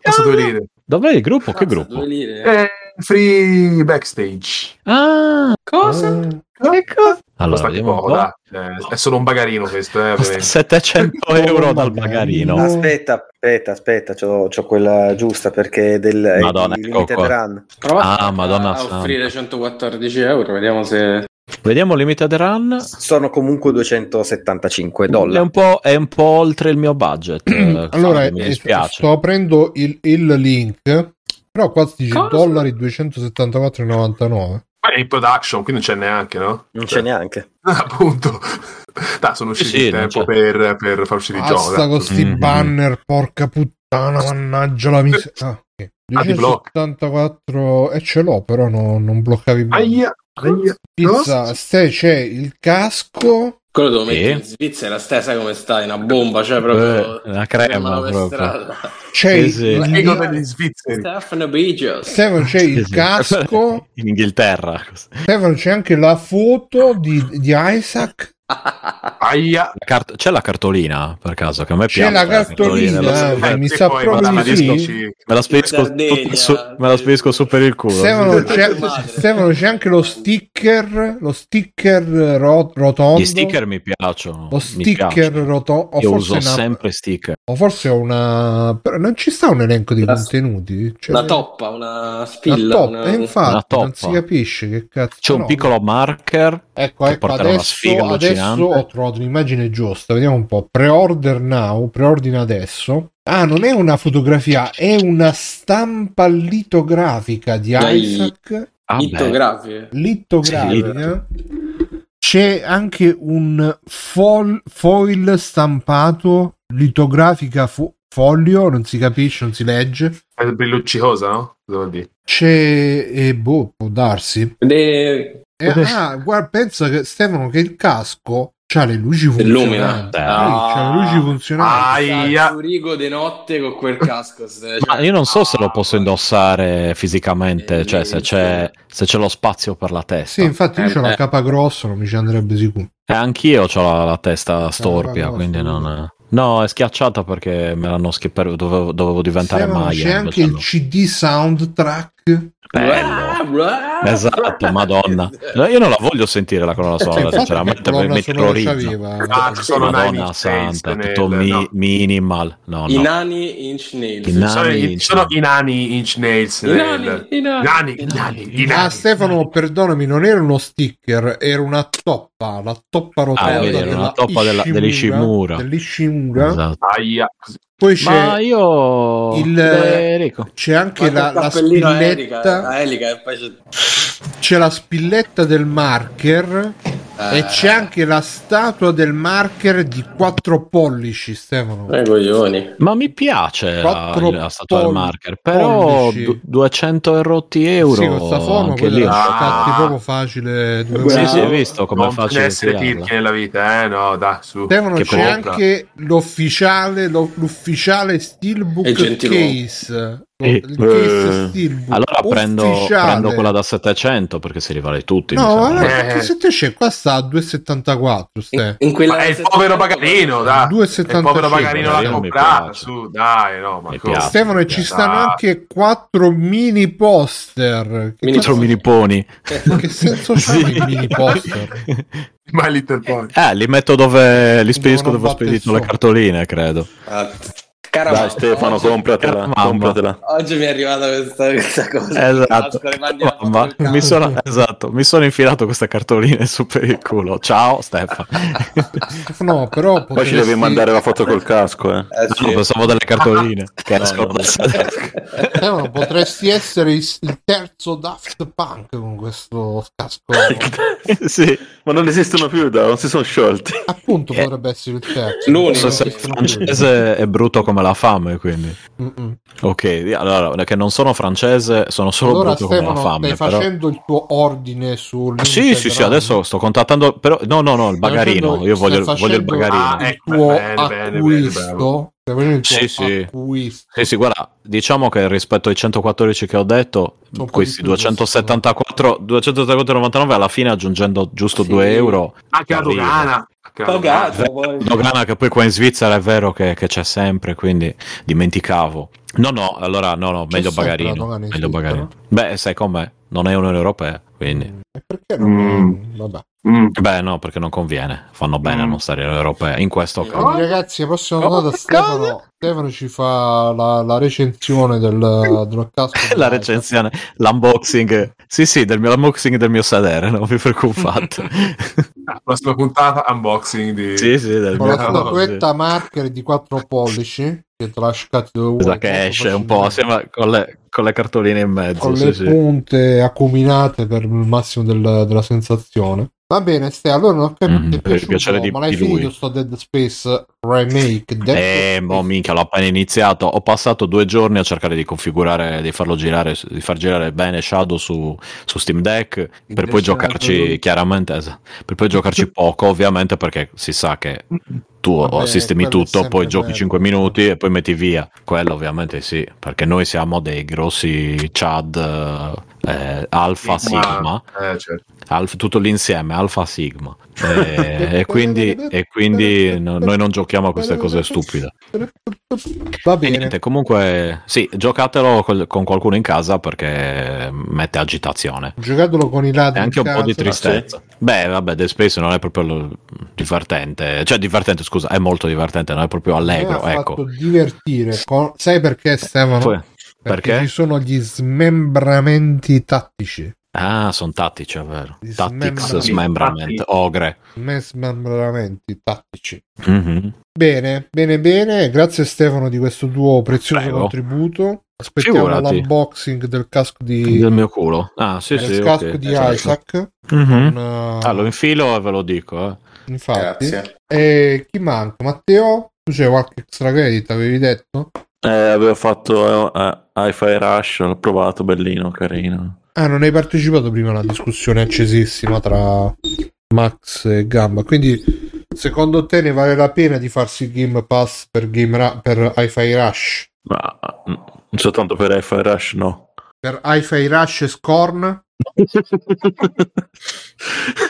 [SPEAKER 3] Costa due lire.
[SPEAKER 2] Dov'è il gruppo? Che
[SPEAKER 6] Cazzo,
[SPEAKER 2] gruppo?
[SPEAKER 6] due lire.
[SPEAKER 3] Eh, free backstage.
[SPEAKER 2] Ah,
[SPEAKER 6] Cosa?
[SPEAKER 1] Eh,
[SPEAKER 2] allora
[SPEAKER 3] costa anche
[SPEAKER 2] vediamo un
[SPEAKER 3] poco,
[SPEAKER 2] po'.
[SPEAKER 3] dai. Eh, è solo un bagarino questo, eh,
[SPEAKER 2] Costa
[SPEAKER 3] ovviamente.
[SPEAKER 2] 700 euro dal
[SPEAKER 1] Magari.
[SPEAKER 2] bagarino.
[SPEAKER 5] Aspetta, aspetta, aspetta, c'ho, c'ho quella giusta perché è del è
[SPEAKER 2] Madonna,
[SPEAKER 5] di
[SPEAKER 2] ecco
[SPEAKER 5] Limited
[SPEAKER 2] qua.
[SPEAKER 5] Run.
[SPEAKER 6] Prova
[SPEAKER 2] Ah,
[SPEAKER 6] a-
[SPEAKER 2] Madonna
[SPEAKER 6] a
[SPEAKER 2] santa.
[SPEAKER 6] offrire 114 euro, vediamo se...
[SPEAKER 2] Vediamo Limited Run.
[SPEAKER 5] Sono comunque 275
[SPEAKER 2] È
[SPEAKER 5] dollari.
[SPEAKER 2] un, po', è un po' oltre il mio budget. eh,
[SPEAKER 1] Allora,
[SPEAKER 2] mi
[SPEAKER 1] eh,
[SPEAKER 2] dispiace.
[SPEAKER 1] sto aprendo il, il link, però qua si dice
[SPEAKER 6] Cosa?
[SPEAKER 1] dollari 274,99.
[SPEAKER 3] Ma è in production, quindi non c'è neanche, no? Cioè,
[SPEAKER 5] Non c'è neanche.
[SPEAKER 3] Appunto. Dai, sono
[SPEAKER 2] Sì,
[SPEAKER 3] usciti
[SPEAKER 2] sì,
[SPEAKER 3] in
[SPEAKER 2] non c'è.
[SPEAKER 3] tempo per, per far uscire il gioco.
[SPEAKER 1] Basta
[SPEAKER 3] dai.
[SPEAKER 1] con sti
[SPEAKER 2] Mhm.
[SPEAKER 1] banner, porca puttana, mannaggia la miseria. Ah, ok.
[SPEAKER 3] Ah, ti blocca.
[SPEAKER 1] 274 e ce l'ho, però no- non bloccavi più.
[SPEAKER 3] Aia, aia.
[SPEAKER 1] Pizza, se c'è il casco,
[SPEAKER 6] Quello devo
[SPEAKER 2] Sì.
[SPEAKER 6] mettere in Svizzera, stai, sai come stai, una bomba, cioè proprio...
[SPEAKER 2] Eh, la crema
[SPEAKER 6] fermano per
[SPEAKER 2] proprio.
[SPEAKER 6] strada.
[SPEAKER 1] c'è
[SPEAKER 2] Sì,
[SPEAKER 1] il,
[SPEAKER 2] sì.
[SPEAKER 1] la-
[SPEAKER 3] Ego
[SPEAKER 1] la-
[SPEAKER 3] degli svizzeri.
[SPEAKER 6] Stefano Bigios.
[SPEAKER 1] Stefano c'è il
[SPEAKER 2] Sì, sì.
[SPEAKER 1] casco,
[SPEAKER 2] in Inghilterra. La
[SPEAKER 1] Stefano c'è anche la foto di, di Isaac,
[SPEAKER 3] Aia.
[SPEAKER 2] cart- c'è la cartolina per caso che a me
[SPEAKER 1] C'è
[SPEAKER 2] piace. eh,
[SPEAKER 1] la
[SPEAKER 2] la
[SPEAKER 1] cartolina,
[SPEAKER 2] cartolina.
[SPEAKER 1] eh, mi
[SPEAKER 3] se
[SPEAKER 1] sa
[SPEAKER 3] poi
[SPEAKER 1] proprio
[SPEAKER 3] guarda,
[SPEAKER 2] di
[SPEAKER 3] mi
[SPEAKER 2] sì.
[SPEAKER 3] dici-
[SPEAKER 2] Me la spedisco
[SPEAKER 6] Sardegna.
[SPEAKER 2] tutta su, me la spedisco su per il culo.
[SPEAKER 1] Stefano c'è,
[SPEAKER 6] Madre.
[SPEAKER 1] Stefano c'è anche lo sticker, lo sticker ro- rotondo.
[SPEAKER 2] Gli sticker mi piacciono.
[SPEAKER 1] Lo
[SPEAKER 2] mi
[SPEAKER 1] sticker
[SPEAKER 2] piacciono.
[SPEAKER 1] rotondo. O
[SPEAKER 2] Io
[SPEAKER 1] forse,
[SPEAKER 2] uso
[SPEAKER 1] una-
[SPEAKER 2] sempre sticker.
[SPEAKER 1] o forse ho una... però Non ci sta un elenco di
[SPEAKER 6] La-
[SPEAKER 1] contenuti. Cioè,
[SPEAKER 6] Una toppa, una
[SPEAKER 1] la
[SPEAKER 6] spilla.
[SPEAKER 1] top-
[SPEAKER 6] una-
[SPEAKER 1] e infatti
[SPEAKER 2] Una toppa.
[SPEAKER 1] non si capisce che cazzo.
[SPEAKER 2] C'è un
[SPEAKER 1] no.
[SPEAKER 2] piccolo marker.
[SPEAKER 1] Ecco,
[SPEAKER 2] che
[SPEAKER 1] ecco
[SPEAKER 2] porterà una sfiga
[SPEAKER 1] adesso, adesso
[SPEAKER 2] allucinante.
[SPEAKER 1] ho trovato l'immagine giusta. Vediamo un po'. Pre-order now, preordina adesso. Ah, non è una fotografia, è una stampa litografica di
[SPEAKER 6] Dai.
[SPEAKER 1] Isaac.
[SPEAKER 2] Ah, beh,
[SPEAKER 6] Littografiche.
[SPEAKER 1] littografica c'è anche un fol- foil stampato litografica fo- foglio non si capisce non si legge
[SPEAKER 3] È brilluccicosa, no? Cosa vuol dire?
[SPEAKER 1] c'è e boh può darsi
[SPEAKER 6] De...
[SPEAKER 1] e, ah guarda pensa che Stefano che il casco c'ha le luci
[SPEAKER 6] Illumina.
[SPEAKER 2] eh.
[SPEAKER 1] funzionanti
[SPEAKER 6] Ah.
[SPEAKER 1] Sì, c'ha le luci funzionanti
[SPEAKER 3] Aia.
[SPEAKER 6] Zurigo Ah, de notte con quel casco. se-
[SPEAKER 2] Ma io non so se lo posso
[SPEAKER 6] Ah,
[SPEAKER 2] indossare fisicamente, cioè se c'è,
[SPEAKER 6] Bellissimo.
[SPEAKER 2] se c'è lo spazio per la testa.
[SPEAKER 1] sì infatti io
[SPEAKER 6] Eh,
[SPEAKER 1] c'ho la
[SPEAKER 6] eh.
[SPEAKER 1] capa grossa non mi ci andrebbe sicuro
[SPEAKER 2] E Eh, anch'io ho la, la testa
[SPEAKER 1] Ah,
[SPEAKER 2] storpia,
[SPEAKER 1] no,
[SPEAKER 2] quindi
[SPEAKER 1] scusa.
[SPEAKER 2] non. eh. No, è schiacciata perché me l'hanno schipper- dovevo, dovevo diventare
[SPEAKER 1] Stefano,
[SPEAKER 2] maglia.
[SPEAKER 1] c'è anche
[SPEAKER 2] invece
[SPEAKER 1] il
[SPEAKER 2] no.
[SPEAKER 1] cd soundtrack
[SPEAKER 2] Cioè, Bello.
[SPEAKER 6] Ah, ah,
[SPEAKER 2] Esatto, madonna. No, Io non la voglio sentire la colonna
[SPEAKER 1] Cioè,
[SPEAKER 2] sonora,
[SPEAKER 1] infatti,
[SPEAKER 2] sinceramente,
[SPEAKER 1] la
[SPEAKER 2] perché mi
[SPEAKER 1] colonna sonora
[SPEAKER 2] terrorizza.
[SPEAKER 1] c'aveva.
[SPEAKER 3] Ah, ci sono Nine
[SPEAKER 2] Madonna
[SPEAKER 3] Inch Nails
[SPEAKER 2] santa,
[SPEAKER 3] nel-
[SPEAKER 2] tutto mi-
[SPEAKER 3] no.
[SPEAKER 2] minimal. No,
[SPEAKER 6] I
[SPEAKER 2] no.
[SPEAKER 6] nani inch nails.
[SPEAKER 2] I nani.
[SPEAKER 3] Sono,
[SPEAKER 2] Nani,
[SPEAKER 3] i, sono
[SPEAKER 2] sì.
[SPEAKER 3] i nani inch nails.
[SPEAKER 6] I nani,
[SPEAKER 3] nani, i
[SPEAKER 6] i nani, i nani.
[SPEAKER 3] nani, i nani.
[SPEAKER 1] Ah Stefano, perdonami, non era uno sticker, era una toppa, la toppa rotonda
[SPEAKER 2] Ah, vedi, era
[SPEAKER 1] della
[SPEAKER 2] una toppa della-
[SPEAKER 1] Ishimura,
[SPEAKER 2] dell'Ishimura.
[SPEAKER 1] dell'Ishimura.
[SPEAKER 2] Esatto.
[SPEAKER 3] Aia. così.
[SPEAKER 1] Poi
[SPEAKER 2] Ma
[SPEAKER 1] c'è,
[SPEAKER 2] io
[SPEAKER 1] il-
[SPEAKER 2] Eh, Enrico.
[SPEAKER 1] c'è anche
[SPEAKER 6] Guarda
[SPEAKER 1] la,
[SPEAKER 6] il
[SPEAKER 1] la
[SPEAKER 6] cappellino a
[SPEAKER 2] eh,
[SPEAKER 6] eh, elica,
[SPEAKER 1] spilletta,
[SPEAKER 6] a elica e poi c'è
[SPEAKER 1] c'è la spilletta del marker
[SPEAKER 2] Eh.
[SPEAKER 1] E c'è anche la statua del marker di 4 pollici, Stefano.
[SPEAKER 6] Eh, coglioni.
[SPEAKER 2] Ma mi piace la,
[SPEAKER 1] Quattro
[SPEAKER 2] la statua del
[SPEAKER 1] pol-
[SPEAKER 2] marker, però
[SPEAKER 1] pollici.
[SPEAKER 2] du- 200 e rotti euro
[SPEAKER 1] sì, con sta forma
[SPEAKER 2] anche
[SPEAKER 1] quella
[SPEAKER 2] lì.
[SPEAKER 3] Ah.
[SPEAKER 1] scatti proprio facile. due
[SPEAKER 2] Sì,
[SPEAKER 1] euro.
[SPEAKER 2] sì, hai visto come
[SPEAKER 3] non
[SPEAKER 2] faccio
[SPEAKER 3] bisogna
[SPEAKER 2] a
[SPEAKER 3] essere
[SPEAKER 2] tirarla.
[SPEAKER 3] tirchi nella vita, eh? No, dai, su.
[SPEAKER 1] Stefano
[SPEAKER 2] Che
[SPEAKER 1] c'è
[SPEAKER 3] compra.
[SPEAKER 1] anche l'ufficiale, lo- l'ufficiale
[SPEAKER 6] E
[SPEAKER 1] Steelbook
[SPEAKER 6] Gentiluomo.
[SPEAKER 1] Case.
[SPEAKER 2] Eh,
[SPEAKER 1] il case
[SPEAKER 7] eh,
[SPEAKER 1] Steelbook
[SPEAKER 2] Allora prendo,
[SPEAKER 1] ufficiale.
[SPEAKER 2] prendo quella da 700 perché si rivale tutti. mi
[SPEAKER 1] No,
[SPEAKER 2] sembra.
[SPEAKER 1] guarda,
[SPEAKER 3] Eh.
[SPEAKER 1] perché se te c'è qua sta a 2,74.
[SPEAKER 6] In,
[SPEAKER 1] Ste.
[SPEAKER 6] in quella
[SPEAKER 3] Ma è il povero Pagarino, dai. È
[SPEAKER 1] 2,75.
[SPEAKER 3] il eh, povero Pagarino l'ha
[SPEAKER 2] Pagarino Eh, mi
[SPEAKER 3] comprata,
[SPEAKER 2] piace.
[SPEAKER 3] su, dai, no, ma
[SPEAKER 2] Mi
[SPEAKER 3] cosa-
[SPEAKER 2] piace.
[SPEAKER 1] Stefano, e ci
[SPEAKER 3] Dai.
[SPEAKER 1] stanno anche quattro mini poster. Che
[SPEAKER 6] Mini-
[SPEAKER 1] cazzo-
[SPEAKER 2] Quattro mini pony.
[SPEAKER 1] Che senso c'ha
[SPEAKER 2] Sì.
[SPEAKER 1] i mini poster?
[SPEAKER 3] My Little Pony.
[SPEAKER 2] Eh, li metto dove li spedisco
[SPEAKER 1] non
[SPEAKER 2] dove ho
[SPEAKER 1] batte il
[SPEAKER 2] spedito le
[SPEAKER 1] suono.
[SPEAKER 2] cartoline, credo.
[SPEAKER 6] Ah, cara
[SPEAKER 7] Dai
[SPEAKER 6] mamma,
[SPEAKER 7] Stefano,
[SPEAKER 6] oggi,
[SPEAKER 7] compratela,
[SPEAKER 2] Mamma.
[SPEAKER 7] compratela.
[SPEAKER 6] oggi mi è arrivata questa, questa cosa.
[SPEAKER 2] Esatto.
[SPEAKER 6] Vasco, le mandi la foto
[SPEAKER 2] Mamma,
[SPEAKER 6] del cazzo.
[SPEAKER 2] mi sono, esatto, mi sono infilato queste cartoline su per il culo. Ciao Stefano.
[SPEAKER 1] No, però
[SPEAKER 7] Poi ci
[SPEAKER 1] potresti-
[SPEAKER 7] devi mandare la foto col casco, eh.
[SPEAKER 6] Eh, sì.
[SPEAKER 2] No, pensavo delle cartoline che escono
[SPEAKER 7] no.
[SPEAKER 2] dal sedere.
[SPEAKER 1] Stefano, potresti essere il il terzo Daft Punk con questo casco.
[SPEAKER 2] sì.
[SPEAKER 7] Ma non esistono più, da, non si sono sciolti.
[SPEAKER 1] Appunto, potrebbe essere il terzo.
[SPEAKER 6] L'unico.
[SPEAKER 2] So se il Eh, francese è brutto come la fame, quindi.
[SPEAKER 1] Mm-mm.
[SPEAKER 2] Ok, allora, che non sono francese, sono solo
[SPEAKER 1] Allora,
[SPEAKER 2] brutto come la
[SPEAKER 1] Stefano,
[SPEAKER 2] fame.
[SPEAKER 1] stai
[SPEAKER 2] Però... Ah,
[SPEAKER 1] facendo il tuo ordine sul.
[SPEAKER 2] Sì, sì, sì, adesso sto contattando, però no, no, no, il bagarino, io voglio, voglio il bagarino.
[SPEAKER 3] Ah,
[SPEAKER 1] il
[SPEAKER 3] ecco,
[SPEAKER 1] tuo
[SPEAKER 3] bene, bene, bene,
[SPEAKER 1] acquisto. Stai facendo il tuo
[SPEAKER 2] Sì, sì.
[SPEAKER 1] acquisto.
[SPEAKER 2] Sì, sì, guarda, diciamo che rispetto ai 114 che ho detto,
[SPEAKER 1] Sono un po'
[SPEAKER 2] questi
[SPEAKER 1] di più,
[SPEAKER 2] 274, 274,99 alla fine aggiungendo giusto
[SPEAKER 6] Sì.
[SPEAKER 2] 2 euro.
[SPEAKER 3] Anche la
[SPEAKER 2] Arriva.
[SPEAKER 3] dogana. Anche la dogana.
[SPEAKER 6] Pagato, poi.
[SPEAKER 2] Dogana che poi qua in Svizzera è vero che, che c'è sempre, quindi dimenticavo. No, no, allora no, no,
[SPEAKER 1] C'è
[SPEAKER 2] meglio
[SPEAKER 1] sempre la
[SPEAKER 2] Bagarino.
[SPEAKER 1] dogana in
[SPEAKER 2] Meglio
[SPEAKER 1] Svizzera?
[SPEAKER 2] Bagarino. Beh, sai com'è? Non è Unione Europea, quindi...
[SPEAKER 1] E perché non. Vabbè.
[SPEAKER 3] Mm.
[SPEAKER 2] Beh, no, perché non conviene. Fanno bene a non stare in Unione Europea, in questo caso.
[SPEAKER 1] Quindi, ragazzi, la
[SPEAKER 2] Oh,
[SPEAKER 1] prossima nota Stefano, Stefano ci fa la, la recensione del, del casco.
[SPEAKER 2] la recensione, l'unboxing, sì sì, del mio, l'unboxing del mio sedere, non vi preoccupate.
[SPEAKER 3] Ah, prossima puntata, unboxing di...
[SPEAKER 2] sì sì, del
[SPEAKER 1] con
[SPEAKER 2] mio
[SPEAKER 1] la
[SPEAKER 3] No,
[SPEAKER 1] statuetta marker di 4 pollici che te la scatti dove vuoi,
[SPEAKER 2] Cosa che
[SPEAKER 1] molto
[SPEAKER 2] esce un
[SPEAKER 1] facilmente,
[SPEAKER 2] po', sembra con le, con le cartoline in mezzo.
[SPEAKER 1] con
[SPEAKER 2] Sì,
[SPEAKER 1] le
[SPEAKER 2] sì.
[SPEAKER 1] punte accuminate per il massimo del- della sensazione va bene Ste allora non ho capito
[SPEAKER 2] Mhm,
[SPEAKER 1] ti è
[SPEAKER 2] per il
[SPEAKER 1] piaciuto,
[SPEAKER 2] piacere di-
[SPEAKER 1] ma l'hai
[SPEAKER 2] di lui.
[SPEAKER 1] finito sto Dead Space remake Dead
[SPEAKER 2] Eh, mo minchia, l'ho appena iniziato. Ho passato due giorni a cercare di configurare, di farlo girare, di far girare bene Shadow su, su Steam Deck. Per poi giocarci chiaramente, es- per poi giocarcarci poco, ovviamente, perché si sa che tu
[SPEAKER 1] Vabbè,
[SPEAKER 2] sistemi
[SPEAKER 1] quello è
[SPEAKER 2] tutto, poi
[SPEAKER 1] sempre
[SPEAKER 2] giochi
[SPEAKER 1] bello.
[SPEAKER 2] 5 minuti e poi metti via. Quello ovviamente sì, perché noi siamo dei grossi Chad eh, Alfa Sigma,
[SPEAKER 3] Eh, certo.
[SPEAKER 2] Alf- tutto l'insieme Alfa Sigma. Eh, e quindi, e quindi no- noi non giochiamo a queste cose stupide.
[SPEAKER 1] va
[SPEAKER 2] E
[SPEAKER 1] bene
[SPEAKER 2] niente, comunque sì, giocatelo col- con qualcuno in casa perché mette agitazione.
[SPEAKER 1] giocatelo con i lati
[SPEAKER 2] E anche
[SPEAKER 1] in
[SPEAKER 2] un po' di
[SPEAKER 1] casa.
[SPEAKER 2] tristezza. Beh, vabbè, Dead Space non è proprio lo- divertente. Cioè, divertente, scusa, è molto divertente, non è proprio allegro,
[SPEAKER 1] Mi Eh, ha
[SPEAKER 2] ecco.
[SPEAKER 1] fatto divertire con- sai perché Stefano?
[SPEAKER 2] Poi-
[SPEAKER 1] perché?
[SPEAKER 2] perché?
[SPEAKER 1] ci sono gli smembramenti tattici
[SPEAKER 2] Ah, sono tattici, è vero.
[SPEAKER 1] Gli
[SPEAKER 2] Tactics,
[SPEAKER 1] smembramenti.
[SPEAKER 2] smembramento, ogre.
[SPEAKER 1] smembramenti tattici
[SPEAKER 2] Mhm.
[SPEAKER 1] Bene, bene, bene, grazie Stefano di questo tuo prezioso
[SPEAKER 2] Prego.
[SPEAKER 1] contributo. Aspettiamo
[SPEAKER 2] Figurati.
[SPEAKER 1] l'unboxing del casco di,
[SPEAKER 2] Del mio culo. Ah, sì,
[SPEAKER 1] del
[SPEAKER 2] sì. ok.
[SPEAKER 1] Eh, casco di
[SPEAKER 2] Certo.
[SPEAKER 1] Isaac.
[SPEAKER 2] Mhm.
[SPEAKER 1] Un,
[SPEAKER 2] Ah, lo infilo e ve lo dico. eh.
[SPEAKER 1] infatti.
[SPEAKER 6] Grazie.
[SPEAKER 1] E chi manca? Matteo? Tu c'è qualche extra credit, avevi detto?
[SPEAKER 7] Eh, avevo fatto eh, eh, Hi-Fi Rush, l'ho provato, bellino, carino.
[SPEAKER 1] Ah, non hai partecipato prima alla discussione accesissima tra Max e Gamba. Quindi, secondo te ne vale la pena di farsi il Game Pass per, game Ra- per Hi-Fi Rush?
[SPEAKER 7] Ma mm, soltanto per Hi-Fi Rush no.
[SPEAKER 1] Per Hi-Fi Rush e Scorn?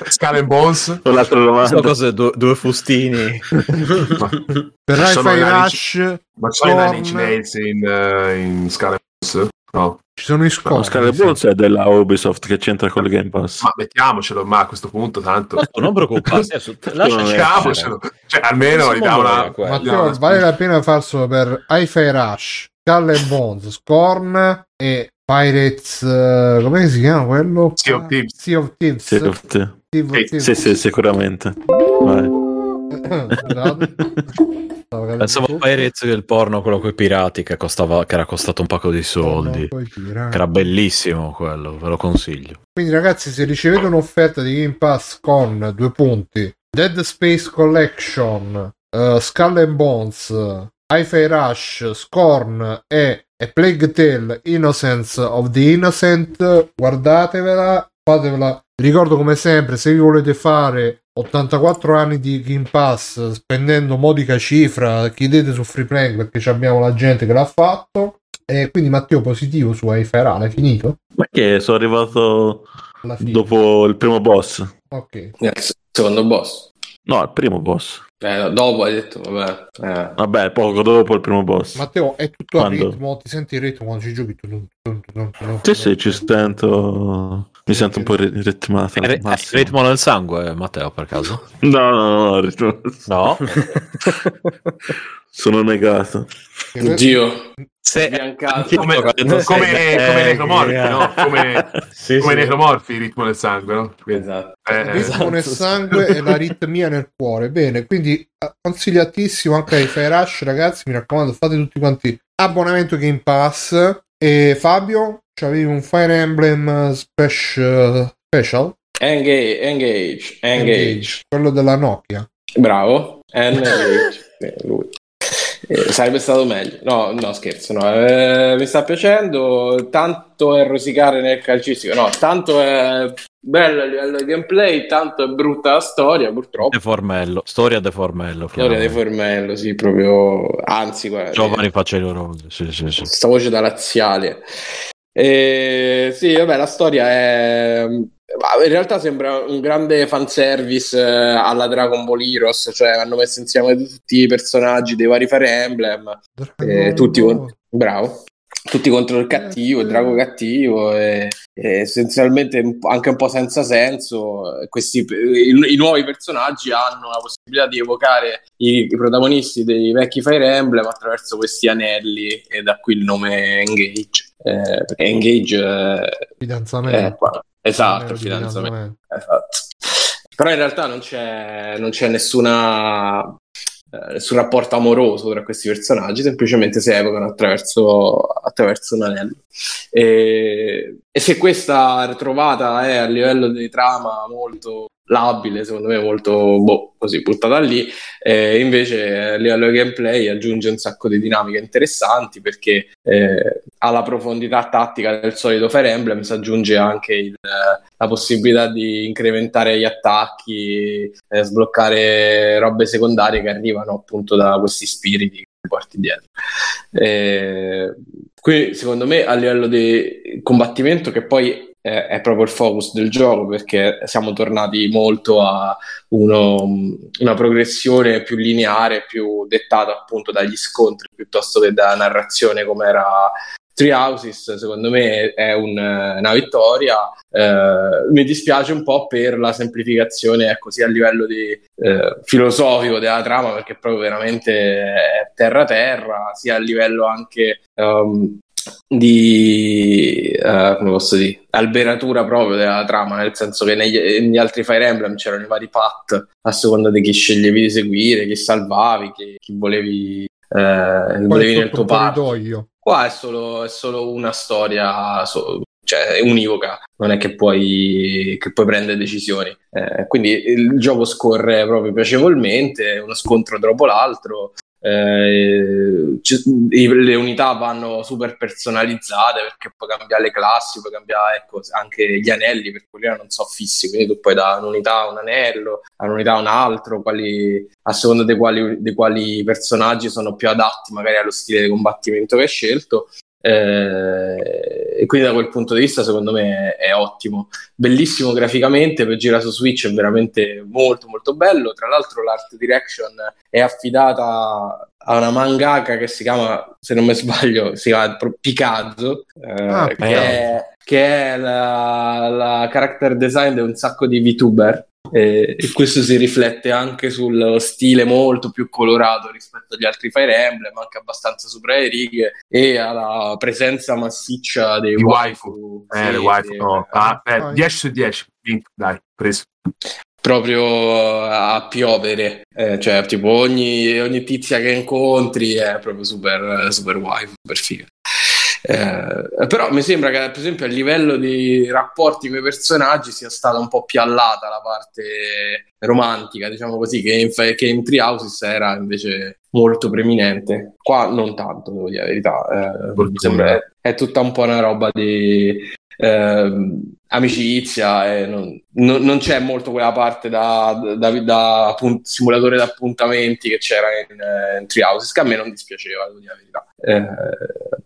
[SPEAKER 3] Skull and Bones.
[SPEAKER 7] Ho l'altra domanda.
[SPEAKER 2] Sono cose, due, due fustini.
[SPEAKER 3] ma,
[SPEAKER 1] Per
[SPEAKER 3] Ci sono
[SPEAKER 1] Hi-Fi
[SPEAKER 3] i narici-
[SPEAKER 1] Rush...
[SPEAKER 3] ma c'è
[SPEAKER 1] Torn.
[SPEAKER 3] Nine Inch Nails in, eh, in Skull and Bones? No.
[SPEAKER 1] Ci sono i
[SPEAKER 7] No,
[SPEAKER 1] scorni.
[SPEAKER 7] Scarlet
[SPEAKER 1] sì.
[SPEAKER 7] Bones è della Ubisoft che c'entra col Game Pass.
[SPEAKER 3] Ma mettiamocelo, ma a questo punto tanto...
[SPEAKER 2] Ma tu non preoccuparti, adesso te- lasciaci
[SPEAKER 3] Mettiamocelo. Cioè, almeno
[SPEAKER 2] Non
[SPEAKER 3] gli
[SPEAKER 2] siamo
[SPEAKER 3] dà
[SPEAKER 2] noi
[SPEAKER 3] una...
[SPEAKER 2] a quello.
[SPEAKER 3] gli dà
[SPEAKER 1] Matteo,
[SPEAKER 3] una-
[SPEAKER 1] vale la pena farselo per Hi-Fi Rush, Skull and Bones, Scorn e Pirates. eh, come si chiama quello?
[SPEAKER 3] Sea of Thieves.
[SPEAKER 1] Sea of Thieves.
[SPEAKER 7] Sì, sì,
[SPEAKER 1] Sea of
[SPEAKER 7] sì,
[SPEAKER 1] Thieves.
[SPEAKER 7] sì, sicuramente. Vai.
[SPEAKER 1] Scusate. Stavo cadendo
[SPEAKER 2] Pensavo a
[SPEAKER 1] su.
[SPEAKER 2] Pirates del porno, quello coi pirati che, costava, che era costato un pacco di soldi.
[SPEAKER 1] No, poi gira.
[SPEAKER 2] Che era bellissimo quello, ve lo consiglio.
[SPEAKER 1] Quindi, ragazzi, se ricevete un'offerta di Game Pass con due punti, Dead Space Collection, eh, Skull and Bones, Hi-Fi Rush, Scorn e, e Plague Tale Innocence of the Innocent, guardatevela, fatevela. Vi Ricordo come sempre, se vi volete fare 84 anni di Game Pass spendendo modica cifra, chiedete su FreePlay perché ci abbiamo la gente che l'ha fatto. E quindi Matteo positivo su Hi-Fi Rush, è finito?
[SPEAKER 7] Ma che sono arrivato
[SPEAKER 1] Alla fine.
[SPEAKER 7] dopo il primo boss.
[SPEAKER 1] Ok.
[SPEAKER 6] Nel secondo boss.
[SPEAKER 7] No, il primo boss.
[SPEAKER 6] Eh, no, dopo hai detto, vabbè. eh.
[SPEAKER 7] Vabbè, poco dopo il primo boss.
[SPEAKER 1] Matteo, è tutto a
[SPEAKER 7] Quando?
[SPEAKER 1] ritmo, ti senti il ritmo quando ci giochi? Tu, tu, tu, tu, tu, tu.
[SPEAKER 7] Sì, sì, ci sento. Mi sento un po' ri- ritmato.
[SPEAKER 2] È
[SPEAKER 7] al
[SPEAKER 2] il
[SPEAKER 7] massimo.
[SPEAKER 2] eh, ritmo del sangue, eh, Matteo, per caso?
[SPEAKER 7] No, no, no, il ritmo-
[SPEAKER 2] No?
[SPEAKER 7] sono negato.
[SPEAKER 6] Dio,
[SPEAKER 2] Se
[SPEAKER 6] biancato.
[SPEAKER 3] Come,
[SPEAKER 2] Ho detto
[SPEAKER 3] come,
[SPEAKER 2] sei,
[SPEAKER 3] come
[SPEAKER 2] eh,
[SPEAKER 3] necromorfi,
[SPEAKER 2] eh.
[SPEAKER 3] no? Come,
[SPEAKER 2] Sì,
[SPEAKER 3] come
[SPEAKER 2] sì.
[SPEAKER 3] necromorfi, il ritmo del sangue, no? Quindi,
[SPEAKER 6] Esatto.
[SPEAKER 1] Il
[SPEAKER 3] eh,
[SPEAKER 1] ritmo nel
[SPEAKER 2] esatto.
[SPEAKER 1] sangue e l'aritmia nel cuore. Bene, quindi eh, consigliatissimo anche ai Fire Rush, ragazzi. Mi raccomando, fate tutti quanti abbonamento Game Pass. E Fabio, c'avevi un Fire Emblem special, special?
[SPEAKER 6] Engage, engage, engage.
[SPEAKER 1] quello della Nokia.
[SPEAKER 6] Bravo. Engage. Eh, lui. Eh, sarebbe stato meglio. No, no, scherzo. No. Eh, mi sta piacendo. Tanto è rosicare nel calcistico. No, tanto è bello a livello di gameplay, tanto è brutta la storia, purtroppo.
[SPEAKER 2] De Formello, storia De Formello.
[SPEAKER 6] Storia di
[SPEAKER 2] finalmente.
[SPEAKER 6] Formello, sì, proprio. Anzi, guarda.
[SPEAKER 2] Giovani facendo rose, sì, sì, sì.
[SPEAKER 6] sta voce da laziale. E, sì, vabbè, la storia è. ma In realtà sembra un grande fanservice eh, alla Dragon Ball Heroes, cioè hanno messo insieme tutti i personaggi dei vari Fire Emblem, eh, tutti, con- bravo, tutti contro il cattivo, il drago cattivo, e, e essenzialmente un po'- anche un po' senza senso. eh, Questi, pe- i, i nuovi personaggi hanno la possibilità di evocare i, i protagonisti dei vecchi Fire Emblem attraverso questi anelli, e da qui il nome Engage. Eh, perché Engage eh, è
[SPEAKER 1] Fidanzamento.
[SPEAKER 6] qua.
[SPEAKER 1] Fidanzamento
[SPEAKER 6] esatto, il
[SPEAKER 1] di
[SPEAKER 6] fidanzamento.
[SPEAKER 1] fidanzamento.
[SPEAKER 6] Esatto. Però in realtà non c'è, non c'è nessuna, eh, nessun rapporto amoroso tra questi personaggi, semplicemente si evocano attraverso, attraverso un anello. E, e se questa trovata è a livello di trama molto labile, secondo me molto boh, così buttata lì, eh, invece a livello di gameplay aggiunge un sacco di dinamiche interessanti perché eh, alla profondità tattica del solito Fire Emblem si aggiunge anche il, eh, la possibilità di incrementare gli attacchi, eh, sbloccare robe secondarie che arrivano appunto da questi spiriti che ti porti dietro. Eh, qui secondo me a livello di combattimento che poi eh, è proprio il focus del gioco perché siamo tornati molto a uno- una progressione più lineare, più dettata appunto dagli scontri piuttosto che da narrazione come era Three Houses secondo me è un- una vittoria eh, mi dispiace un po' per la semplificazione ecco, sia a livello di, eh, filosofico della trama perché proprio veramente è terra terra sia a livello anche ehm, di eh, come posso dire alberatura proprio della trama nel senso che negli, negli altri Fire Emblem c'erano i vari path a seconda di chi sceglievi di seguire chi salvavi chi, chi volevi eh, chi
[SPEAKER 1] Poi
[SPEAKER 6] volevi
[SPEAKER 1] tutto
[SPEAKER 6] nel tuo
[SPEAKER 1] un
[SPEAKER 6] path
[SPEAKER 1] corridoio.
[SPEAKER 6] Qua è solo, è solo una storia, so- cioè è univoca, non è che puoi, che puoi prendere decisioni. Eh, quindi il gioco scorre proprio piacevolmente, uno scontro dopo l'altro. eh, ci- i- le unità vanno super personalizzate perché puoi cambiare le classi, puoi cambiare ecco, anche gli anelli, per quelli là non so fissi, quindi tu puoi da un'unità un anello, a un'unità un altro, quali, a seconda dei quali, dei quali personaggi sono più adatti magari allo stile di combattimento che hai scelto. Eh, e quindi da quel punto di vista secondo me è, è ottimo bellissimo graficamente per girare su Switch è veramente molto molto bello tra l'altro l'art direction è affidata a una mangaka che si chiama se non mi sbaglio si chiama pro- Picasso eh,
[SPEAKER 1] Ah,
[SPEAKER 6] che,
[SPEAKER 1] Picasso.
[SPEAKER 6] è, che è la, la character design di un sacco di VTuber eh, e questo si riflette anche sul stile molto più colorato rispetto agli altri Fire Emblem, anche abbastanza sopra le righe, e alla presenza massiccia dei
[SPEAKER 3] Di
[SPEAKER 6] waifu.
[SPEAKER 3] Eh,
[SPEAKER 6] Sì,
[SPEAKER 3] le wife,
[SPEAKER 6] sì.
[SPEAKER 3] no. Ah, eh,
[SPEAKER 1] Poi-
[SPEAKER 3] 10 su 10, Vinc, dai, preso.
[SPEAKER 6] proprio eh, a piovere, eh, cioè tipo ogni, ogni tizia che incontri è proprio super, super wild, super figa. Eh, però mi sembra che per esempio a livello di rapporti con i personaggi sia stata un po' più allata la parte romantica, diciamo così, che in, che in Treehouses era invece molto preminente. Qua non tanto, devo dire la verità. Eh, mi sembra è, è tutta un po' una roba di, eh, amicizia, eh, non, non- non c'è molto quella parte da, da- da appun- simulatore di appuntamenti che c'era in, eh, in Treehouses, che a me non dispiaceva, devo dire la verità. Eh,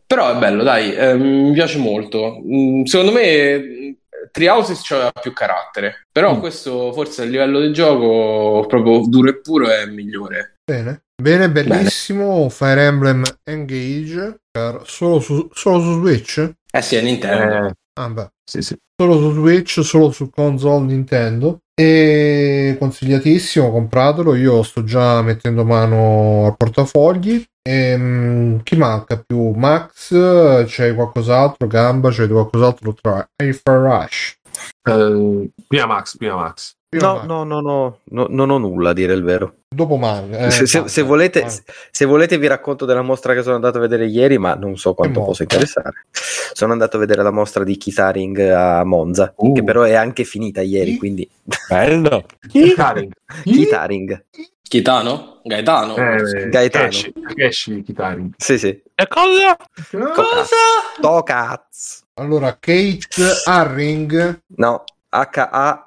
[SPEAKER 6] però è bello, dai, eh, mi piace molto. Mm, secondo me mm, Treehouses c'aveva più carattere, però questo forse a livello del gioco proprio duro e puro è migliore.
[SPEAKER 1] Bene, bene, bellissimo. Fire Emblem Engage per- solo, su, solo su Switch.
[SPEAKER 6] Eh sì, è Nintendo.
[SPEAKER 3] Eh,
[SPEAKER 1] Ah, beh.
[SPEAKER 7] Sì, sì.
[SPEAKER 1] Solo su Switch, solo su console Nintendo. E consigliatissimo, compratelo. Io sto già mettendo mano al portafogli. Ehm, chi manca più? Max? C'è qualcos'altro? Gamba? C'è qualcos'altro tra Airfare Rush?
[SPEAKER 3] eh, prima Max, prima Max.
[SPEAKER 1] Prima
[SPEAKER 5] No,
[SPEAKER 1] Max,
[SPEAKER 5] no, no, no, no, non ho nulla a dire il vero.
[SPEAKER 1] Dopo Manga. eh,
[SPEAKER 5] se, se-
[SPEAKER 1] Manga,
[SPEAKER 5] se volete,
[SPEAKER 1] Manga.
[SPEAKER 5] se- se volete vi racconto della mostra che sono andato a vedere ieri, ma non so quanto
[SPEAKER 1] Che
[SPEAKER 5] possa
[SPEAKER 1] mostra?
[SPEAKER 5] interessare. Sono andato a vedere la mostra di Kitaring a Monza,
[SPEAKER 2] Uh.
[SPEAKER 5] che però è anche finita ieri,
[SPEAKER 1] Chi?
[SPEAKER 5] quindi
[SPEAKER 2] Bello.
[SPEAKER 3] Kitaring.
[SPEAKER 5] Kitaring.
[SPEAKER 6] Chitano? Gaetano?
[SPEAKER 3] Eh,
[SPEAKER 5] Gaetano.
[SPEAKER 3] Takeshi, Takeshi Kitaring.
[SPEAKER 5] Sì, sì.
[SPEAKER 2] E cosa?
[SPEAKER 5] Cosa? Tocaz.
[SPEAKER 1] Allora, Kate Haring.
[SPEAKER 5] No,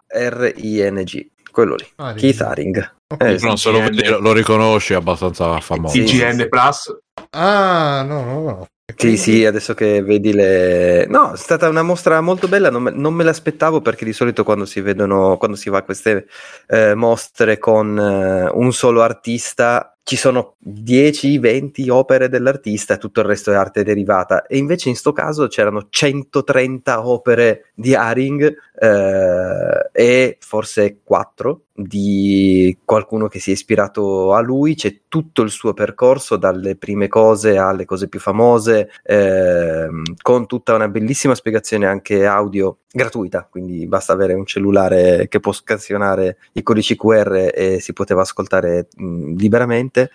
[SPEAKER 5] H-A-R-I-N-G. Quello lì.
[SPEAKER 1] Haring.
[SPEAKER 5] Kitaring. Eh, sì.
[SPEAKER 2] Non se lo, vedi, lo riconosci, è abbastanza famoso.
[SPEAKER 5] Sì, sì.
[SPEAKER 3] IGN Plus.
[SPEAKER 1] Ah, no, no, no.
[SPEAKER 5] Sì, sì, adesso che vedi le... No, è stata una mostra molto bella, non me, non me l'aspettavo perché di solito quando si vedono, quando si va a queste eh, mostre con eh, un solo artista, ci sono 10-20 opere dell'artista, tutto il resto è arte derivata. E invece in sto caso c'erano 130 opere di Haring eh, e forse 4 di qualcuno che si è ispirato a lui, c'è tutto il suo percorso dalle prime cose alle cose più famose, ehm, con tutta una bellissima spiegazione anche audio gratuita, quindi basta avere un cellulare che può scansionare i codici QR e si poteva ascoltare mh, liberamente.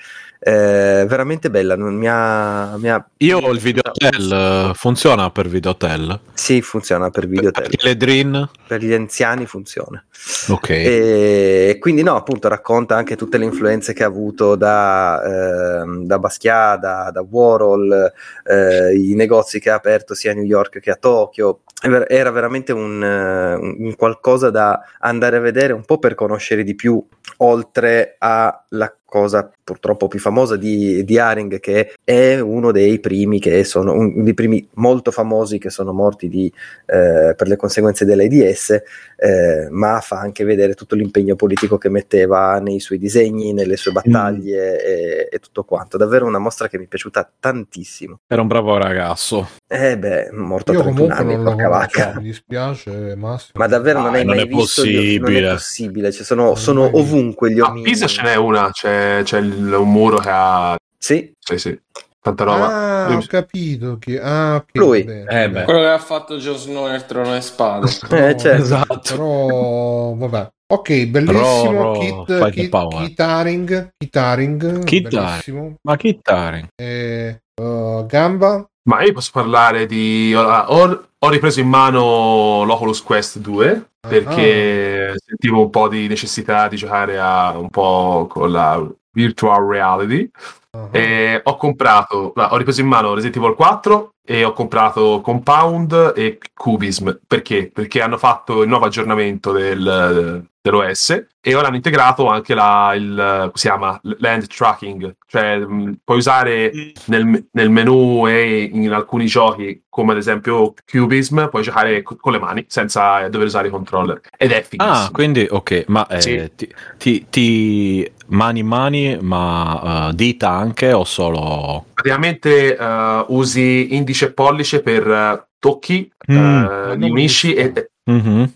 [SPEAKER 5] Eh, veramente bella, non- mi ha, mi ha-
[SPEAKER 2] Io ho il videotel, eh, funziona per videotel?
[SPEAKER 5] Sì, funziona per videotel,
[SPEAKER 2] Perché le Dream?
[SPEAKER 5] per gli anziani funziona.
[SPEAKER 2] Ok.
[SPEAKER 5] E quindi, no, appunto, racconta anche tutte le influenze che ha avuto da, ehm, da Basquiat, da, da Warhol, eh, i negozi che ha aperto sia a New York che a Tokyo. È ver- Era veramente un, eh, un qualcosa da andare a vedere un po' per conoscere di più, oltre alla cosa purtroppo più famosa di, di Haring, che è uno dei primi che sono, un- dei primi molto famosi che sono morti di, eh, per le conseguenze dell'AIDS, eh, ma fa anche vedere tutto l'impegno politico che metteva nei suoi disegni, nelle
[SPEAKER 1] Mm.
[SPEAKER 5] sue battaglie e, e tutto quanto. Davvero una mostra che mi è piaciuta tantissimo.
[SPEAKER 2] Era un bravo ragazzo.
[SPEAKER 5] Eh beh, morto a
[SPEAKER 1] Io
[SPEAKER 5] 31
[SPEAKER 1] comunque
[SPEAKER 5] anni,
[SPEAKER 1] non lo
[SPEAKER 5] porca
[SPEAKER 1] conosco,
[SPEAKER 5] vacca.
[SPEAKER 1] mi dispiace eh, Massimo.
[SPEAKER 5] Ma davvero non
[SPEAKER 2] Dai,
[SPEAKER 5] hai
[SPEAKER 2] Ah, non
[SPEAKER 5] mai
[SPEAKER 2] è
[SPEAKER 5] visto gli- non
[SPEAKER 2] possibile. Ah,
[SPEAKER 5] è possibile, ci sono,
[SPEAKER 1] Non
[SPEAKER 5] sono
[SPEAKER 1] l'ho mai visto.
[SPEAKER 5] ovunque gli
[SPEAKER 3] A
[SPEAKER 5] omini.
[SPEAKER 3] Pisa ce n'è una, c'è, c'è il- un muro che ha...
[SPEAKER 5] Sì,
[SPEAKER 3] Sì, sì, tanta roba.
[SPEAKER 1] Ah, ho capito che... Ah, ok,
[SPEAKER 5] Lui.
[SPEAKER 1] bene.
[SPEAKER 2] Eh, beh.
[SPEAKER 6] Quello che ha fatto Jon Snow nel Trono e Spade.
[SPEAKER 1] Però-
[SPEAKER 5] Eh, certo.
[SPEAKER 2] Esatto.
[SPEAKER 1] Però, vabbè. Ok, bellissimo
[SPEAKER 2] Ro, ro,
[SPEAKER 1] kit,
[SPEAKER 2] fai
[SPEAKER 1] kit,
[SPEAKER 2] the power.
[SPEAKER 1] kitaring, kitaring,
[SPEAKER 2] Kit
[SPEAKER 1] bellissimo.
[SPEAKER 2] Ma chi Taring?
[SPEAKER 1] E, eh, gamba,
[SPEAKER 3] Ma io posso parlare di... allora, Ho, ho ripreso in mano l'Oculus Quest 2 perché sentivo un po' di necessità di giocare a, un po' con la virtual reality
[SPEAKER 1] Ah,
[SPEAKER 2] Eh,
[SPEAKER 3] e Eh, ho comprato, no, ho ripreso in mano Resident Evil 4 e ho comprato Compound e Cubism. Perché? Perché hanno fatto il nuovo aggiornamento del- dell'OS e ora hanno integrato anche la, il, come si chiama, L- land tracking, cioè mh, puoi usare nel, nel menu e in alcuni giochi, come ad esempio Cubism, puoi giocare co- con le mani senza dover usare i controller. Ed è fighissimo.
[SPEAKER 2] Ah, quindi ok, ma eh,
[SPEAKER 3] Sì.
[SPEAKER 2] ti, ti- ti- mani mani, ma eh, dita anche o solo...
[SPEAKER 3] praticamente eh, usi indice e pollice per eh, tocchi,
[SPEAKER 2] Mm.
[SPEAKER 3] eh,
[SPEAKER 1] Ma
[SPEAKER 3] li
[SPEAKER 1] non
[SPEAKER 3] unisci
[SPEAKER 1] mi
[SPEAKER 3] e,
[SPEAKER 2] Mhm.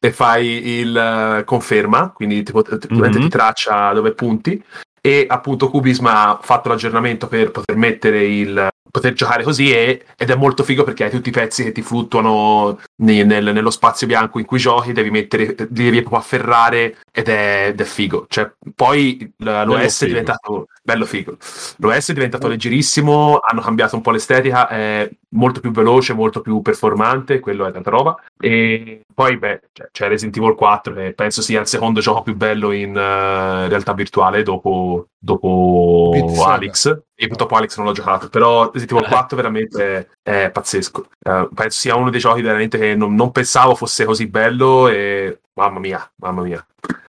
[SPEAKER 3] e fai il eh, conferma, quindi tipo, t- praticamente
[SPEAKER 2] Mhm.
[SPEAKER 3] ti traccia dove punti. E appunto Cubism ha fatto l'aggiornamento per poter mettere il, poter giocare così e- ed è molto figo perché hai tutti i pezzi che ti fluttuano ne- nel- nello spazio bianco in cui giochi, devi mettere, li devi proprio afferrare ed è, ed è figo. Cioè, poi l- l'OS è
[SPEAKER 2] figo.
[SPEAKER 3] diventato bello figo. L'OS è diventato leggerissimo, hanno cambiato un po' l'estetica, è molto più veloce, molto più performante, quello è tanta roba. E poi beh, cioè, c'è Resident Evil 4 che penso sia il secondo gioco più bello in eh, realtà virtuale dopo, dopo
[SPEAKER 1] Beat Saber.
[SPEAKER 3] Alex. E purtroppo Alex non l'ho giocato, però Resident Evil 4 veramente è, è pazzesco. Eh, penso sia uno dei giochi veramente che non, non pensavo fosse così bello e mamma mia, mamma mia.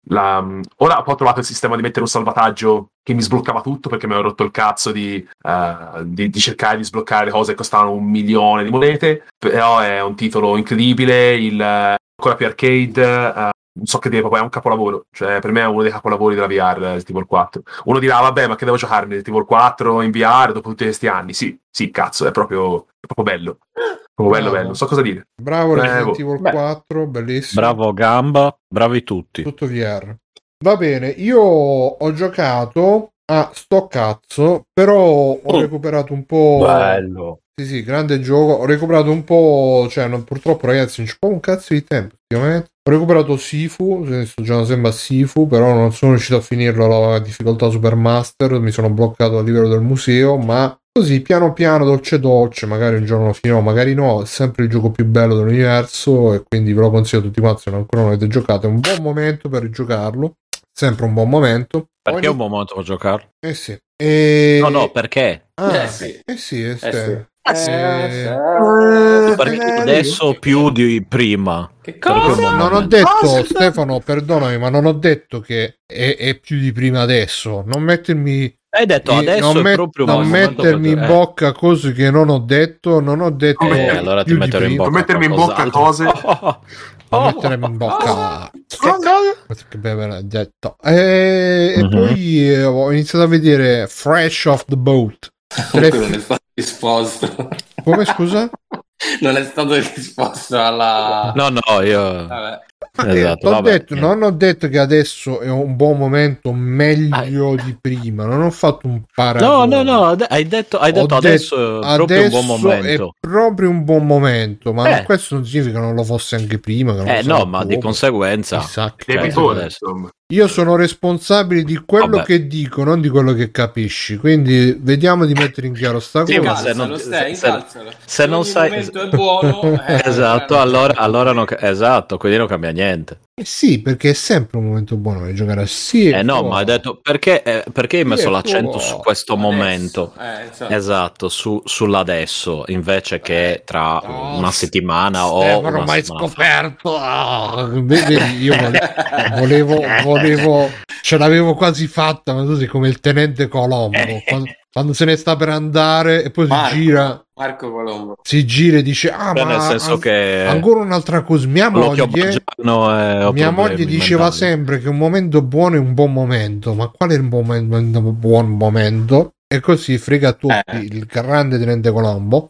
[SPEAKER 3] La- mm, ora ho trovato il sistema di mettere un salvataggio che mi sbloccava tutto perché mi avevo rotto il cazzo di, eh, di- di cercare di sbloccare le cose che costavano un milione di monete. Però è un titolo incredibile, il, eh, ancora più arcade. eh, non so che dire, proprio è un capolavoro. Cioè, per me è uno dei capolavori della eh, VR, Resident Evil 4. Uno dirà, vabbè, ma che devo giocarne Resident Evil 4 in VR dopo tutti questi anni? Sì, sì, cazzo, è proprio, è proprio bello. Proprio bello,
[SPEAKER 1] Bravo.
[SPEAKER 3] bello. Non so cosa dire.
[SPEAKER 1] Bravo Resident
[SPEAKER 3] Bravo.
[SPEAKER 1] Evil
[SPEAKER 2] Beh.
[SPEAKER 1] 4, bellissimo.
[SPEAKER 2] Bravo Gamba, bravi tutti.
[SPEAKER 1] Tutto VR. Va bene, io ho giocato a sto cazzo, però ho recuperato un po'...
[SPEAKER 2] Mm. Bello.
[SPEAKER 1] Sì, sì, grande gioco. Ho recuperato un po'. Cioè, non- purtroppo, ragazzi, non c'è proprio un cazzo di tempo. ultimamente. Ho recuperato Sifu. cioè, Sto giocando sempre a Sifu. Però non sono riuscito a finirlo alla difficoltà Supermaster. Mi sono bloccato a livello del museo. Ma così, piano piano, dolce dolce. Magari un giorno lo finirò, magari no. È sempre il gioco più bello dell'universo. E quindi ve lo consiglio a tutti quanti. Se ancora non avete giocato, è un buon momento per giocarlo. Sempre un buon momento.
[SPEAKER 2] Perché è un
[SPEAKER 1] Ogni-
[SPEAKER 2] buon momento per giocare?
[SPEAKER 1] Eh sì. E-
[SPEAKER 2] No, no, perché?
[SPEAKER 1] Ah,
[SPEAKER 6] Eh sì.
[SPEAKER 1] eh sì, eh sì.
[SPEAKER 6] sì.
[SPEAKER 1] Eh,
[SPEAKER 2] Perché
[SPEAKER 1] magari. eh,
[SPEAKER 2] adesso più di prima.
[SPEAKER 6] Che
[SPEAKER 2] Perché
[SPEAKER 6] cosa?
[SPEAKER 2] un
[SPEAKER 1] Non ho
[SPEAKER 2] momento-
[SPEAKER 1] detto, Stefano, perdonami, ma non ho detto che è, è più di prima adesso. Non mettermi,
[SPEAKER 2] Hai detto
[SPEAKER 1] i-
[SPEAKER 2] adesso
[SPEAKER 1] non
[SPEAKER 2] è
[SPEAKER 1] met-
[SPEAKER 2] proprio
[SPEAKER 1] non
[SPEAKER 2] il momento
[SPEAKER 1] mettermi
[SPEAKER 2] per-
[SPEAKER 1] in
[SPEAKER 2] eh.
[SPEAKER 1] bocca cose che non ho detto. Non ho detto.
[SPEAKER 3] Eh,
[SPEAKER 2] allora ti
[SPEAKER 1] più di
[SPEAKER 2] metterò in
[SPEAKER 1] prima.
[SPEAKER 2] bocca. esatto.
[SPEAKER 3] Non mettermi in bocca cose.
[SPEAKER 2] qualcos'altro. Oh,
[SPEAKER 1] Non
[SPEAKER 2] oh,
[SPEAKER 1] mettermi in bocca.
[SPEAKER 2] cosa?
[SPEAKER 1] Questo che abbiamo appena detto. E, e
[SPEAKER 2] Mhm.
[SPEAKER 1] poi eh, ho iniziato a vedere Fresh off the Boat. Tre-
[SPEAKER 6] Comunque non è stato risposto.
[SPEAKER 1] Come scusa?
[SPEAKER 6] non è stato risposto alla...
[SPEAKER 2] No, no, io...
[SPEAKER 6] Vabbè.
[SPEAKER 1] Ma, eh,
[SPEAKER 2] Esatto,
[SPEAKER 1] t'ho
[SPEAKER 2] vabbè,
[SPEAKER 1] detto,
[SPEAKER 2] niente.
[SPEAKER 1] non ho detto che adesso è un buon momento meglio di prima. Non ho fatto un
[SPEAKER 2] No,
[SPEAKER 1] paragone.
[SPEAKER 2] no, no, ad- hai detto, hai
[SPEAKER 1] Ho
[SPEAKER 2] detto
[SPEAKER 1] detto-
[SPEAKER 2] adesso è proprio un buon
[SPEAKER 1] Adesso
[SPEAKER 2] momento.
[SPEAKER 1] È proprio un buon momento, ma
[SPEAKER 2] Eh.
[SPEAKER 1] non- questo non significa che non lo fosse anche prima. che non lo
[SPEAKER 2] Eh
[SPEAKER 1] sarà
[SPEAKER 2] no, ma di
[SPEAKER 1] dopo.
[SPEAKER 2] conseguenza...
[SPEAKER 1] Chissà che-
[SPEAKER 3] Devi
[SPEAKER 2] Certo,
[SPEAKER 3] porre,
[SPEAKER 2] adesso.
[SPEAKER 3] insomma.
[SPEAKER 1] Io sono responsabile di quello
[SPEAKER 2] Vabbè.
[SPEAKER 1] che dico, non di quello che capisci. Quindi vediamo di mettere in chiaro sta
[SPEAKER 2] Sì, ma
[SPEAKER 1] cosa.
[SPEAKER 2] se
[SPEAKER 6] Incalzalo,
[SPEAKER 2] non-
[SPEAKER 6] stai,
[SPEAKER 2] se- se-
[SPEAKER 6] incalzalo.
[SPEAKER 2] se non
[SPEAKER 6] Ogni
[SPEAKER 2] sai-
[SPEAKER 6] momento è buono. eh,
[SPEAKER 2] Esatto, allora, allora non... ca- Esatto, quindi non cambia niente.
[SPEAKER 1] Eh sì, perché è sempre un momento buono per giocare a sì.
[SPEAKER 2] Eh no, ma hai detto perché, eh, perché hai
[SPEAKER 1] Sì,
[SPEAKER 2] messo
[SPEAKER 1] è
[SPEAKER 2] l'accento
[SPEAKER 1] tuo.
[SPEAKER 2] su questo
[SPEAKER 6] Adesso.
[SPEAKER 2] momento?
[SPEAKER 6] Eh, insomma.
[SPEAKER 2] Esatto, su, sull'adesso invece che tra
[SPEAKER 1] Eh, No,
[SPEAKER 2] una
[SPEAKER 1] s-
[SPEAKER 2] settimana o
[SPEAKER 1] Stefano,
[SPEAKER 2] una
[SPEAKER 1] Eh, ormai
[SPEAKER 2] settimana fa.
[SPEAKER 1] scoperto. Ah, vedi, io vole- Eh, volevo, volevo, ce l'avevo quasi fatta, ma tu sei come il tenente Colombo.
[SPEAKER 2] Eh.
[SPEAKER 1] Quando, quando se ne sta per andare e poi
[SPEAKER 6] Marco.
[SPEAKER 1] si gira,
[SPEAKER 6] Marco Colombo.
[SPEAKER 1] si gira e dice: Ah,
[SPEAKER 2] Cioè,
[SPEAKER 1] ma
[SPEAKER 2] nel senso
[SPEAKER 1] an-
[SPEAKER 2] che
[SPEAKER 1] ancora un'altra cosa. Mia
[SPEAKER 2] l'occhio
[SPEAKER 1] moglie,
[SPEAKER 2] baggiano è- ho
[SPEAKER 1] mia
[SPEAKER 2] problemi
[SPEAKER 1] moglie diceva
[SPEAKER 2] mentali.
[SPEAKER 1] sempre che un momento buono è un buon momento, ma qual è il momento, un buon momento? E così frega a tutti
[SPEAKER 6] Eh.
[SPEAKER 1] il grande tenente Colombo.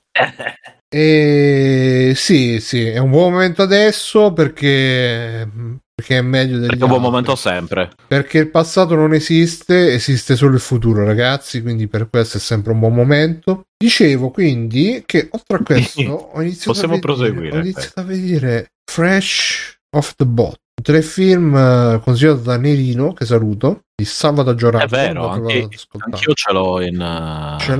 [SPEAKER 1] E sì, sì, è un buon momento adesso perché, perché è meglio degli
[SPEAKER 2] Perché è un buon
[SPEAKER 1] altri.
[SPEAKER 2] momento sempre.
[SPEAKER 1] Perché il passato non esiste, esiste solo il futuro, ragazzi, quindi per questo è sempre un buon momento. Dicevo quindi che oltre a questo ho iniziato,
[SPEAKER 2] Possiamo
[SPEAKER 1] a, vedere,
[SPEAKER 2] proseguire,
[SPEAKER 1] ho iniziato a vedere Fresh off the Bot, un telefilm eh, consigliato da Nerino, che saluto, di Salvatore Giorgio.
[SPEAKER 2] È vero,
[SPEAKER 1] andate ad
[SPEAKER 2] anche,
[SPEAKER 1] ascoltare.
[SPEAKER 2] anch'io ce l'ho in... eh,
[SPEAKER 1] ce
[SPEAKER 2] in quel-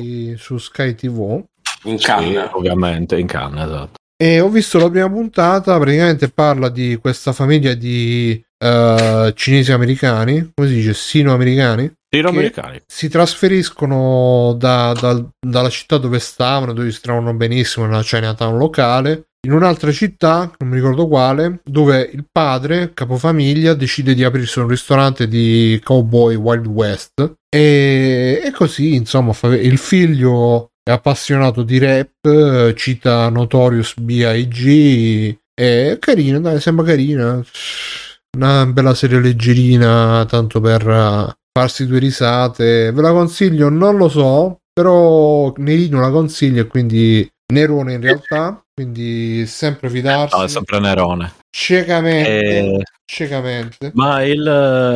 [SPEAKER 1] l'hai su Sky TV.
[SPEAKER 6] In
[SPEAKER 2] Sì,
[SPEAKER 6] canna.
[SPEAKER 2] ovviamente, in canna, esatto.
[SPEAKER 1] E ho visto la prima puntata, praticamente parla di questa famiglia di eh, cinesi americani, come si dice, sino-americani,
[SPEAKER 2] Tiro
[SPEAKER 1] Che-
[SPEAKER 2] americani.
[SPEAKER 1] si trasferiscono da- dal- dalla città dove stavano, dove si trovano benissimo, nella Chinatown locale, in un'altra città, non mi ricordo quale, dove il padre, capofamiglia, decide di aprirsi un ristorante di cowboy Wild West. E, e così, insomma, fa- il figlio è appassionato di rap, eh, cita Notorious B.I.G. È carina, dai, sembra carina. Una bella serie leggerina, tanto per eh, farsi due risate. Ve la consiglio? Non lo so, però Nerino la consiglio e quindi Nerone in realtà. Quindi sempre fidarsi
[SPEAKER 2] No, ah, è sempre Nerone.
[SPEAKER 1] ciecamente,
[SPEAKER 2] Eh,
[SPEAKER 1] ciecamente.
[SPEAKER 2] ma il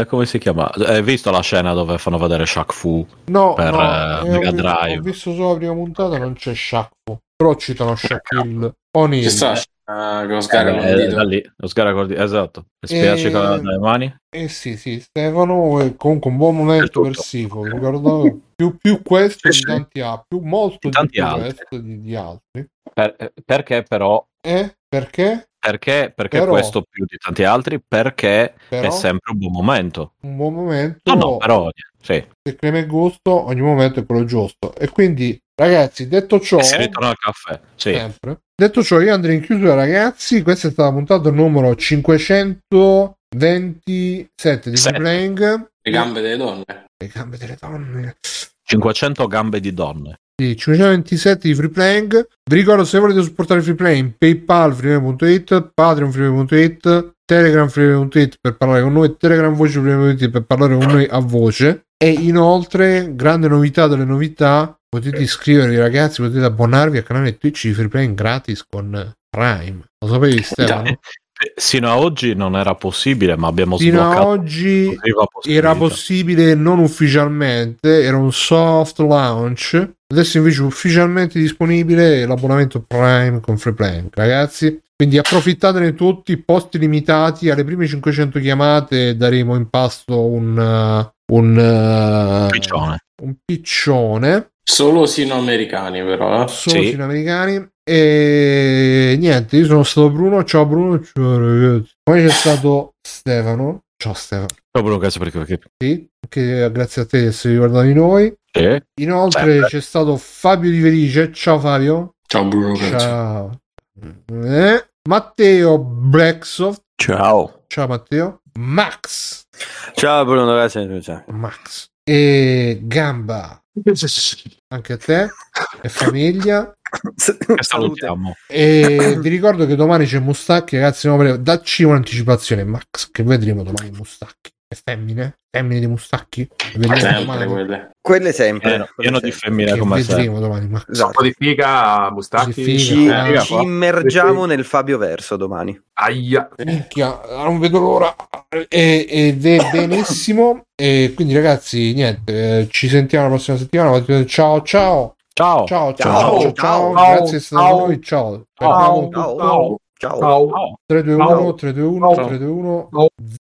[SPEAKER 2] eh, come si chiama? Hai visto la scena dove fanno vedere Shaq Fu?
[SPEAKER 1] No,
[SPEAKER 2] per,
[SPEAKER 1] no,
[SPEAKER 2] eh,
[SPEAKER 1] eh, ho,
[SPEAKER 2] Mega
[SPEAKER 1] visto,
[SPEAKER 2] Drive.
[SPEAKER 1] ho visto solo la prima puntata, non c'è Shaq. Però citano Shaquille O'Neal.
[SPEAKER 6] Ci sta ah, che Oscar
[SPEAKER 5] Eh,
[SPEAKER 6] non
[SPEAKER 2] Eh,
[SPEAKER 6] dito.
[SPEAKER 2] da lì, lo sgaracol- esatto. E spiace
[SPEAKER 1] Eh,
[SPEAKER 2] con le mani.
[SPEAKER 1] Eh sì, sì, Stefano è comunque un buon momento per
[SPEAKER 2] Tutto.
[SPEAKER 1] Sifo, ricordavo più, più questo di
[SPEAKER 2] Sì, sì.
[SPEAKER 1] tanti altri, più molto di
[SPEAKER 2] Tanti
[SPEAKER 1] più
[SPEAKER 2] altri.
[SPEAKER 1] questo di, di altri.
[SPEAKER 2] Per- eh, perché però?
[SPEAKER 1] Eh? Perché?
[SPEAKER 2] Perché, perché
[SPEAKER 1] Però-
[SPEAKER 2] questo più di tanti altri? Perché
[SPEAKER 1] Però
[SPEAKER 2] è sempre un buon momento.
[SPEAKER 1] un buon momento,
[SPEAKER 2] No, Ah, no, però sì.
[SPEAKER 1] se crema e gusto, ogni momento è quello giusto. E quindi, ragazzi, detto ciò,
[SPEAKER 2] E si ritorna al caffè. Sì.
[SPEAKER 1] sempre. Detto ciò, io andrei in chiusura, ragazzi. Questa è stata la puntata numero 527 di
[SPEAKER 2] Sette.
[SPEAKER 1] Playing.
[SPEAKER 6] Le gambe delle donne.
[SPEAKER 1] Le gambe delle donne.
[SPEAKER 2] 500 gambe di donne.
[SPEAKER 1] Sì, 527 di Freeplaying. Vi ricordo se volete supportare Freeplaying, PayPal freeplaying.it, Patreon freeplaying.it, Telegram freeplaying.it per parlare con noi, Telegram voce freeplaying.it per parlare con noi a voce. E inoltre, grande novità delle novità, potete iscrivervi ragazzi, potete abbonarvi al canale Twitch di Freeplaying gratis con Prime. Lo sapevi Stefano?
[SPEAKER 2] Eh, Sino a oggi non era possibile, ma abbiamo
[SPEAKER 1] Fino a
[SPEAKER 2] sbloccato.
[SPEAKER 1] oggi
[SPEAKER 2] l'ultima
[SPEAKER 1] era
[SPEAKER 2] possibilità.
[SPEAKER 1] possibile non ufficialmente, era un soft launch. Adesso invece ufficialmente disponibile l'abbonamento Prime con Free Plan, ragazzi. Quindi approfittatene tutti, posti limitati, alle prime 500 chiamate daremo in pasto un uh, un uh,
[SPEAKER 2] Piccione.
[SPEAKER 1] un piccione
[SPEAKER 6] Solo sino americani, però. eh.
[SPEAKER 1] solo
[SPEAKER 2] Sì.
[SPEAKER 1] sudamericani. E niente, io sono stato Bruno, ciao Bruno, ciao ragazzi. Poi c'è stato Stefano. Ciao Stefano.
[SPEAKER 2] Proprio Bruno, grazie perché- perché-
[SPEAKER 1] Sì, che grazie a te di essere ricordato di noi.
[SPEAKER 2] Sì.
[SPEAKER 1] Inoltre
[SPEAKER 2] Sempre.
[SPEAKER 1] c'è stato Fabio Di Felice. Ciao Fabio.
[SPEAKER 6] Ciao Bruno. Cazzo.
[SPEAKER 1] Ciao. Eh, Matteo Blacksoft.
[SPEAKER 8] Ciao.
[SPEAKER 1] Ciao Matteo. Max.
[SPEAKER 8] Ciao Bruno,
[SPEAKER 7] Eh,
[SPEAKER 8] grazie. Ciao.
[SPEAKER 1] Max. E Gamba. Anche a te. E famiglia.
[SPEAKER 2] Che salutiamo.
[SPEAKER 1] E vi ricordo che domani c'è Mustacchi, ragazzi. no, per- Dacci un'anticipazione, Max, che vedremo domani Mustacchi. E femmine? Femmine di Mustacchi? Che Vedremo
[SPEAKER 6] Sempre
[SPEAKER 1] domani.
[SPEAKER 6] quelle.
[SPEAKER 5] Quelle sempre.
[SPEAKER 2] Pieno, Eh, pieno di femmine
[SPEAKER 1] Che
[SPEAKER 2] come sempre.
[SPEAKER 1] vedremo domani, Max.
[SPEAKER 5] Esatto.
[SPEAKER 3] Un po' di figa, mustacchi.
[SPEAKER 1] Così
[SPEAKER 5] Ci,
[SPEAKER 1] figa.
[SPEAKER 3] Eh,
[SPEAKER 5] ci immergiamo nel Fabio Verso domani.
[SPEAKER 3] Aia.
[SPEAKER 1] Minchia, non vedo l'ora E- ed è benissimo. E quindi, ragazzi, niente, eh, ci sentiamo la prossima settimana. Ciao, ciao,
[SPEAKER 2] Ciao.
[SPEAKER 1] ciao, ciao,
[SPEAKER 5] Ciao,
[SPEAKER 1] ciao, ciao.
[SPEAKER 3] ciao,
[SPEAKER 1] grazie di stare
[SPEAKER 3] ciao.
[SPEAKER 1] con noi. Ciao,
[SPEAKER 3] Ciao.
[SPEAKER 5] Ciao.
[SPEAKER 3] Ciao.
[SPEAKER 5] Ciao.
[SPEAKER 3] Ciao.
[SPEAKER 1] 3, 2, 1,
[SPEAKER 3] Ciao.
[SPEAKER 1] 3, 2, 1,
[SPEAKER 3] Ciao.
[SPEAKER 1] 3, 2, 1, 3, 2, 1.